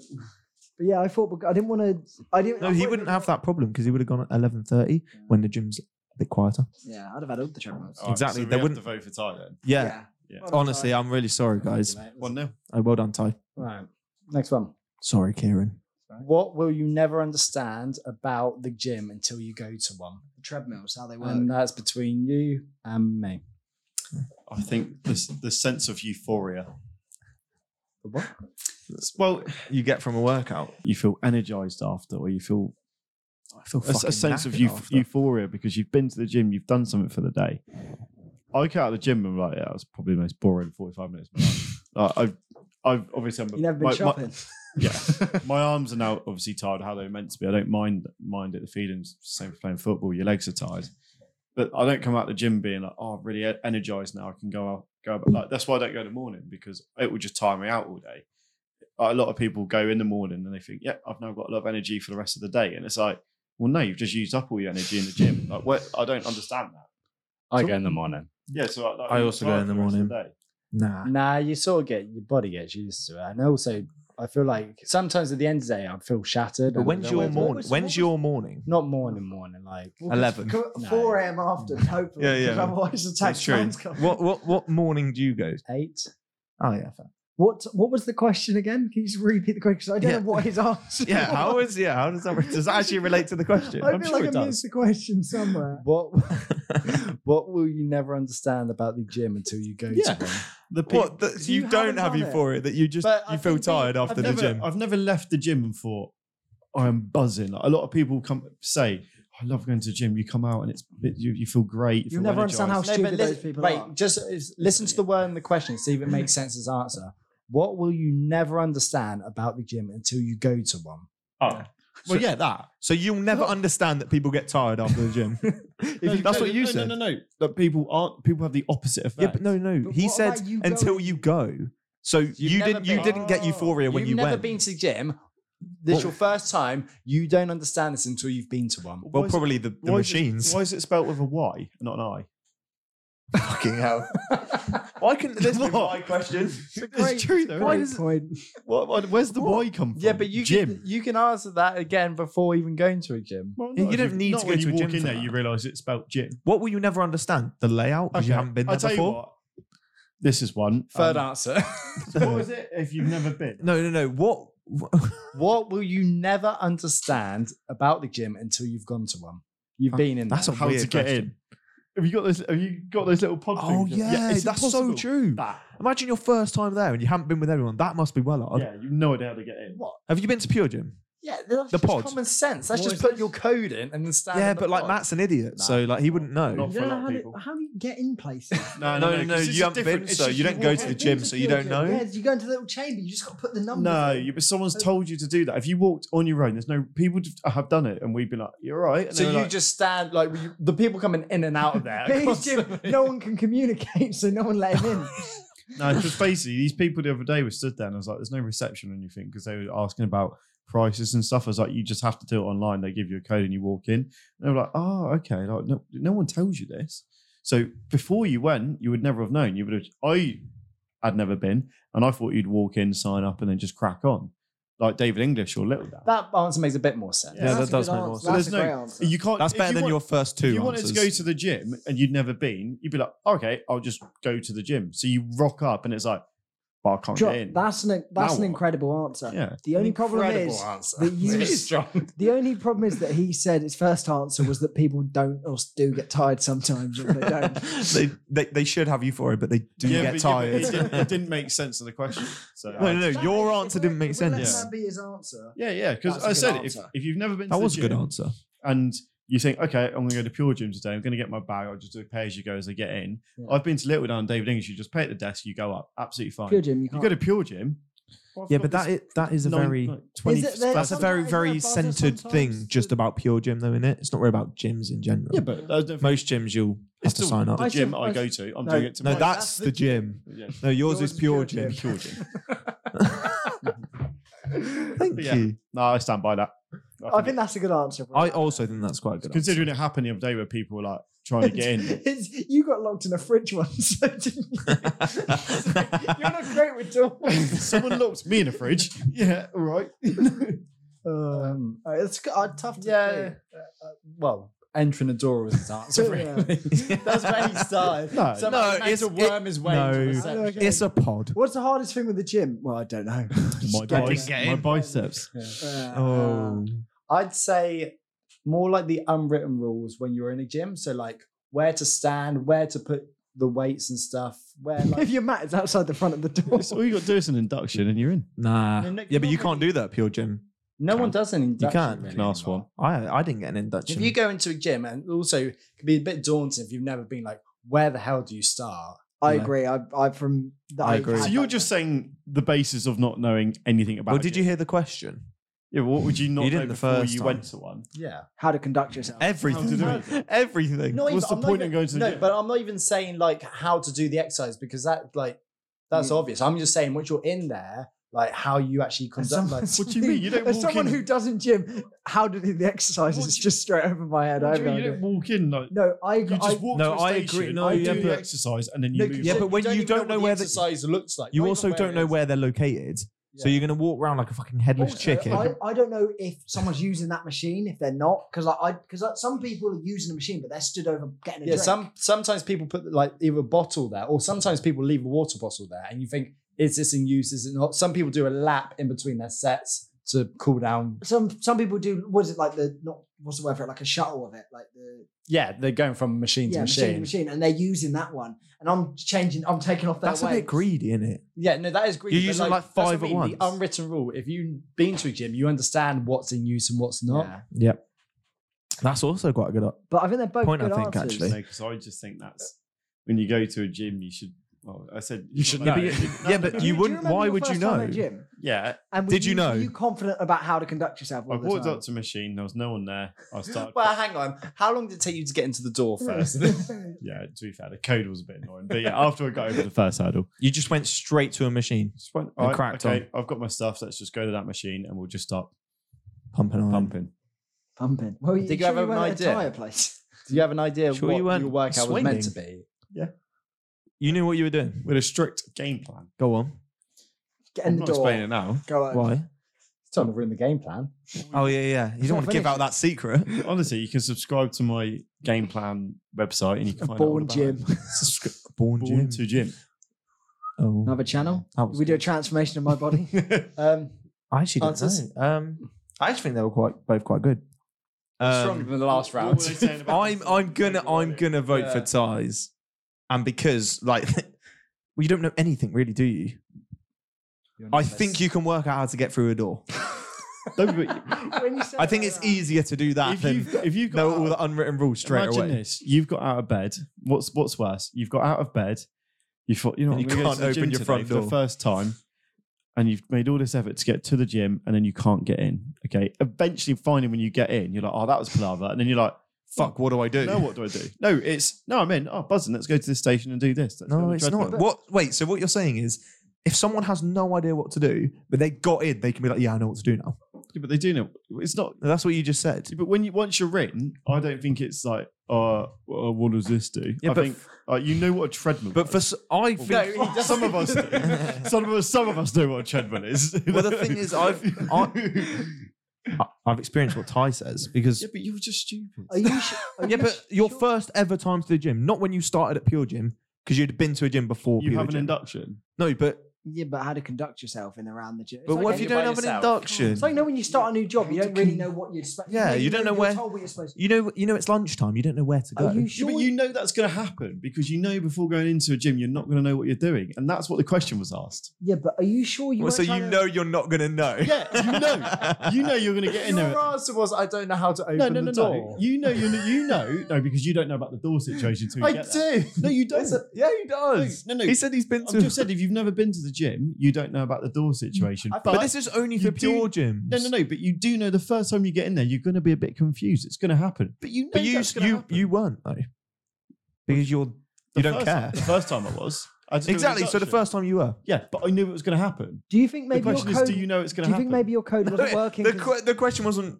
[SPEAKER 4] But yeah, I thought bec- I didn't want to. I didn't.
[SPEAKER 1] No,
[SPEAKER 4] I
[SPEAKER 1] he
[SPEAKER 4] thought-
[SPEAKER 1] wouldn't have that problem because he would have gone at eleven thirty when the gym's a bit quieter.
[SPEAKER 4] Yeah, I'd have had all the treadmills.
[SPEAKER 2] All right,
[SPEAKER 1] Exactly,
[SPEAKER 2] So
[SPEAKER 1] they
[SPEAKER 2] we
[SPEAKER 1] wouldn't-
[SPEAKER 2] have to vote for Ty then.
[SPEAKER 1] Yeah.
[SPEAKER 2] Oh, Yeah.
[SPEAKER 4] Well done,
[SPEAKER 1] Honestly,
[SPEAKER 4] Ty.
[SPEAKER 1] I'm really sorry, guys.
[SPEAKER 2] One nil.
[SPEAKER 1] Oh, well done, Ty.
[SPEAKER 3] Right. Next one.
[SPEAKER 1] Sorry, Kieran.
[SPEAKER 3] What will you never understand about the gym until you go to one?
[SPEAKER 4] treadmills, how they work.
[SPEAKER 3] And that's between you and me.
[SPEAKER 2] I think the the sense of euphoria.
[SPEAKER 3] What?
[SPEAKER 2] Well,
[SPEAKER 1] You get from a workout.
[SPEAKER 2] you feel energized after, or you feel
[SPEAKER 1] I feel
[SPEAKER 2] a, a sense of euph- euphoria because you've been to the gym, you've done something for the day. I get out of the gym and I'm like, yeah, that was probably the most boring 45 minutes of my life. Like, I've, I've obviously, I'm,
[SPEAKER 4] You never been
[SPEAKER 2] my, my,
[SPEAKER 4] shopping.
[SPEAKER 2] yeah, my arms are now obviously tired how they're meant to be. I don't mind mind it. The feelings same for playing football. Your legs are tired, but I don't come out the gym being like, oh, I'm really energized now. I can go out, go. Out. Like that's why I don't go in the morning because it would just tire me out all day. A lot of people go in the morning and they think, yeah, I've now got a lot of energy for the rest of the day, and it's like, well, no, you've just used up all your energy in the gym. Like, what? I don't understand that.
[SPEAKER 5] I go in the morning.
[SPEAKER 2] Yeah, so I, like,
[SPEAKER 1] I also go in the
[SPEAKER 2] for rest of
[SPEAKER 1] morning.
[SPEAKER 2] day.
[SPEAKER 1] Nah.
[SPEAKER 3] Nah, you sort of get your body gets used to it, and also I feel like sometimes at the end of the day I feel shattered.
[SPEAKER 1] But
[SPEAKER 3] and
[SPEAKER 1] when's
[SPEAKER 3] I don't
[SPEAKER 1] your
[SPEAKER 3] know what to-
[SPEAKER 1] morning? When's your morning?
[SPEAKER 3] Not morning, morning like.
[SPEAKER 4] Well, 'cause
[SPEAKER 1] 11.
[SPEAKER 4] co-
[SPEAKER 3] No.
[SPEAKER 4] 4 a.m. after, hopefully.
[SPEAKER 1] Yeah, yeah.
[SPEAKER 4] 'cause Otherwise, the
[SPEAKER 1] That's
[SPEAKER 4] tax
[SPEAKER 1] true.
[SPEAKER 4] man's coming.
[SPEAKER 1] What what what morning do you go?
[SPEAKER 3] Eight.
[SPEAKER 1] Oh yeah, fair.
[SPEAKER 4] What what was the question again? Can you just repeat the question? 'Cause I don't
[SPEAKER 1] Yeah.
[SPEAKER 4] know what his answer.
[SPEAKER 1] Yeah, how
[SPEAKER 4] was.
[SPEAKER 1] is yeah? How does that does that actually relate to the question?
[SPEAKER 4] I
[SPEAKER 1] I'm
[SPEAKER 4] feel
[SPEAKER 1] sure
[SPEAKER 4] like
[SPEAKER 1] it
[SPEAKER 4] I
[SPEAKER 1] does.
[SPEAKER 4] missed the question somewhere.
[SPEAKER 3] What What will you never understand about the gym until you go
[SPEAKER 2] Yeah.
[SPEAKER 3] to one?
[SPEAKER 2] The people,
[SPEAKER 1] What that you,
[SPEAKER 4] you
[SPEAKER 1] don't
[SPEAKER 4] haven't
[SPEAKER 1] have
[SPEAKER 4] done it.
[SPEAKER 1] euphoria that you just
[SPEAKER 3] But I
[SPEAKER 1] you feel
[SPEAKER 3] think the-
[SPEAKER 1] tired after
[SPEAKER 2] I've
[SPEAKER 1] the
[SPEAKER 2] never,
[SPEAKER 1] gym.
[SPEAKER 2] I've never left the gym and thought I am buzzing. Like, a lot of people come say, "I love going to the gym." You come out and it's it, you, you feel great. You
[SPEAKER 4] You'll
[SPEAKER 2] feel
[SPEAKER 4] never understand
[SPEAKER 2] energised.
[SPEAKER 4] how stupid
[SPEAKER 3] lis-
[SPEAKER 4] those people
[SPEAKER 3] wait,
[SPEAKER 4] are.
[SPEAKER 3] just is- listen to the word and the question, see if it makes sense as answer. What will you never understand about the gym until you go to one?
[SPEAKER 1] Oh,
[SPEAKER 2] Well, yeah, that.
[SPEAKER 1] So you'll never understand that people get tired after the gym. If
[SPEAKER 2] No,
[SPEAKER 1] you- that's
[SPEAKER 2] no,
[SPEAKER 1] what you
[SPEAKER 2] no,
[SPEAKER 1] said.
[SPEAKER 2] No, no, no. That people aren't. People have the opposite effect.
[SPEAKER 1] Yeah, but no, no.
[SPEAKER 4] But
[SPEAKER 1] he
[SPEAKER 4] what
[SPEAKER 1] said
[SPEAKER 4] about you
[SPEAKER 1] until
[SPEAKER 4] going-
[SPEAKER 1] you go. So you
[SPEAKER 3] never
[SPEAKER 1] didn't. You
[SPEAKER 3] been-
[SPEAKER 1] didn't get euphoria when
[SPEAKER 3] you've
[SPEAKER 1] you
[SPEAKER 3] never
[SPEAKER 1] went.
[SPEAKER 3] been to the gym. This
[SPEAKER 1] Well-
[SPEAKER 3] your first time. You don't understand this until you've been to one.
[SPEAKER 2] Why
[SPEAKER 1] well,
[SPEAKER 2] is it-
[SPEAKER 1] probably the, the
[SPEAKER 2] why is it-
[SPEAKER 1] machines.
[SPEAKER 2] why is it spelled with a Y, not an I?
[SPEAKER 1] Fucking hell. why couldn't this be
[SPEAKER 2] What?
[SPEAKER 1] my question?
[SPEAKER 2] It's true though. Why
[SPEAKER 4] Great
[SPEAKER 2] does it,
[SPEAKER 4] point.
[SPEAKER 2] why- why- where's the Y come from?
[SPEAKER 3] Yeah, but you
[SPEAKER 2] gym.
[SPEAKER 3] Can, you can answer that again before even going to a gym.
[SPEAKER 2] Well,
[SPEAKER 1] You
[SPEAKER 2] not if
[SPEAKER 1] don't need
[SPEAKER 2] not
[SPEAKER 1] to go
[SPEAKER 2] when
[SPEAKER 1] to
[SPEAKER 2] you
[SPEAKER 1] a
[SPEAKER 2] walk
[SPEAKER 1] gym
[SPEAKER 2] in
[SPEAKER 1] for
[SPEAKER 2] there.
[SPEAKER 1] that.
[SPEAKER 2] You realise it's spelled gym.
[SPEAKER 1] What will you never understand? The layout because you
[SPEAKER 2] Okay,
[SPEAKER 1] haven't been
[SPEAKER 2] I'll
[SPEAKER 1] there
[SPEAKER 2] tell you
[SPEAKER 1] before.
[SPEAKER 2] what, This is one
[SPEAKER 3] Third
[SPEAKER 2] Um,
[SPEAKER 3] answer.
[SPEAKER 2] what was it? If you've never been,
[SPEAKER 1] No, no, no. What?
[SPEAKER 3] what will you never understand about the gym until you've gone to one? You've
[SPEAKER 1] Huh.
[SPEAKER 3] been in.
[SPEAKER 1] That's
[SPEAKER 3] there.
[SPEAKER 1] a
[SPEAKER 2] how to
[SPEAKER 1] weird
[SPEAKER 2] get
[SPEAKER 1] question.
[SPEAKER 2] in? Have you got those? Have you got those little pod?
[SPEAKER 1] Oh
[SPEAKER 2] things?
[SPEAKER 1] yeah,
[SPEAKER 2] it's
[SPEAKER 1] that's so
[SPEAKER 2] impossible.
[SPEAKER 1] true.
[SPEAKER 2] That.
[SPEAKER 1] Imagine your first time there and you haven't been with everyone. That must be well odd.
[SPEAKER 2] Yeah, you know idea how to get in.
[SPEAKER 3] what?
[SPEAKER 1] Have you been to Pure Gym?
[SPEAKER 3] Yeah, that's
[SPEAKER 1] The
[SPEAKER 3] just
[SPEAKER 1] pod.
[SPEAKER 3] common sense. That's
[SPEAKER 2] What
[SPEAKER 3] just
[SPEAKER 2] is
[SPEAKER 3] put
[SPEAKER 2] this?
[SPEAKER 3] your code in and then stand.
[SPEAKER 1] yeah,
[SPEAKER 3] in the
[SPEAKER 1] but like
[SPEAKER 3] pod.
[SPEAKER 1] Matt's an idiot,
[SPEAKER 3] Nah.
[SPEAKER 1] so like he wouldn't know.
[SPEAKER 2] Not
[SPEAKER 4] You
[SPEAKER 2] for a
[SPEAKER 4] don't know
[SPEAKER 2] lot
[SPEAKER 4] how,
[SPEAKER 2] of
[SPEAKER 4] do,
[SPEAKER 2] people.
[SPEAKER 4] how do you get in places?
[SPEAKER 1] No, no, no. you haven't been, so you don't go to the gym, so you don't know.
[SPEAKER 4] Yeah, you go into the little chamber. You just got to put the number.
[SPEAKER 2] No, you, but someone's told you to do that. If you walked on your own, there's no people d- have done it, and we'd be like, "You're right." And
[SPEAKER 3] So
[SPEAKER 2] they were
[SPEAKER 3] you
[SPEAKER 2] like,
[SPEAKER 3] just stand like you, the people coming in and out of there.
[SPEAKER 4] But his gym,
[SPEAKER 3] constantly.
[SPEAKER 4] no one can communicate, so no one let him in.
[SPEAKER 2] no, because basically these people the other day were stood there, and I was like, "There's no reception or anything," because they were asking about prices and stuff. I was like, "You just have to do it online. They give you a code, and you walk in." And they were like, "Oh, okay. Like, no, no one tells you this." So before you went, you would never have known. You would have. I had never been, and I thought you'd walk in, sign up, and then just crack on, like David English or Little Dan.
[SPEAKER 3] that answer makes a bit more sense.
[SPEAKER 1] Yeah, that
[SPEAKER 4] That's a
[SPEAKER 1] does
[SPEAKER 4] good
[SPEAKER 1] make
[SPEAKER 4] answer.
[SPEAKER 1] more sense.
[SPEAKER 2] So
[SPEAKER 4] That's
[SPEAKER 2] there's
[SPEAKER 4] a great
[SPEAKER 2] no-
[SPEAKER 4] answer.
[SPEAKER 2] You can't.
[SPEAKER 1] That's
[SPEAKER 2] if
[SPEAKER 1] better
[SPEAKER 2] you
[SPEAKER 1] than
[SPEAKER 2] want-
[SPEAKER 1] your first two.
[SPEAKER 2] if you wanted
[SPEAKER 1] answers.
[SPEAKER 2] to go to the gym and you'd never been, you'd be like, okay, I'll just go to the gym. So you rock up and it's like, well, I can't
[SPEAKER 4] Sure,
[SPEAKER 2] get in.
[SPEAKER 4] that's an that's an
[SPEAKER 2] what?
[SPEAKER 4] incredible answer.
[SPEAKER 2] yeah.
[SPEAKER 4] The only problem
[SPEAKER 3] Incredible
[SPEAKER 4] is
[SPEAKER 3] answer.
[SPEAKER 4] that you-
[SPEAKER 3] It's strong.
[SPEAKER 4] the only problem is that he said his first answer was that people don't or s- do get tired sometimes if they don't.
[SPEAKER 1] they, they they should have euphoria, but they do
[SPEAKER 2] Yeah,
[SPEAKER 1] get
[SPEAKER 2] but- yeah,
[SPEAKER 1] tired.
[SPEAKER 2] but it, didn't, it didn't make sense of the question. So
[SPEAKER 1] no,
[SPEAKER 2] uh,
[SPEAKER 1] no, no.
[SPEAKER 4] That
[SPEAKER 1] Your
[SPEAKER 4] is-
[SPEAKER 1] answer
[SPEAKER 4] if
[SPEAKER 1] didn't
[SPEAKER 4] we-
[SPEAKER 1] make
[SPEAKER 4] if we let
[SPEAKER 1] sense.
[SPEAKER 4] That be his answer.
[SPEAKER 2] yeah, yeah. Because
[SPEAKER 4] That's a
[SPEAKER 2] I
[SPEAKER 4] good
[SPEAKER 2] said, if,
[SPEAKER 4] answer.
[SPEAKER 2] if you've never been
[SPEAKER 1] That
[SPEAKER 2] to
[SPEAKER 1] was a
[SPEAKER 2] the
[SPEAKER 1] good
[SPEAKER 2] gym
[SPEAKER 1] answer.
[SPEAKER 2] and you think, okay, I'm going to go to Pure Gym today, I'm going to get my bag, I'll just do a pay as you go as I get in.
[SPEAKER 4] Yeah.
[SPEAKER 2] I've been to Little Dan and David English, you just pay at the desk, you go up. Absolutely fine.
[SPEAKER 4] Pure gym, you
[SPEAKER 2] You
[SPEAKER 4] can't.
[SPEAKER 2] go to Pure Gym. well, I've
[SPEAKER 1] Yeah,
[SPEAKER 2] got
[SPEAKER 1] but that
[SPEAKER 2] this
[SPEAKER 1] is, that is a
[SPEAKER 2] nine-
[SPEAKER 1] very
[SPEAKER 2] like 20
[SPEAKER 4] Is it there-
[SPEAKER 1] that's a very
[SPEAKER 4] Sometimes there are
[SPEAKER 1] very
[SPEAKER 4] bars that
[SPEAKER 1] centered thing
[SPEAKER 4] sometimes
[SPEAKER 1] just
[SPEAKER 4] the-
[SPEAKER 1] about Pure Gym, though, isn't it? It's not really about gyms in general.
[SPEAKER 2] Yeah, but that's definitely-
[SPEAKER 1] most gyms you'll have
[SPEAKER 2] it's
[SPEAKER 1] to
[SPEAKER 2] still
[SPEAKER 1] sign up.
[SPEAKER 2] the
[SPEAKER 4] I
[SPEAKER 2] gym
[SPEAKER 4] still-
[SPEAKER 2] I
[SPEAKER 4] I-
[SPEAKER 2] go to. I'm
[SPEAKER 4] no,
[SPEAKER 2] doing it to
[SPEAKER 1] no,
[SPEAKER 2] my-
[SPEAKER 1] that's the gym.
[SPEAKER 2] Yeah.
[SPEAKER 1] No, yours is Pure Gym.
[SPEAKER 2] Pure Gym.
[SPEAKER 1] Thank
[SPEAKER 2] But yeah.
[SPEAKER 1] you.
[SPEAKER 2] No, I stand by that.
[SPEAKER 4] I think that's a good answer. for
[SPEAKER 1] I
[SPEAKER 4] it.
[SPEAKER 1] also think that's quite a good.
[SPEAKER 2] considering it happened the other day where people were like trying to get in.
[SPEAKER 4] It's- you got locked in a fridge once, so didn't you? You're
[SPEAKER 1] answer.
[SPEAKER 4] not great with doors.
[SPEAKER 2] Someone locked me in a fridge. Yeah, all right.
[SPEAKER 3] Um,
[SPEAKER 4] Uh, it's g- uh, tough to
[SPEAKER 3] yeah.
[SPEAKER 4] do.
[SPEAKER 3] uh, uh, well, entering the door was his answer.
[SPEAKER 4] Yeah.
[SPEAKER 3] Really. That's where he started.
[SPEAKER 2] No.
[SPEAKER 1] No,
[SPEAKER 3] Somehow he managed
[SPEAKER 1] it's-
[SPEAKER 3] to worm his way into
[SPEAKER 1] no.
[SPEAKER 3] reception.
[SPEAKER 4] Okay.
[SPEAKER 1] It's a pod.
[SPEAKER 4] What's the hardest thing with the gym? Well, I don't know.
[SPEAKER 2] My,
[SPEAKER 1] Don't
[SPEAKER 2] bice-
[SPEAKER 1] get
[SPEAKER 2] my
[SPEAKER 1] in.
[SPEAKER 2] biceps.
[SPEAKER 4] Uh,
[SPEAKER 1] Oh,
[SPEAKER 3] I'd say more like the unwritten rules when you're in a gym. So like where to stand, where to put the weights and stuff. Where like
[SPEAKER 4] uh, if your mat is outside the front of the door,
[SPEAKER 2] It's all you got to do is an induction and you're in.
[SPEAKER 1] nah.
[SPEAKER 3] No, no,
[SPEAKER 1] Ah, Yeah, but you
[SPEAKER 3] not
[SPEAKER 1] can't do that at Pure Gym.
[SPEAKER 3] No one
[SPEAKER 2] Can't.
[SPEAKER 3] does an induction.
[SPEAKER 1] can't.
[SPEAKER 3] really
[SPEAKER 2] Can ask
[SPEAKER 3] anymore.
[SPEAKER 2] one.
[SPEAKER 1] I I didn't get an induction.
[SPEAKER 3] If you go into a gym, and also it can be a bit daunting if you've never been like, where the hell do you start?
[SPEAKER 4] I
[SPEAKER 1] Yeah.
[SPEAKER 4] agree. I, I from that
[SPEAKER 1] I
[SPEAKER 4] I've
[SPEAKER 1] agree.
[SPEAKER 4] had
[SPEAKER 2] So
[SPEAKER 4] that-
[SPEAKER 2] you're just saying the basis of not knowing anything about.
[SPEAKER 1] well,
[SPEAKER 2] a
[SPEAKER 1] did you
[SPEAKER 2] gym.
[SPEAKER 1] hear the question?
[SPEAKER 2] Yeah, what would you not
[SPEAKER 1] You
[SPEAKER 2] know
[SPEAKER 1] didn't the
[SPEAKER 2] before
[SPEAKER 1] first
[SPEAKER 2] you
[SPEAKER 1] time.
[SPEAKER 2] went to one?
[SPEAKER 3] Yeah.
[SPEAKER 4] how to conduct yourself.
[SPEAKER 1] Everything.
[SPEAKER 2] How to do it.
[SPEAKER 1] Everything.
[SPEAKER 3] Not
[SPEAKER 2] What's
[SPEAKER 3] even-
[SPEAKER 2] the
[SPEAKER 3] not
[SPEAKER 2] point
[SPEAKER 3] even-
[SPEAKER 2] in going to the
[SPEAKER 3] no,
[SPEAKER 2] gym?
[SPEAKER 3] but I'm not even saying like how to do the exercise because that like that's
[SPEAKER 4] Yeah.
[SPEAKER 3] obvious. I'm just saying once you're in there, like how you actually
[SPEAKER 4] As
[SPEAKER 3] conduct.
[SPEAKER 4] someone-
[SPEAKER 3] Like,
[SPEAKER 2] What do you mean? You don't
[SPEAKER 4] As
[SPEAKER 2] walk
[SPEAKER 4] someone
[SPEAKER 2] in-
[SPEAKER 4] who doesn't gym, how to do the exercises
[SPEAKER 2] What
[SPEAKER 4] is
[SPEAKER 2] do you-
[SPEAKER 4] just straight over my head. I have
[SPEAKER 2] What do you,
[SPEAKER 4] no
[SPEAKER 2] mean? you
[SPEAKER 4] idea.
[SPEAKER 2] don't walk in like
[SPEAKER 4] No, I,
[SPEAKER 2] you
[SPEAKER 4] I
[SPEAKER 2] just walk
[SPEAKER 1] No,
[SPEAKER 2] to a
[SPEAKER 1] I agree.
[SPEAKER 2] station,
[SPEAKER 1] No,
[SPEAKER 2] I
[SPEAKER 1] yeah,
[SPEAKER 2] do the
[SPEAKER 1] but-
[SPEAKER 2] exercise and then you
[SPEAKER 1] No,
[SPEAKER 2] move.
[SPEAKER 1] yeah,
[SPEAKER 2] on.
[SPEAKER 1] but when you
[SPEAKER 3] even
[SPEAKER 1] don't know
[SPEAKER 3] what
[SPEAKER 1] where
[SPEAKER 3] the
[SPEAKER 1] the-
[SPEAKER 3] exercise looks like,
[SPEAKER 1] You
[SPEAKER 3] not even
[SPEAKER 1] also
[SPEAKER 3] where it
[SPEAKER 1] don't know
[SPEAKER 3] is.
[SPEAKER 1] where they're located, so
[SPEAKER 3] Yeah.
[SPEAKER 1] you're gonna walk around like a fucking headless
[SPEAKER 4] Also,
[SPEAKER 1] chicken.
[SPEAKER 4] I, I don't know if someone's using that machine if they're not because I because some people are using the machine but they're stood over getting a
[SPEAKER 3] Yeah,
[SPEAKER 4] drink.
[SPEAKER 3] some sometimes people put like either a bottle there, or sometimes people leave a water bottle there, and you think, is this in use? Is it not? Some people do a lap in between their sets to cool down.
[SPEAKER 4] some some people do. What is it like the not what's the word for it? Like a shuttle of it, like the
[SPEAKER 3] Yeah, they're going from machine to
[SPEAKER 4] yeah
[SPEAKER 3] machine.
[SPEAKER 4] machine to machine, and they're using that one. And I'm changing. I'm taking off that.
[SPEAKER 1] That's a bit greedy, isn't it?
[SPEAKER 3] Yeah, no, that is great.
[SPEAKER 1] You're using, like, five at
[SPEAKER 3] one. The
[SPEAKER 1] once.
[SPEAKER 3] unwritten rule: if you've been to a gym, you understand what's in use and what's not.
[SPEAKER 4] Yeah.
[SPEAKER 1] Yep. That's also quite a good. op-
[SPEAKER 4] But I think they're both
[SPEAKER 1] Point, I
[SPEAKER 4] good
[SPEAKER 1] think,
[SPEAKER 4] answers.
[SPEAKER 1] actually.
[SPEAKER 2] because I just think that's when you go to a gym, you should. Well, I said
[SPEAKER 3] You
[SPEAKER 2] it's
[SPEAKER 3] should
[SPEAKER 2] not
[SPEAKER 3] know.
[SPEAKER 2] like-
[SPEAKER 1] Yeah, but- yeah, but
[SPEAKER 2] no,
[SPEAKER 4] Do
[SPEAKER 1] you
[SPEAKER 4] do
[SPEAKER 1] wouldn't-
[SPEAKER 4] remember
[SPEAKER 1] why
[SPEAKER 4] your
[SPEAKER 1] would you
[SPEAKER 4] first time
[SPEAKER 1] know?
[SPEAKER 4] at gym?
[SPEAKER 2] yeah.
[SPEAKER 4] And
[SPEAKER 1] Did you know?
[SPEAKER 4] Were you confident about how to conduct yourself? All
[SPEAKER 2] I
[SPEAKER 4] the
[SPEAKER 2] walked
[SPEAKER 4] time?
[SPEAKER 2] up to a machine. There was no one there. I started.
[SPEAKER 3] Well, hang on. How long did it take you to get into the door first?
[SPEAKER 2] yeah, to be fair, the code was a bit annoying, but yeah, after I got over the first hurdle,
[SPEAKER 1] You just went straight to a machine,
[SPEAKER 2] just went.
[SPEAKER 1] And
[SPEAKER 2] "All right,
[SPEAKER 1] cracked
[SPEAKER 2] okay, I've got my stuff. Let's just go to that machine and we'll just start
[SPEAKER 1] pumping on.
[SPEAKER 2] pumping.
[SPEAKER 4] Pumping. Well, you,
[SPEAKER 3] Did you
[SPEAKER 4] sure
[SPEAKER 3] have
[SPEAKER 4] you
[SPEAKER 3] an
[SPEAKER 4] weren't at
[SPEAKER 3] idea?
[SPEAKER 4] A tire place.
[SPEAKER 3] Do you have an idea
[SPEAKER 1] Sure
[SPEAKER 3] what
[SPEAKER 1] you weren't
[SPEAKER 3] your workout was meant to be?
[SPEAKER 1] You knew what you were doing.
[SPEAKER 2] With a strict game plan.
[SPEAKER 1] Go on.
[SPEAKER 4] Get
[SPEAKER 2] I'm
[SPEAKER 4] in the
[SPEAKER 2] not
[SPEAKER 4] door.
[SPEAKER 2] explaining it now.
[SPEAKER 4] Go over.
[SPEAKER 1] Why?
[SPEAKER 3] It's time to ruin the game plan.
[SPEAKER 1] Oh yeah, yeah. You
[SPEAKER 4] It's
[SPEAKER 1] don't
[SPEAKER 4] not
[SPEAKER 1] want to give
[SPEAKER 4] finished.
[SPEAKER 1] out that secret.
[SPEAKER 2] Honestly, you can subscribe to my game plan website and you can find out all
[SPEAKER 4] Born
[SPEAKER 2] about
[SPEAKER 4] gym.
[SPEAKER 2] it.
[SPEAKER 1] Born,
[SPEAKER 2] Born
[SPEAKER 1] gym.
[SPEAKER 2] to gym.
[SPEAKER 1] Oh,
[SPEAKER 4] Another channel.
[SPEAKER 1] that was
[SPEAKER 4] We do a
[SPEAKER 1] good.
[SPEAKER 4] transformation of my body.
[SPEAKER 3] Um,
[SPEAKER 1] I actually don't
[SPEAKER 3] Answers?
[SPEAKER 1] know. Um, I actually think they were quite both quite good.
[SPEAKER 3] stronger
[SPEAKER 1] Um,
[SPEAKER 3] than the last
[SPEAKER 2] What- what
[SPEAKER 3] round.
[SPEAKER 2] were they saying about
[SPEAKER 1] I'm
[SPEAKER 2] this?
[SPEAKER 1] I'm gonna I'm gonna vote for
[SPEAKER 3] Yeah.
[SPEAKER 1] ties, and because like, well, you don't know anything really, do you? I think you can work out how to get through a door.
[SPEAKER 2] Don't be- if
[SPEAKER 4] When you say
[SPEAKER 1] I think
[SPEAKER 4] that
[SPEAKER 1] it's
[SPEAKER 4] out-
[SPEAKER 1] easier to do that than
[SPEAKER 2] you've if you've got
[SPEAKER 1] know
[SPEAKER 2] out
[SPEAKER 1] all
[SPEAKER 2] of-
[SPEAKER 1] the unwritten rules straight
[SPEAKER 2] imagine
[SPEAKER 1] away.
[SPEAKER 2] this: you've got out of bed. What's what's worse? You've got out of bed. You thought you know
[SPEAKER 1] And
[SPEAKER 2] what,
[SPEAKER 1] you
[SPEAKER 2] I'm gonna go
[SPEAKER 1] can't
[SPEAKER 2] to the
[SPEAKER 1] open
[SPEAKER 2] gym
[SPEAKER 1] your
[SPEAKER 2] today
[SPEAKER 1] front
[SPEAKER 2] for
[SPEAKER 1] door.
[SPEAKER 2] the first time, and you've made all this effort to get to the gym, and then you can't get in. Okay, eventually, finally, when you get in, you're like, "Oh, that was palaver," and then you're like,
[SPEAKER 1] Fuck, what do I do?
[SPEAKER 2] "No, what do I do?" No, it's no, I'm in. Oh, buzzing. Let's go to this station and do this. Let's go
[SPEAKER 1] No,
[SPEAKER 2] to
[SPEAKER 1] it's
[SPEAKER 2] treadmill."
[SPEAKER 1] not. What? Wait. So what you're saying is, if someone has no idea what to do, but they got in, they can be like, "Yeah, I know what to do now."
[SPEAKER 2] Yeah, but they do know. It's not.
[SPEAKER 1] That's what you just said.
[SPEAKER 2] But when you once you're in, I don't think it's like, "Oh, uh, what does this do?"
[SPEAKER 1] Yeah,
[SPEAKER 2] I
[SPEAKER 1] but
[SPEAKER 2] think like, you know what a treadmill.
[SPEAKER 1] But for
[SPEAKER 2] does.
[SPEAKER 1] s- I think
[SPEAKER 3] No, he doesn't.
[SPEAKER 2] some of us do. some of us some of us know what a treadmill is.
[SPEAKER 1] Well, the thing is, I've- I- I've experienced what Ty says because
[SPEAKER 2] yeah, but you were just stupid.
[SPEAKER 4] Are you sh- are
[SPEAKER 1] yeah,
[SPEAKER 4] you
[SPEAKER 1] but
[SPEAKER 4] sh-
[SPEAKER 1] your
[SPEAKER 4] sure?
[SPEAKER 1] first ever time to the gym, not when you started at Pure Gym because you'd been to a gym before.
[SPEAKER 2] You
[SPEAKER 1] Pure
[SPEAKER 2] have an
[SPEAKER 1] Gym.
[SPEAKER 2] induction.
[SPEAKER 1] No, but
[SPEAKER 4] Yeah, but how to conduct yourself in around the gym. It's
[SPEAKER 1] but
[SPEAKER 4] like
[SPEAKER 1] what if
[SPEAKER 4] any-
[SPEAKER 1] you
[SPEAKER 3] when
[SPEAKER 1] don't
[SPEAKER 3] you're
[SPEAKER 1] have
[SPEAKER 3] by
[SPEAKER 1] an
[SPEAKER 3] yourself.
[SPEAKER 1] induction?
[SPEAKER 4] It's like you know when you start a new job, you don't really know what you're supposed.
[SPEAKER 1] Yeah, you don't know where-
[SPEAKER 4] You're told what you're supposed.
[SPEAKER 1] You know, you know, it's lunchtime. You don't know where to
[SPEAKER 4] To.
[SPEAKER 1] go.
[SPEAKER 4] Are you
[SPEAKER 2] Yeah,
[SPEAKER 4] sure?
[SPEAKER 2] but you know that's going to happen because you know before going into a gym, you're not going to know what you're doing, and that's what the question was asked.
[SPEAKER 4] yeah, but are you sure you?
[SPEAKER 1] Well,
[SPEAKER 4] weren't
[SPEAKER 1] so you
[SPEAKER 4] trying to-
[SPEAKER 1] know you're not gonna know.
[SPEAKER 2] Yeah, you know, you know you're going to get in there.
[SPEAKER 3] Your answer was, I don't know how to open
[SPEAKER 2] No, no, no,
[SPEAKER 3] the
[SPEAKER 2] no.
[SPEAKER 3] door.
[SPEAKER 2] You know, you know, you know, no, because you don't know about the door situation till you
[SPEAKER 3] I
[SPEAKER 2] get there.
[SPEAKER 3] do.
[SPEAKER 2] No, you don't.
[SPEAKER 1] yeah, he does.
[SPEAKER 2] No, no.
[SPEAKER 1] He said he's been to.
[SPEAKER 2] I've just said if you've never been to the gym, you don't know about the door situation.
[SPEAKER 3] I thought-
[SPEAKER 1] but this is only for
[SPEAKER 2] You do-
[SPEAKER 1] Pure Gym.
[SPEAKER 2] No, no, no. But you do know the first time you get in there, you're going to be a bit confused. It's going to happen. But you know
[SPEAKER 1] But you,
[SPEAKER 2] that's gonna
[SPEAKER 1] you,
[SPEAKER 2] happen.
[SPEAKER 1] you weren't though, because you're you
[SPEAKER 2] The
[SPEAKER 1] don't
[SPEAKER 2] first-
[SPEAKER 1] care.
[SPEAKER 2] The first time I was. I just did an
[SPEAKER 1] Exactly. So the
[SPEAKER 2] induction.
[SPEAKER 1] first time you were.
[SPEAKER 2] Yeah, but I knew it was going to happen.
[SPEAKER 4] Do you think maybe
[SPEAKER 2] the question
[SPEAKER 4] your
[SPEAKER 2] is,
[SPEAKER 4] code?
[SPEAKER 2] do you know it's
[SPEAKER 4] do you
[SPEAKER 2] going to happen?
[SPEAKER 4] think maybe your code wasn't working?
[SPEAKER 1] The,
[SPEAKER 4] 'cause-
[SPEAKER 1] que- the question wasn't,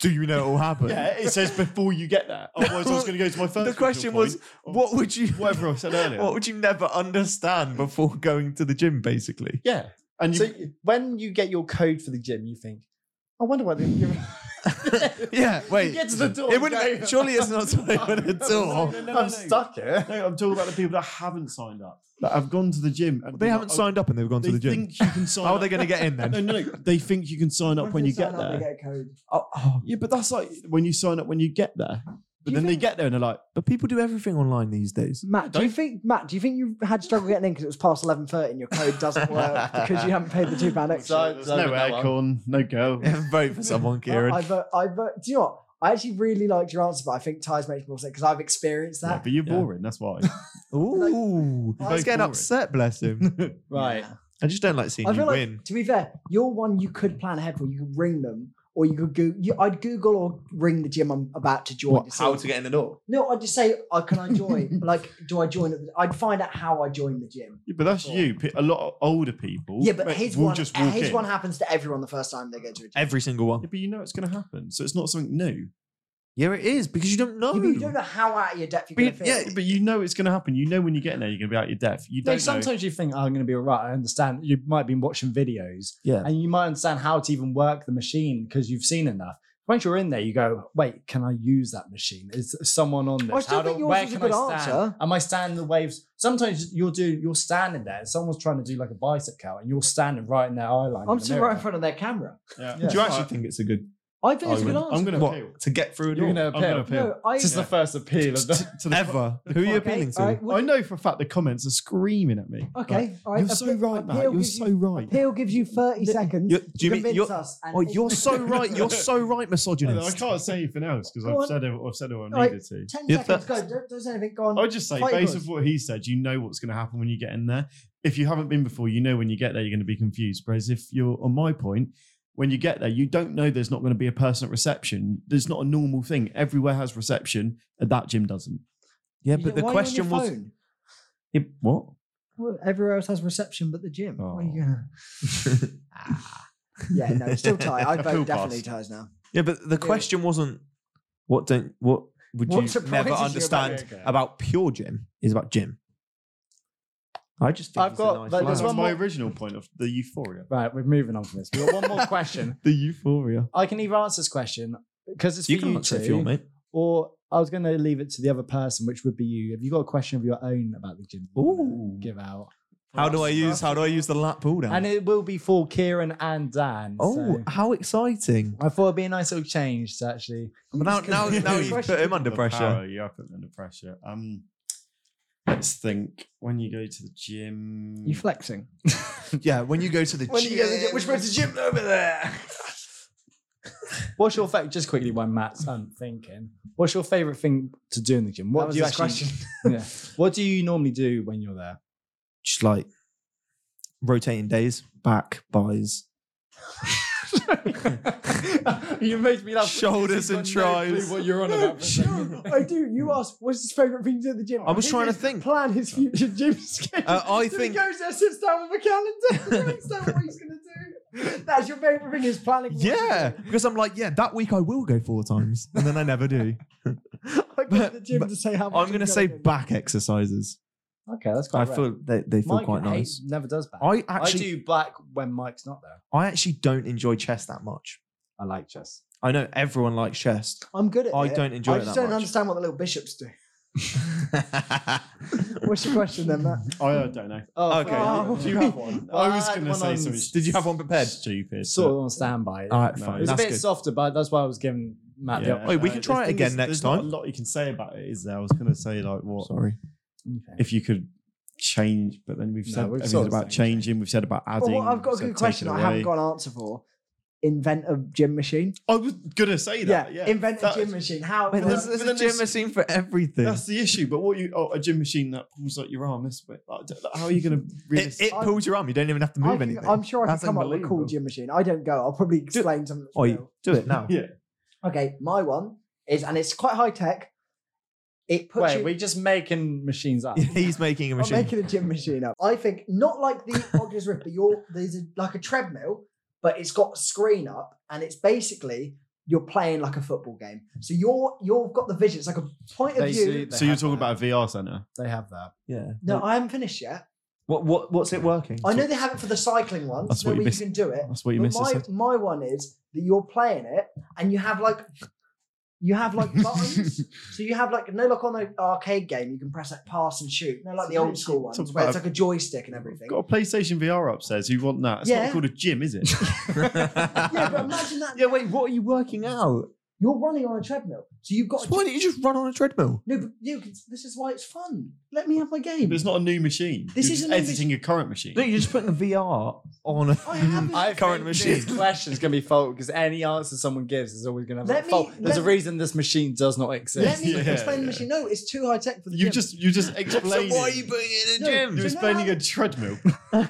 [SPEAKER 1] do you know it will happen?
[SPEAKER 2] yeah, it says before you get there. Otherwise, I was going to go to my first.
[SPEAKER 1] the question
[SPEAKER 2] control
[SPEAKER 1] was,
[SPEAKER 2] point or
[SPEAKER 1] what would you,
[SPEAKER 2] whatever I said earlier.
[SPEAKER 1] what would you never understand before going to the gym? Basically,
[SPEAKER 2] yeah, and you,
[SPEAKER 3] So when you get your code for the gym, you think, I wonder what the.
[SPEAKER 1] yeah. Wait,
[SPEAKER 3] You get to the door.
[SPEAKER 1] it wouldn't.
[SPEAKER 3] go-
[SPEAKER 1] Be, surely it's not something at the door.
[SPEAKER 2] no, no, no, no.
[SPEAKER 3] I'm stuck here.
[SPEAKER 2] no, I'm talking about the people that haven't signed up, that have gone to the gym. And
[SPEAKER 1] They haven't
[SPEAKER 2] oh,
[SPEAKER 1] signed up and they've gone
[SPEAKER 2] They
[SPEAKER 1] to the gym.
[SPEAKER 2] think you can sign.
[SPEAKER 1] How are
[SPEAKER 2] up.
[SPEAKER 1] they going to get in then?
[SPEAKER 2] No, no, no. They think you can sign up
[SPEAKER 4] if
[SPEAKER 2] when
[SPEAKER 4] they
[SPEAKER 2] you
[SPEAKER 4] sign up,
[SPEAKER 2] get there.
[SPEAKER 4] They get a code.
[SPEAKER 1] Oh, oh,
[SPEAKER 2] Yeah, but that's like when you sign up when you get there. But
[SPEAKER 4] Do you
[SPEAKER 2] then they
[SPEAKER 4] think-
[SPEAKER 2] get there and they're like,
[SPEAKER 1] But people do everything online these days.
[SPEAKER 4] Matt, do you think Matt? Do you think you had struggle getting in because it was past eleven thirty and your code doesn't work because you haven't paid the two pound extra?
[SPEAKER 3] So-
[SPEAKER 2] uh, there's
[SPEAKER 3] so
[SPEAKER 2] no
[SPEAKER 3] that one.
[SPEAKER 2] aircon, no girl.
[SPEAKER 1] Vote for someone, Kieran.
[SPEAKER 4] I, I, vote, I vote. uh, Do you know what? I actually really liked your answer, but I think Ties makes more sense because I've experienced
[SPEAKER 2] Yeah,
[SPEAKER 4] that.
[SPEAKER 2] but you're
[SPEAKER 1] Yeah.
[SPEAKER 2] boring. That's why.
[SPEAKER 1] Ooh, he's
[SPEAKER 2] You're both
[SPEAKER 1] getting
[SPEAKER 2] boring.
[SPEAKER 1] upset. Bless him.
[SPEAKER 3] Right.
[SPEAKER 1] I just don't like seeing
[SPEAKER 4] I
[SPEAKER 1] you
[SPEAKER 4] feel like-
[SPEAKER 1] win.
[SPEAKER 4] To be fair, your one you could plan ahead for. You could ring them, or you could go. You, I'd Google or ring the gym I'm about to join.
[SPEAKER 1] What,
[SPEAKER 4] see-
[SPEAKER 1] how to get in the door?
[SPEAKER 4] No, I'd just say, uh, "Can I join? like, do I join?" At the, I'd find out how I join the gym.
[SPEAKER 2] Yeah, but that's you. Pe- A lot of older people.
[SPEAKER 4] Yeah, but
[SPEAKER 2] mate,
[SPEAKER 4] his
[SPEAKER 2] will
[SPEAKER 4] one,
[SPEAKER 2] just walk
[SPEAKER 4] his
[SPEAKER 2] in.
[SPEAKER 4] one happens to everyone the first time they go to a gym.
[SPEAKER 1] Every single
[SPEAKER 2] Yeah,
[SPEAKER 1] one.
[SPEAKER 2] but you know it's going to happen, so it's not something new.
[SPEAKER 1] Yeah, it is because you don't know.
[SPEAKER 4] Yeah, but you don't know how out of your depth you're
[SPEAKER 2] But
[SPEAKER 4] going
[SPEAKER 2] you-
[SPEAKER 4] to feel.
[SPEAKER 2] yeah, but you know it's going to happen. You know when you get in there, you're going to be out your depth. You don't
[SPEAKER 3] Like,
[SPEAKER 2] know.
[SPEAKER 3] sometimes you think, oh, I'm going to be all right. I understand. You might have been watching videos
[SPEAKER 1] Yeah.
[SPEAKER 3] and you might understand how to even work the machine because you've seen enough. Once you're in there, you go, wait, can I use that machine? Is someone on this?
[SPEAKER 4] I still
[SPEAKER 3] How
[SPEAKER 4] think
[SPEAKER 3] do-
[SPEAKER 4] yours
[SPEAKER 3] where
[SPEAKER 4] is a
[SPEAKER 3] can
[SPEAKER 4] good
[SPEAKER 3] I stand?
[SPEAKER 4] answer.
[SPEAKER 3] Am I standing the waves? Sometimes you'll do, you're standing there. and Someone's trying to do like a bicep curl and you're standing right in their eye line. in
[SPEAKER 4] I'm
[SPEAKER 3] the
[SPEAKER 4] sitting
[SPEAKER 3] mirror.
[SPEAKER 4] right in front of their camera.
[SPEAKER 2] Yeah.
[SPEAKER 3] Yeah.
[SPEAKER 1] Do you actually think it's a good
[SPEAKER 4] I think it's a good
[SPEAKER 1] Argument.
[SPEAKER 4] answer.
[SPEAKER 2] I'm going to appeal.
[SPEAKER 1] what to get through a
[SPEAKER 3] You're
[SPEAKER 1] door?
[SPEAKER 3] gonna
[SPEAKER 2] I'm gonna
[SPEAKER 3] appeal.
[SPEAKER 2] appeal.
[SPEAKER 4] No, I.
[SPEAKER 3] This is the first appeal of the.
[SPEAKER 2] to the
[SPEAKER 1] Ever? Who are you
[SPEAKER 4] okay,
[SPEAKER 1] appealing to?
[SPEAKER 4] all right,
[SPEAKER 2] I
[SPEAKER 4] well-
[SPEAKER 2] know for a fact the comments are screaming at me.
[SPEAKER 4] Okay, all right.
[SPEAKER 2] You're so
[SPEAKER 4] appe-
[SPEAKER 2] right, Matt.
[SPEAKER 4] appeal
[SPEAKER 2] You're
[SPEAKER 4] gives
[SPEAKER 2] so
[SPEAKER 4] you-
[SPEAKER 2] right.
[SPEAKER 4] Appeal gives you 30 seconds.
[SPEAKER 1] You're- do
[SPEAKER 4] to
[SPEAKER 1] you mean-
[SPEAKER 4] convince
[SPEAKER 1] you're-
[SPEAKER 4] us? and
[SPEAKER 1] Oh,
[SPEAKER 4] it's-
[SPEAKER 1] you're so right. You're so right,
[SPEAKER 2] I
[SPEAKER 1] misogynist.
[SPEAKER 2] can't say anything else because
[SPEAKER 4] Go on.
[SPEAKER 2] I've said, it- I've said all I
[SPEAKER 4] Alright.
[SPEAKER 2] needed to.
[SPEAKER 4] 10
[SPEAKER 1] You're
[SPEAKER 4] seconds.
[SPEAKER 1] thir- Oh,
[SPEAKER 4] Go. Don't, don't say anything. Go on.
[SPEAKER 2] I would just say,
[SPEAKER 4] Fight
[SPEAKER 2] based
[SPEAKER 4] us.
[SPEAKER 2] off what he said, you know what's going to happen when you get in there. If you haven't been before, you know when you get there, you're going to be confused. Whereas if you're on my point, when you get there, you don't know there's not going to be a person at reception. There's not a normal thing. Everywhere has reception, and that gym doesn't.
[SPEAKER 1] Yeah,
[SPEAKER 4] Yeah,
[SPEAKER 1] but the
[SPEAKER 4] why are you on
[SPEAKER 1] question
[SPEAKER 4] your
[SPEAKER 1] was
[SPEAKER 4] phone?
[SPEAKER 2] It, what?
[SPEAKER 4] Well, everywhere else has reception but the gym. Why are you
[SPEAKER 2] Oh.
[SPEAKER 4] gonna- Yeah, no, it's still tie. I
[SPEAKER 2] Appeal
[SPEAKER 4] vote definitely
[SPEAKER 2] pass.
[SPEAKER 4] ties now.
[SPEAKER 1] Yeah, but the
[SPEAKER 4] Yeah.
[SPEAKER 1] question wasn't what don't what would
[SPEAKER 3] What
[SPEAKER 1] you
[SPEAKER 3] surprises
[SPEAKER 1] never
[SPEAKER 3] you about
[SPEAKER 1] understand
[SPEAKER 3] yoga?
[SPEAKER 1] about pure gym is about gym. I just think
[SPEAKER 3] I've
[SPEAKER 1] it's a
[SPEAKER 3] got-
[SPEAKER 1] nice
[SPEAKER 3] like,
[SPEAKER 2] That's
[SPEAKER 3] there's
[SPEAKER 1] line.
[SPEAKER 3] one
[SPEAKER 2] my
[SPEAKER 3] more-
[SPEAKER 2] original point of the euphoria.
[SPEAKER 3] Right, we're moving on from this. We've got one more question.
[SPEAKER 2] The euphoria.
[SPEAKER 3] I can either answer this question because it's for
[SPEAKER 1] you
[SPEAKER 3] you,
[SPEAKER 1] can answer
[SPEAKER 3] two,
[SPEAKER 1] if you want, mate.
[SPEAKER 3] or I was going to leave it to the other person, which would be you. Have you got a question of your own about the gym? you wanna
[SPEAKER 1] Ooh.
[SPEAKER 3] give out.
[SPEAKER 1] How do I use how do I use the lat pull down?
[SPEAKER 3] And it will be for Kieran and Dan.
[SPEAKER 1] oh,
[SPEAKER 3] so
[SPEAKER 1] how exciting!
[SPEAKER 3] I thought it'd be a nice little change to actually.
[SPEAKER 1] But now now, now you've put him under
[SPEAKER 2] The
[SPEAKER 1] pressure.
[SPEAKER 2] power, yeah, I put him under pressure. Um, let's think. When you go to the gym,
[SPEAKER 4] You flexing.
[SPEAKER 1] Yeah, when you go to the gym,
[SPEAKER 4] way's the gym over there?
[SPEAKER 3] What's your favorite? Just quickly, when Matt's um, thinking, what's your favorite thing to do in the gym?
[SPEAKER 4] That
[SPEAKER 3] What
[SPEAKER 4] was
[SPEAKER 3] do you
[SPEAKER 4] his
[SPEAKER 3] actually?
[SPEAKER 4] question.
[SPEAKER 3] Yeah. What do you normally do when you're there?
[SPEAKER 1] just like rotating days, back buys,
[SPEAKER 3] you made me laugh.
[SPEAKER 1] Shoulders and
[SPEAKER 3] You've got no clue
[SPEAKER 1] tries.
[SPEAKER 3] What you're on
[SPEAKER 4] No,
[SPEAKER 3] about?
[SPEAKER 4] sure, I do. You asked, what's his favourite thing to do at the gym?
[SPEAKER 1] Hmm. I was
[SPEAKER 4] He
[SPEAKER 1] trying to
[SPEAKER 4] goes,
[SPEAKER 1] think.
[SPEAKER 4] Plan his future gym schedule.
[SPEAKER 1] Uh, I
[SPEAKER 4] So
[SPEAKER 1] think-
[SPEAKER 4] He goes there, sits down with a calendar, writes down what he's going to do. That's your favourite thing is planning. what to
[SPEAKER 1] Yeah,
[SPEAKER 4] do.
[SPEAKER 1] because I'm like, yeah, that week I will go four times, and then I never do.
[SPEAKER 4] I go to the gym
[SPEAKER 1] But-
[SPEAKER 4] to say how much
[SPEAKER 1] I'm going to say
[SPEAKER 4] go.
[SPEAKER 1] back exercises.
[SPEAKER 3] Okay, that's
[SPEAKER 1] I
[SPEAKER 3] quite. rare.
[SPEAKER 1] feel they, they feel
[SPEAKER 3] Mike
[SPEAKER 1] quite
[SPEAKER 3] hates-
[SPEAKER 1] nice.
[SPEAKER 3] Never does back.
[SPEAKER 1] I
[SPEAKER 3] I
[SPEAKER 1] actually,
[SPEAKER 3] do black when Mike's not there.
[SPEAKER 1] I, actually don't enjoy chest that much.
[SPEAKER 3] I like chess.
[SPEAKER 1] I know everyone likes chest.
[SPEAKER 4] I'm good at
[SPEAKER 1] I
[SPEAKER 4] it.
[SPEAKER 1] don't enjoy
[SPEAKER 4] I
[SPEAKER 1] it
[SPEAKER 4] just
[SPEAKER 1] that
[SPEAKER 4] don't
[SPEAKER 1] much.
[SPEAKER 4] understand what the little bishops do. What's your question then, Matt?
[SPEAKER 2] I uh, don't know.
[SPEAKER 3] Oh,
[SPEAKER 1] Okay.
[SPEAKER 4] Oh.
[SPEAKER 2] Do you have one?
[SPEAKER 3] Well,
[SPEAKER 2] Uh, I
[SPEAKER 3] I
[SPEAKER 2] was
[SPEAKER 3] had
[SPEAKER 2] going to
[SPEAKER 3] one
[SPEAKER 2] say
[SPEAKER 3] on-
[SPEAKER 2] something.
[SPEAKER 1] Did you have one prepared?
[SPEAKER 2] Stupid.
[SPEAKER 3] Sort
[SPEAKER 2] but-
[SPEAKER 3] of on standby.
[SPEAKER 1] All right,
[SPEAKER 2] No,
[SPEAKER 1] fine.
[SPEAKER 3] it was a
[SPEAKER 1] Oh, That's
[SPEAKER 3] bit
[SPEAKER 1] good.
[SPEAKER 3] softer, but that's why I was giving Matt the
[SPEAKER 1] Wait, we can try it
[SPEAKER 2] thing
[SPEAKER 1] again
[SPEAKER 2] is,
[SPEAKER 1] next
[SPEAKER 2] Uh, there's not
[SPEAKER 1] time.
[SPEAKER 2] a lot you can say about it, is there? I was going to say like what
[SPEAKER 1] Sorry.
[SPEAKER 3] option.
[SPEAKER 2] if you could change, but then we've
[SPEAKER 3] No,
[SPEAKER 2] said
[SPEAKER 3] we've
[SPEAKER 2] everything
[SPEAKER 3] sort of
[SPEAKER 2] about
[SPEAKER 3] said that.
[SPEAKER 2] changing. We've said about adding.
[SPEAKER 4] well, I've got a
[SPEAKER 2] we've said
[SPEAKER 4] good question
[SPEAKER 2] taking
[SPEAKER 4] I haven't
[SPEAKER 2] away.
[SPEAKER 4] got an answer for. Invent a gym machine.
[SPEAKER 2] I was going to say that. Yeah,
[SPEAKER 4] invent
[SPEAKER 2] That-
[SPEAKER 4] a gym machine. How?
[SPEAKER 1] Wait, there's,
[SPEAKER 2] but
[SPEAKER 1] there's a
[SPEAKER 2] then
[SPEAKER 1] gym
[SPEAKER 2] it's-
[SPEAKER 1] machine for everything.
[SPEAKER 2] That's the issue. But what you oh, a gym machine that pulls like your arm this way? Like, d- like, how are you going to?
[SPEAKER 1] It, it
[SPEAKER 4] I-
[SPEAKER 1] pulls your arm. You don't even have to
[SPEAKER 4] I
[SPEAKER 1] move
[SPEAKER 4] can,
[SPEAKER 1] anything.
[SPEAKER 4] I'm sure I can
[SPEAKER 1] That's
[SPEAKER 4] come up with a cool
[SPEAKER 1] unbelievable.
[SPEAKER 4] gym machine. I don't go. I'll probably explain something. to
[SPEAKER 1] Oi,
[SPEAKER 4] Phil.
[SPEAKER 1] do it now.
[SPEAKER 2] Yeah.
[SPEAKER 4] Okay, my one is, and it's quite high tech. It puts
[SPEAKER 3] Wait,
[SPEAKER 4] you.
[SPEAKER 3] we're just making machines up.
[SPEAKER 1] He's making a
[SPEAKER 4] I'm
[SPEAKER 1] machine.
[SPEAKER 4] making a gym machine up. I think not like the Oculus Rift, but you're there's a, like a treadmill, but it's got a screen up, and it's basically you're playing like a football game. So you're you've got the vision. It's like a point of
[SPEAKER 3] They
[SPEAKER 4] view.
[SPEAKER 3] see- they
[SPEAKER 2] So you're
[SPEAKER 3] have
[SPEAKER 2] talking
[SPEAKER 3] that.
[SPEAKER 2] about a VR center.
[SPEAKER 3] They have that.
[SPEAKER 1] yeah.
[SPEAKER 4] no, I haven't finished yet.
[SPEAKER 1] What what what's it working?
[SPEAKER 4] I know they have it for the cycling ones.
[SPEAKER 2] That's
[SPEAKER 4] so
[SPEAKER 2] what you
[SPEAKER 4] you
[SPEAKER 2] missed.
[SPEAKER 4] can do it.
[SPEAKER 2] That's what you
[SPEAKER 4] But
[SPEAKER 2] missed. I said.
[SPEAKER 4] my, my one is that you're playing it and you have like you have like buttons. so you have like no like on an arcade game, you can press like pass and shoot. No, like the old school ones
[SPEAKER 2] Talk
[SPEAKER 4] where it's
[SPEAKER 2] about-
[SPEAKER 4] like a joystick and everything.
[SPEAKER 2] Got a PlayStation VR upstairs. You want that? It's
[SPEAKER 4] Yeah.
[SPEAKER 2] not called a gym, is it?
[SPEAKER 4] Yeah, but imagine that.
[SPEAKER 1] yeah, wait, what are you working out?
[SPEAKER 4] You're running on a treadmill, so you've got.
[SPEAKER 1] So
[SPEAKER 4] to-
[SPEAKER 1] why don't you just run on a treadmill?
[SPEAKER 4] no, but you can, this is why it's fun. Let me have my game.
[SPEAKER 2] But it's not a new machine.
[SPEAKER 4] This
[SPEAKER 2] You're
[SPEAKER 4] is
[SPEAKER 2] just
[SPEAKER 4] a new
[SPEAKER 2] editing a current machine.
[SPEAKER 1] No, you're just putting a VR on a
[SPEAKER 4] I haven't.
[SPEAKER 3] I
[SPEAKER 1] current
[SPEAKER 3] think
[SPEAKER 1] machine.
[SPEAKER 3] This question is going to be fault because any answer someone gives is always going to have
[SPEAKER 4] Let
[SPEAKER 3] a
[SPEAKER 4] me-
[SPEAKER 3] fault. There's a
[SPEAKER 4] let-
[SPEAKER 3] reason this machine does not
[SPEAKER 4] Let
[SPEAKER 3] exist.
[SPEAKER 4] me
[SPEAKER 2] Yeah,
[SPEAKER 4] explain the
[SPEAKER 2] yeah.
[SPEAKER 4] machine. No, it's too high tech for the
[SPEAKER 2] You
[SPEAKER 4] gym.
[SPEAKER 2] just you just explaining.
[SPEAKER 1] putting it
[SPEAKER 4] No,
[SPEAKER 2] You're
[SPEAKER 4] So
[SPEAKER 2] explaining
[SPEAKER 4] now-
[SPEAKER 2] a treadmill. we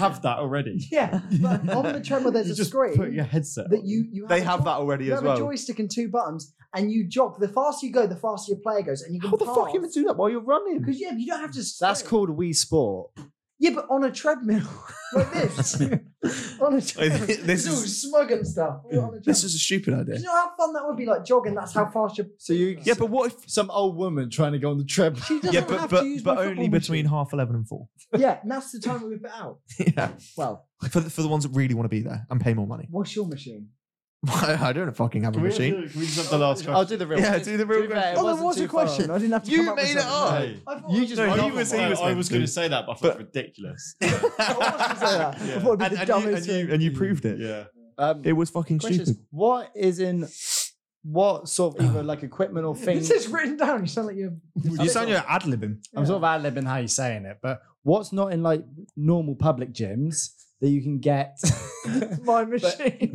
[SPEAKER 2] have that already.
[SPEAKER 4] yeah, but on the treadmill there's
[SPEAKER 2] you
[SPEAKER 4] a
[SPEAKER 2] just
[SPEAKER 4] screen
[SPEAKER 2] put your headset.
[SPEAKER 4] that you you
[SPEAKER 1] They
[SPEAKER 4] a
[SPEAKER 1] have
[SPEAKER 4] joy-
[SPEAKER 1] that already
[SPEAKER 4] You
[SPEAKER 1] as
[SPEAKER 4] have a
[SPEAKER 1] well.
[SPEAKER 4] joystick and two buttons, and you jog. The faster you go, the faster your player goes, and you can.
[SPEAKER 1] How the fuck you even do that while you're running?
[SPEAKER 4] Because yeah, but you don't have to.
[SPEAKER 3] That's
[SPEAKER 4] sprint.
[SPEAKER 3] called Wii Sport.
[SPEAKER 4] Yeah, but on a treadmill like this, on a treadmill,
[SPEAKER 1] This
[SPEAKER 4] it's all
[SPEAKER 1] is- Hmm.
[SPEAKER 4] smug and stuff. We're on a
[SPEAKER 1] This
[SPEAKER 4] treadmill.
[SPEAKER 1] is a stupid
[SPEAKER 4] Do
[SPEAKER 1] idea.
[SPEAKER 4] you know how fun that would be? Like jogging. That's how fast you.
[SPEAKER 3] So you-
[SPEAKER 1] Yeah, but what if?
[SPEAKER 3] Some old woman trying to go on the treadmill.
[SPEAKER 4] She doesn't
[SPEAKER 1] Yeah,
[SPEAKER 4] have
[SPEAKER 1] but
[SPEAKER 4] to
[SPEAKER 1] but,
[SPEAKER 4] use
[SPEAKER 1] but
[SPEAKER 4] my
[SPEAKER 1] only
[SPEAKER 4] football
[SPEAKER 1] between
[SPEAKER 4] machine.
[SPEAKER 1] half eleven and four.
[SPEAKER 4] Yeah, and that's the time we whip it out.
[SPEAKER 1] yeah,
[SPEAKER 4] Well,
[SPEAKER 1] for the, for the ones that really want to be there and pay more money.
[SPEAKER 4] what's your machine?
[SPEAKER 1] I don't fucking have a
[SPEAKER 2] Can we, have
[SPEAKER 1] machine.
[SPEAKER 2] the- can we just have the last
[SPEAKER 3] I'll
[SPEAKER 2] question?
[SPEAKER 3] do the real
[SPEAKER 1] Yeah, do the real
[SPEAKER 3] To be fair,
[SPEAKER 4] Oh,
[SPEAKER 1] question. Oh,
[SPEAKER 3] it wasn't too far off.
[SPEAKER 4] I didn't have
[SPEAKER 1] You
[SPEAKER 4] come up with
[SPEAKER 1] made it
[SPEAKER 4] something.
[SPEAKER 1] up.
[SPEAKER 2] Hey.
[SPEAKER 4] I thought
[SPEAKER 3] You
[SPEAKER 4] I
[SPEAKER 3] just
[SPEAKER 4] thought
[SPEAKER 1] No,
[SPEAKER 4] I
[SPEAKER 1] he
[SPEAKER 4] thought-
[SPEAKER 1] was-
[SPEAKER 2] Oh, I,
[SPEAKER 1] he was
[SPEAKER 2] I
[SPEAKER 1] meant
[SPEAKER 2] was going
[SPEAKER 1] to.
[SPEAKER 2] to say that, but I thought it was ridiculous.
[SPEAKER 4] I was gonna say that. I thought it'd be
[SPEAKER 1] And-
[SPEAKER 4] the
[SPEAKER 1] and you- and
[SPEAKER 4] dumbest
[SPEAKER 1] you-
[SPEAKER 4] thing.
[SPEAKER 1] and you proved it.
[SPEAKER 2] Yeah.
[SPEAKER 3] Um,
[SPEAKER 1] It was fucking
[SPEAKER 3] question is,
[SPEAKER 1] stupid.
[SPEAKER 3] what is in what sort of either like equipment or thing?
[SPEAKER 4] This is written down. You sound like you're.
[SPEAKER 1] You sound like ad libbing.
[SPEAKER 3] I'm sort of ad libbing how you're saying it, but what's not in like normal public gyms that you can get,
[SPEAKER 4] my machine.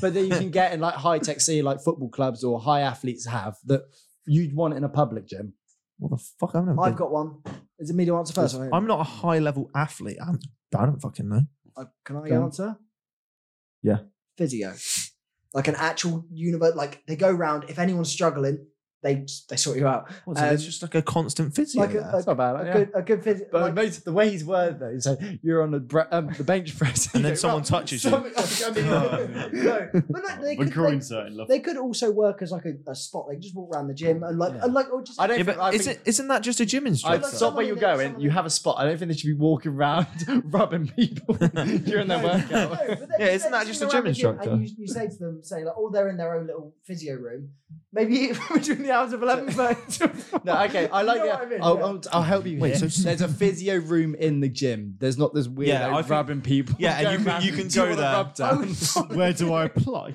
[SPEAKER 3] but that you can get in like high tech, see like football clubs or high athletes have that you'd want in a public gym.
[SPEAKER 1] What the fuck? I've never.
[SPEAKER 4] I've
[SPEAKER 1] been-
[SPEAKER 4] got one. Is it me to answer first? or-
[SPEAKER 1] I'm not a high level athlete. I'm, I don't fucking know.
[SPEAKER 4] Uh, can I
[SPEAKER 1] Go on.
[SPEAKER 4] answer?
[SPEAKER 1] Yeah.
[SPEAKER 4] Physio. Like an actual universe. Like they go round. If anyone's struggling, they they sort you out.
[SPEAKER 1] What's it? It's
[SPEAKER 4] Um,
[SPEAKER 1] just like a constant physio.
[SPEAKER 4] like a-
[SPEAKER 1] there.
[SPEAKER 3] That's not bad.
[SPEAKER 4] A
[SPEAKER 3] yeah.
[SPEAKER 4] good a good physio.
[SPEAKER 3] But
[SPEAKER 4] like-
[SPEAKER 3] most, the way he's worded though, he said you're on the bre- um, the bench press,
[SPEAKER 1] and
[SPEAKER 3] You
[SPEAKER 1] then
[SPEAKER 3] go,
[SPEAKER 1] someone
[SPEAKER 3] "Right,
[SPEAKER 1] touches you.
[SPEAKER 3] something- I mean,
[SPEAKER 2] Oh.
[SPEAKER 4] no, but like, they,
[SPEAKER 2] But
[SPEAKER 4] could, they,
[SPEAKER 2] groins hurting, love.
[SPEAKER 4] they could also work as like a, a spot. They just walk around the gym and like
[SPEAKER 3] Yeah.
[SPEAKER 4] and like or just
[SPEAKER 3] I don't.
[SPEAKER 1] Yeah,
[SPEAKER 3] think, I
[SPEAKER 1] but
[SPEAKER 3] think,
[SPEAKER 1] isn't, isn't that just a gym
[SPEAKER 3] I
[SPEAKER 1] instructor?
[SPEAKER 4] like
[SPEAKER 3] stop where
[SPEAKER 4] someone
[SPEAKER 3] you're
[SPEAKER 4] that-
[SPEAKER 3] going.
[SPEAKER 4] someone
[SPEAKER 3] You
[SPEAKER 4] that-
[SPEAKER 3] have a spot. I don't think they should be walking around rubbing people during their
[SPEAKER 4] No, no,
[SPEAKER 3] workout.
[SPEAKER 4] but they're
[SPEAKER 1] Yeah,
[SPEAKER 4] just-
[SPEAKER 1] isn't
[SPEAKER 4] they're
[SPEAKER 1] that just a
[SPEAKER 4] around
[SPEAKER 1] gym
[SPEAKER 4] the
[SPEAKER 1] instructor?
[SPEAKER 4] And you, you say to them, say like, oh, they're in their own little physio room. Maybe between the hours of eleven thirty.
[SPEAKER 3] No, okay. I like
[SPEAKER 4] You know
[SPEAKER 3] that.
[SPEAKER 4] what I mean?
[SPEAKER 3] I'll,
[SPEAKER 4] Yeah.
[SPEAKER 3] I'll, I'll help you.
[SPEAKER 1] Wait,
[SPEAKER 3] here.
[SPEAKER 1] so-
[SPEAKER 3] there's a physio room in the gym. There's not this weird
[SPEAKER 1] Yeah, I think-
[SPEAKER 3] rubbing people.
[SPEAKER 1] Yeah, and you
[SPEAKER 3] going
[SPEAKER 1] can-
[SPEAKER 3] around.
[SPEAKER 1] you can
[SPEAKER 3] Do
[SPEAKER 1] go
[SPEAKER 3] wanna
[SPEAKER 1] there.
[SPEAKER 3] rub down?
[SPEAKER 4] Oh,
[SPEAKER 2] Where do I apply?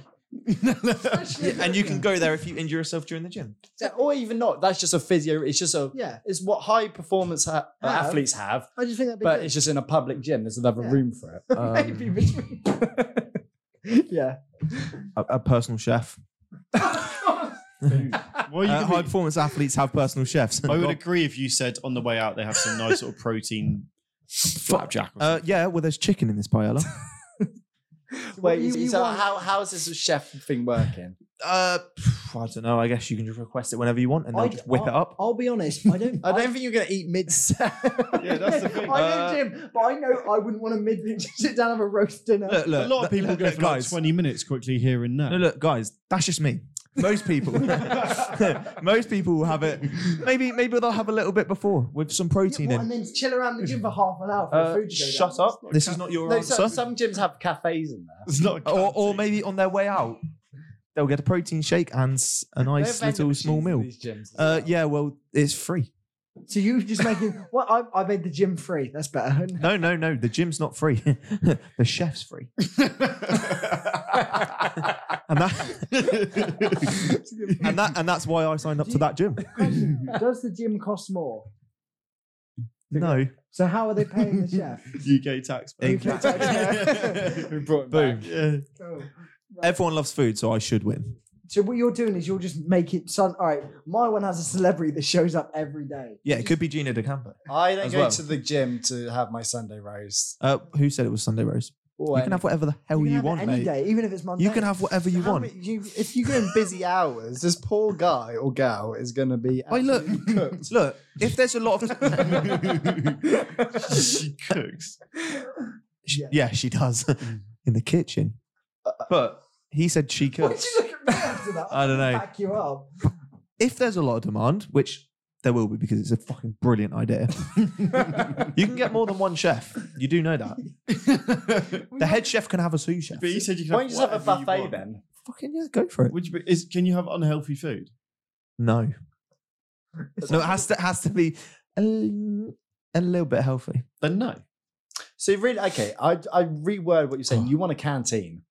[SPEAKER 1] Yeah, and you can go there if you injure yourself during the gym.
[SPEAKER 3] Yeah, or even not. That's just a physio. It's just a.
[SPEAKER 4] Yeah,
[SPEAKER 3] It's what high performance ha- uh,
[SPEAKER 4] Have.
[SPEAKER 3] athletes have,
[SPEAKER 4] I just think that'd be.
[SPEAKER 3] but
[SPEAKER 4] good.
[SPEAKER 3] it's just in a public gym. There's another
[SPEAKER 4] Yeah.
[SPEAKER 3] room for it.
[SPEAKER 4] maybe
[SPEAKER 1] Um,
[SPEAKER 4] between. yeah.
[SPEAKER 1] a, a personal chef.
[SPEAKER 2] Well, you
[SPEAKER 1] Uh,
[SPEAKER 2] could
[SPEAKER 1] high
[SPEAKER 2] be-
[SPEAKER 1] performance athletes have personal chefs.
[SPEAKER 2] I would agree if you said on the way out they have some nice sort of protein flapjack. Or
[SPEAKER 1] Uh, yeah, well, there's chicken in this paella.
[SPEAKER 3] Wait,
[SPEAKER 4] you-
[SPEAKER 3] so
[SPEAKER 4] you
[SPEAKER 3] so
[SPEAKER 4] want-
[SPEAKER 3] how how is this chef thing working?
[SPEAKER 1] uh, pff, I don't know. I guess you can just request it whenever you want, and they'll
[SPEAKER 4] I-
[SPEAKER 1] just whip it up.
[SPEAKER 4] I'll be honest. I don't.
[SPEAKER 3] I don't think you're gonna eat mid set.
[SPEAKER 2] Yeah, that's the thing.
[SPEAKER 4] I
[SPEAKER 1] Uh,
[SPEAKER 4] know Jim, but I know I wouldn't want to mid just sit down and have a roast dinner.
[SPEAKER 1] Look,
[SPEAKER 2] something.
[SPEAKER 1] look,
[SPEAKER 2] a lot of people
[SPEAKER 1] look,
[SPEAKER 2] go
[SPEAKER 1] look,
[SPEAKER 2] for like
[SPEAKER 1] guys.
[SPEAKER 2] 20 minutes quickly here and now.
[SPEAKER 1] no, look, guys. That's just me. Most people, most people will have it. Maybe, maybe they'll have a little bit before with some protein
[SPEAKER 4] Yeah, what,
[SPEAKER 1] in.
[SPEAKER 4] and then chill around the gym for half an hour for the
[SPEAKER 1] Uh,
[SPEAKER 4] food to go
[SPEAKER 1] shut
[SPEAKER 4] down.
[SPEAKER 1] up! This is not your
[SPEAKER 3] no,
[SPEAKER 1] answer.
[SPEAKER 3] so, some gyms have cafes in there.
[SPEAKER 2] It's not a
[SPEAKER 4] Oh,
[SPEAKER 1] or, or
[SPEAKER 2] canteen.
[SPEAKER 1] maybe on their way out, they'll get a protein shake and s- a
[SPEAKER 3] They're
[SPEAKER 1] nice
[SPEAKER 3] vending
[SPEAKER 1] little small
[SPEAKER 3] machines in
[SPEAKER 1] meal.
[SPEAKER 3] these gyms as
[SPEAKER 1] Uh,
[SPEAKER 3] well.
[SPEAKER 1] yeah, well, it's free.
[SPEAKER 4] So you just making? Well, I, I made the gym free. That's better.
[SPEAKER 1] No, no, no. The gym's not free. the chef's free. and that, and that, and that's why I signed up to that gym.
[SPEAKER 4] Question, Does the gym cost more?
[SPEAKER 1] No,
[SPEAKER 4] So how are they paying the chef?
[SPEAKER 2] UK tax. man.
[SPEAKER 4] UK tax.
[SPEAKER 3] we brought him
[SPEAKER 1] boom.
[SPEAKER 3] back.
[SPEAKER 4] Oh.
[SPEAKER 1] Everyone loves food, so I should win.
[SPEAKER 4] So what you're doing is you'll just make it. Son, all right. My one has a celebrity that shows up every day.
[SPEAKER 1] Yeah, it could be Gina DeCampo.
[SPEAKER 3] I don't
[SPEAKER 1] As
[SPEAKER 3] go
[SPEAKER 1] well.
[SPEAKER 3] to the gym to have my Sunday roast.
[SPEAKER 1] Uh, who said it was Sunday roast?
[SPEAKER 3] Or
[SPEAKER 1] You can have whatever the hell
[SPEAKER 4] can
[SPEAKER 1] you,
[SPEAKER 4] have it
[SPEAKER 1] want,
[SPEAKER 4] any
[SPEAKER 1] mate.
[SPEAKER 4] day, even if it's Monday.
[SPEAKER 1] You can have whatever you want.
[SPEAKER 3] you, if you go in busy hours, this poor guy or gal is going to be.
[SPEAKER 1] Oh, look.
[SPEAKER 3] absolutely cooked.
[SPEAKER 1] Look, if there's a lot of
[SPEAKER 2] she cooks.
[SPEAKER 1] She- yeah, she does in the kitchen. But he said she
[SPEAKER 4] Why did
[SPEAKER 1] cooks.
[SPEAKER 4] you look at me after that?
[SPEAKER 1] I don't know.
[SPEAKER 4] Back you up.
[SPEAKER 1] If there's a lot of demand, which there will be because it's a fucking brilliant idea, you can get more than one chef. You do know that. The head chef can have a sous chef.
[SPEAKER 2] But you said you can
[SPEAKER 3] Why don't you just have a
[SPEAKER 2] whatever you
[SPEAKER 3] buffet
[SPEAKER 2] want.
[SPEAKER 3] then?
[SPEAKER 1] Fucking yeah, go for it.
[SPEAKER 2] Would you be, is, can you have unhealthy food?
[SPEAKER 1] No, no, it has to has to be a, l- a little bit healthy.
[SPEAKER 2] Then no.
[SPEAKER 3] So really, okay, I I reword what you're saying. You want a canteen?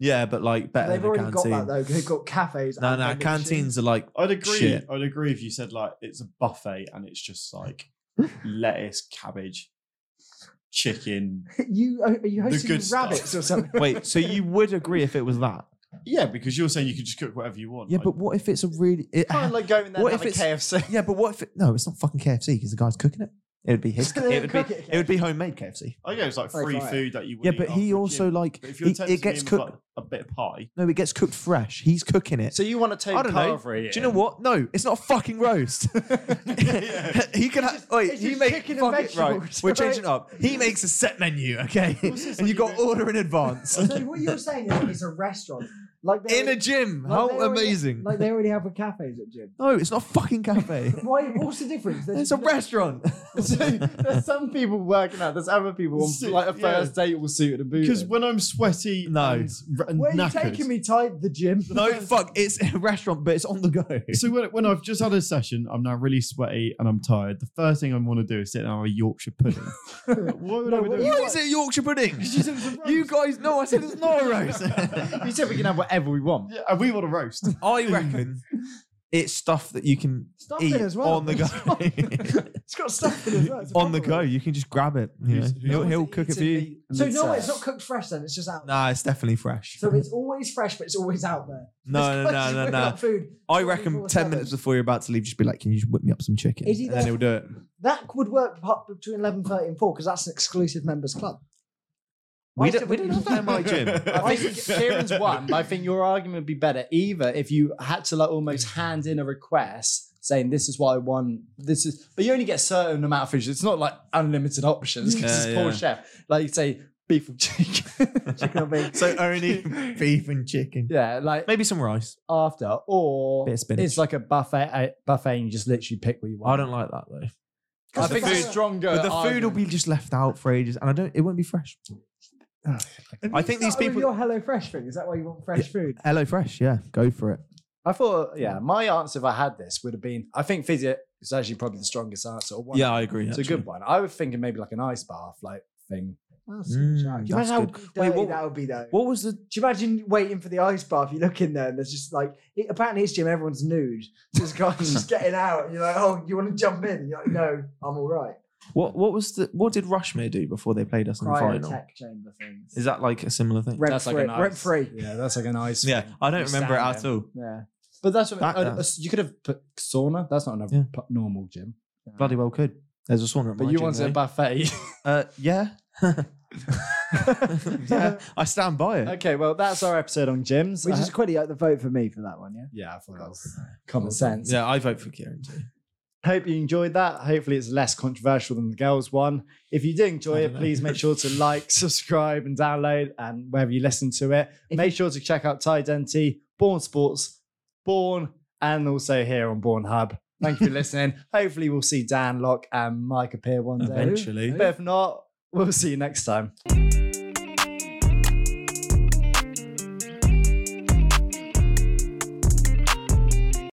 [SPEAKER 1] Yeah, but like better
[SPEAKER 4] They've
[SPEAKER 1] than a
[SPEAKER 4] already
[SPEAKER 1] canteen.
[SPEAKER 4] got that though. They've got cafes.
[SPEAKER 1] No,
[SPEAKER 4] and
[SPEAKER 1] no,
[SPEAKER 4] vending machines.
[SPEAKER 1] canteens are like
[SPEAKER 2] I'd agree.
[SPEAKER 1] Shit.
[SPEAKER 2] I'd agree if you said like it's a buffet and it's just like lettuce, cabbage, chicken.
[SPEAKER 4] you are you
[SPEAKER 2] The
[SPEAKER 4] hosting
[SPEAKER 2] good stuff.
[SPEAKER 4] rabbits or something?
[SPEAKER 1] wait. So you would agree if it was that?
[SPEAKER 2] Yeah, because you're saying you can just cook whatever you want.
[SPEAKER 1] Yeah,
[SPEAKER 2] like,
[SPEAKER 1] but what if it's a really? It,
[SPEAKER 3] Kind of like going there
[SPEAKER 1] What
[SPEAKER 3] and
[SPEAKER 1] if
[SPEAKER 3] having KFC.
[SPEAKER 1] yeah, but what if it, no? It's not fucking KFC because the guy's cooking it. It would be his.
[SPEAKER 4] So they
[SPEAKER 1] it would be.
[SPEAKER 4] cook it
[SPEAKER 1] It would be homemade KFC.
[SPEAKER 2] I guess it's like
[SPEAKER 4] Like,
[SPEAKER 2] free
[SPEAKER 4] right.
[SPEAKER 2] food that you. would
[SPEAKER 1] Yeah,
[SPEAKER 2] eat
[SPEAKER 1] but
[SPEAKER 2] after
[SPEAKER 1] he
[SPEAKER 2] the
[SPEAKER 1] also
[SPEAKER 2] gym.
[SPEAKER 1] like
[SPEAKER 2] But if you're
[SPEAKER 1] he,
[SPEAKER 2] tempted
[SPEAKER 1] it
[SPEAKER 2] to
[SPEAKER 1] gets
[SPEAKER 2] him with, like,
[SPEAKER 1] cooked.
[SPEAKER 2] a bit of pie.
[SPEAKER 1] No, it gets cooked fresh. He's cooking it.
[SPEAKER 3] So you want to take
[SPEAKER 1] I don't know.
[SPEAKER 3] Carvery?
[SPEAKER 1] Do you know what? No, it's not a fucking roast. he can ha- wait.
[SPEAKER 4] it's
[SPEAKER 1] He
[SPEAKER 4] just
[SPEAKER 1] makes
[SPEAKER 4] chicken and
[SPEAKER 1] right.
[SPEAKER 4] vegetables,
[SPEAKER 1] We're
[SPEAKER 4] right?
[SPEAKER 1] changing it up. He makes a set menu, okay?
[SPEAKER 2] this,
[SPEAKER 1] and
[SPEAKER 2] like
[SPEAKER 1] you
[SPEAKER 2] you
[SPEAKER 1] got
[SPEAKER 2] go-
[SPEAKER 1] order in advance
[SPEAKER 4] So what you're saying is it's a restaurant, like they
[SPEAKER 1] in a gym.
[SPEAKER 4] like
[SPEAKER 1] How
[SPEAKER 4] they already-
[SPEAKER 1] amazing!
[SPEAKER 4] like they already have with cafes at gym.
[SPEAKER 1] no, it's not a fucking cafe.
[SPEAKER 4] Why? What's the difference? There's
[SPEAKER 1] it's a restaurant.
[SPEAKER 3] So there's some people working out. There's other people on
[SPEAKER 2] Suit-
[SPEAKER 3] like a
[SPEAKER 2] yeah.
[SPEAKER 3] first date all suited and booted.
[SPEAKER 2] Because when I'm sweaty,
[SPEAKER 1] No.
[SPEAKER 2] and, r- and
[SPEAKER 4] Where are you
[SPEAKER 2] knackered-
[SPEAKER 4] taking me, Ty? The gym.
[SPEAKER 1] no, fuck. It's a restaurant, but it's on the go.
[SPEAKER 2] So when, when I've just had a session, I'm now really sweaty and I'm tired. The first thing I want to do is sit down and have a Yorkshire pudding. Why would I
[SPEAKER 4] No,
[SPEAKER 2] be
[SPEAKER 4] what
[SPEAKER 2] doing?
[SPEAKER 4] you-
[SPEAKER 1] Why is it Yorkshire pudding? you guys know I said it's not a roast.
[SPEAKER 3] you said we can have whatever we want.
[SPEAKER 2] Yeah, and we want a roast.
[SPEAKER 1] I reckon it's stuff that you can
[SPEAKER 4] Stuff
[SPEAKER 1] eat
[SPEAKER 4] in as well.
[SPEAKER 1] on the go.
[SPEAKER 4] It's got stuff in it as well. It's a
[SPEAKER 1] on the
[SPEAKER 4] proper
[SPEAKER 1] go,
[SPEAKER 4] one.
[SPEAKER 1] you can just grab it. you
[SPEAKER 2] Who's-
[SPEAKER 1] know.
[SPEAKER 2] who's-
[SPEAKER 1] He'll, he'll cook it for you.
[SPEAKER 4] So no, it's
[SPEAKER 1] uh,
[SPEAKER 4] not cooked fresh. Then it's just out.
[SPEAKER 1] Nah, it's definitely fresh.
[SPEAKER 4] So it's always fresh, but it's always out there.
[SPEAKER 1] No, no,
[SPEAKER 4] It's
[SPEAKER 1] no, no,
[SPEAKER 4] constantly
[SPEAKER 1] no.
[SPEAKER 4] got Food.
[SPEAKER 1] I reckon 10
[SPEAKER 4] 24/7.
[SPEAKER 1] minutes before you're about to leave, just be like, can you just whip me up some chicken?
[SPEAKER 4] Is he
[SPEAKER 1] And then
[SPEAKER 4] there-
[SPEAKER 1] he'll do it.
[SPEAKER 4] That would work part- between eleven thirty and four because that's an exclusive members club.
[SPEAKER 1] We
[SPEAKER 4] I
[SPEAKER 1] don't,
[SPEAKER 4] still
[SPEAKER 1] we
[SPEAKER 4] think
[SPEAKER 1] don't have
[SPEAKER 4] you
[SPEAKER 1] that in my gym.
[SPEAKER 3] I think Kieran's one. but I think your argument would be better either if you had to like almost hand in a request saying this is what I want. This is, but you only get a certain amount of food. It's not like unlimited options because
[SPEAKER 1] Yeah,
[SPEAKER 3] it's poor
[SPEAKER 1] yeah.
[SPEAKER 3] chef. Like you say, beef and chicken.
[SPEAKER 4] Chicken or beef.
[SPEAKER 1] So only beef and chicken.
[SPEAKER 3] yeah, like
[SPEAKER 1] Maybe some rice.
[SPEAKER 3] after or
[SPEAKER 1] Bit of spinach.
[SPEAKER 3] it's like a buffet a buffet and you just literally pick what you
[SPEAKER 1] I
[SPEAKER 3] want.
[SPEAKER 1] don't like that though.
[SPEAKER 3] I
[SPEAKER 1] Because the
[SPEAKER 3] think it's
[SPEAKER 1] food-
[SPEAKER 3] stronger.
[SPEAKER 1] But the food will
[SPEAKER 3] argument.
[SPEAKER 1] be just left out for ages and I don't, it won't be fresh. I think these
[SPEAKER 4] Start with
[SPEAKER 1] people-
[SPEAKER 4] Your Hello Fresh thing is that why you want fresh food?
[SPEAKER 1] Hello Fresh, yeah, go for it.
[SPEAKER 3] I thought, yeah, my answer if I had this would have been I think physio is actually probably the strongest answer. Or one
[SPEAKER 1] Yeah, I agree.
[SPEAKER 3] It's a good one. I was thinking maybe like an ice bath like thing.
[SPEAKER 4] That's
[SPEAKER 1] Mm,
[SPEAKER 4] a joke. Do you
[SPEAKER 1] that's
[SPEAKER 4] imagine how
[SPEAKER 1] good.
[SPEAKER 4] dirty
[SPEAKER 1] Wait, what-
[SPEAKER 4] that would be though?
[SPEAKER 1] What was the
[SPEAKER 4] Do you imagine waiting for the ice bath? You look in there and there's just like it, apparently his gym, everyone's nude. So This guy's just getting out. And you're like, oh, you want to jump in? And you're like, no, I'm all right.
[SPEAKER 1] what what was the what did Rushmere do before they played us in the final?
[SPEAKER 4] Cryotech chamber things.
[SPEAKER 1] Is that like a similar thing?
[SPEAKER 4] Rent
[SPEAKER 3] that's
[SPEAKER 4] free.
[SPEAKER 3] like an
[SPEAKER 4] rent
[SPEAKER 3] ice.
[SPEAKER 4] free.
[SPEAKER 3] Yeah, that's like an ice.
[SPEAKER 1] Yeah,
[SPEAKER 3] thing.
[SPEAKER 1] I don't
[SPEAKER 3] You
[SPEAKER 1] remember it
[SPEAKER 3] stand
[SPEAKER 1] at
[SPEAKER 3] there.
[SPEAKER 1] all.
[SPEAKER 4] Yeah.
[SPEAKER 3] But that's what
[SPEAKER 1] That
[SPEAKER 3] I-
[SPEAKER 1] does.
[SPEAKER 3] you could have put sauna. That's not another
[SPEAKER 1] Yeah.
[SPEAKER 3] pu- normal gym.
[SPEAKER 1] Bloody well could. There's a sauna. At
[SPEAKER 3] But
[SPEAKER 1] my
[SPEAKER 3] you
[SPEAKER 1] gym,
[SPEAKER 3] wanted
[SPEAKER 1] though.
[SPEAKER 3] a buffet.
[SPEAKER 1] Uh, yeah. yeah, I stand by it.
[SPEAKER 3] okay, well that's our episode on gyms.
[SPEAKER 4] We
[SPEAKER 3] I-
[SPEAKER 4] just quickly out the vote for me for that one, yeah?
[SPEAKER 3] yeah, I thought that was common sense.
[SPEAKER 1] Yeah, I vote for Kieran too.
[SPEAKER 3] Hope you enjoyed that. Hopefully, it's less controversial than the girls' one. If you did enjoy
[SPEAKER 1] I
[SPEAKER 3] it,
[SPEAKER 1] don't know.
[SPEAKER 3] please make sure to like, subscribe, and download, and wherever you listen to it,
[SPEAKER 4] If
[SPEAKER 3] make sure to check out Ty Denty, Born Sports, Born, and also here on Born Hub. Thank you for listening. Hopefully, we'll see Dan Locke and Mike appear one day.
[SPEAKER 1] Eventually.
[SPEAKER 3] But if not, we'll see you next time.
[SPEAKER 4] Who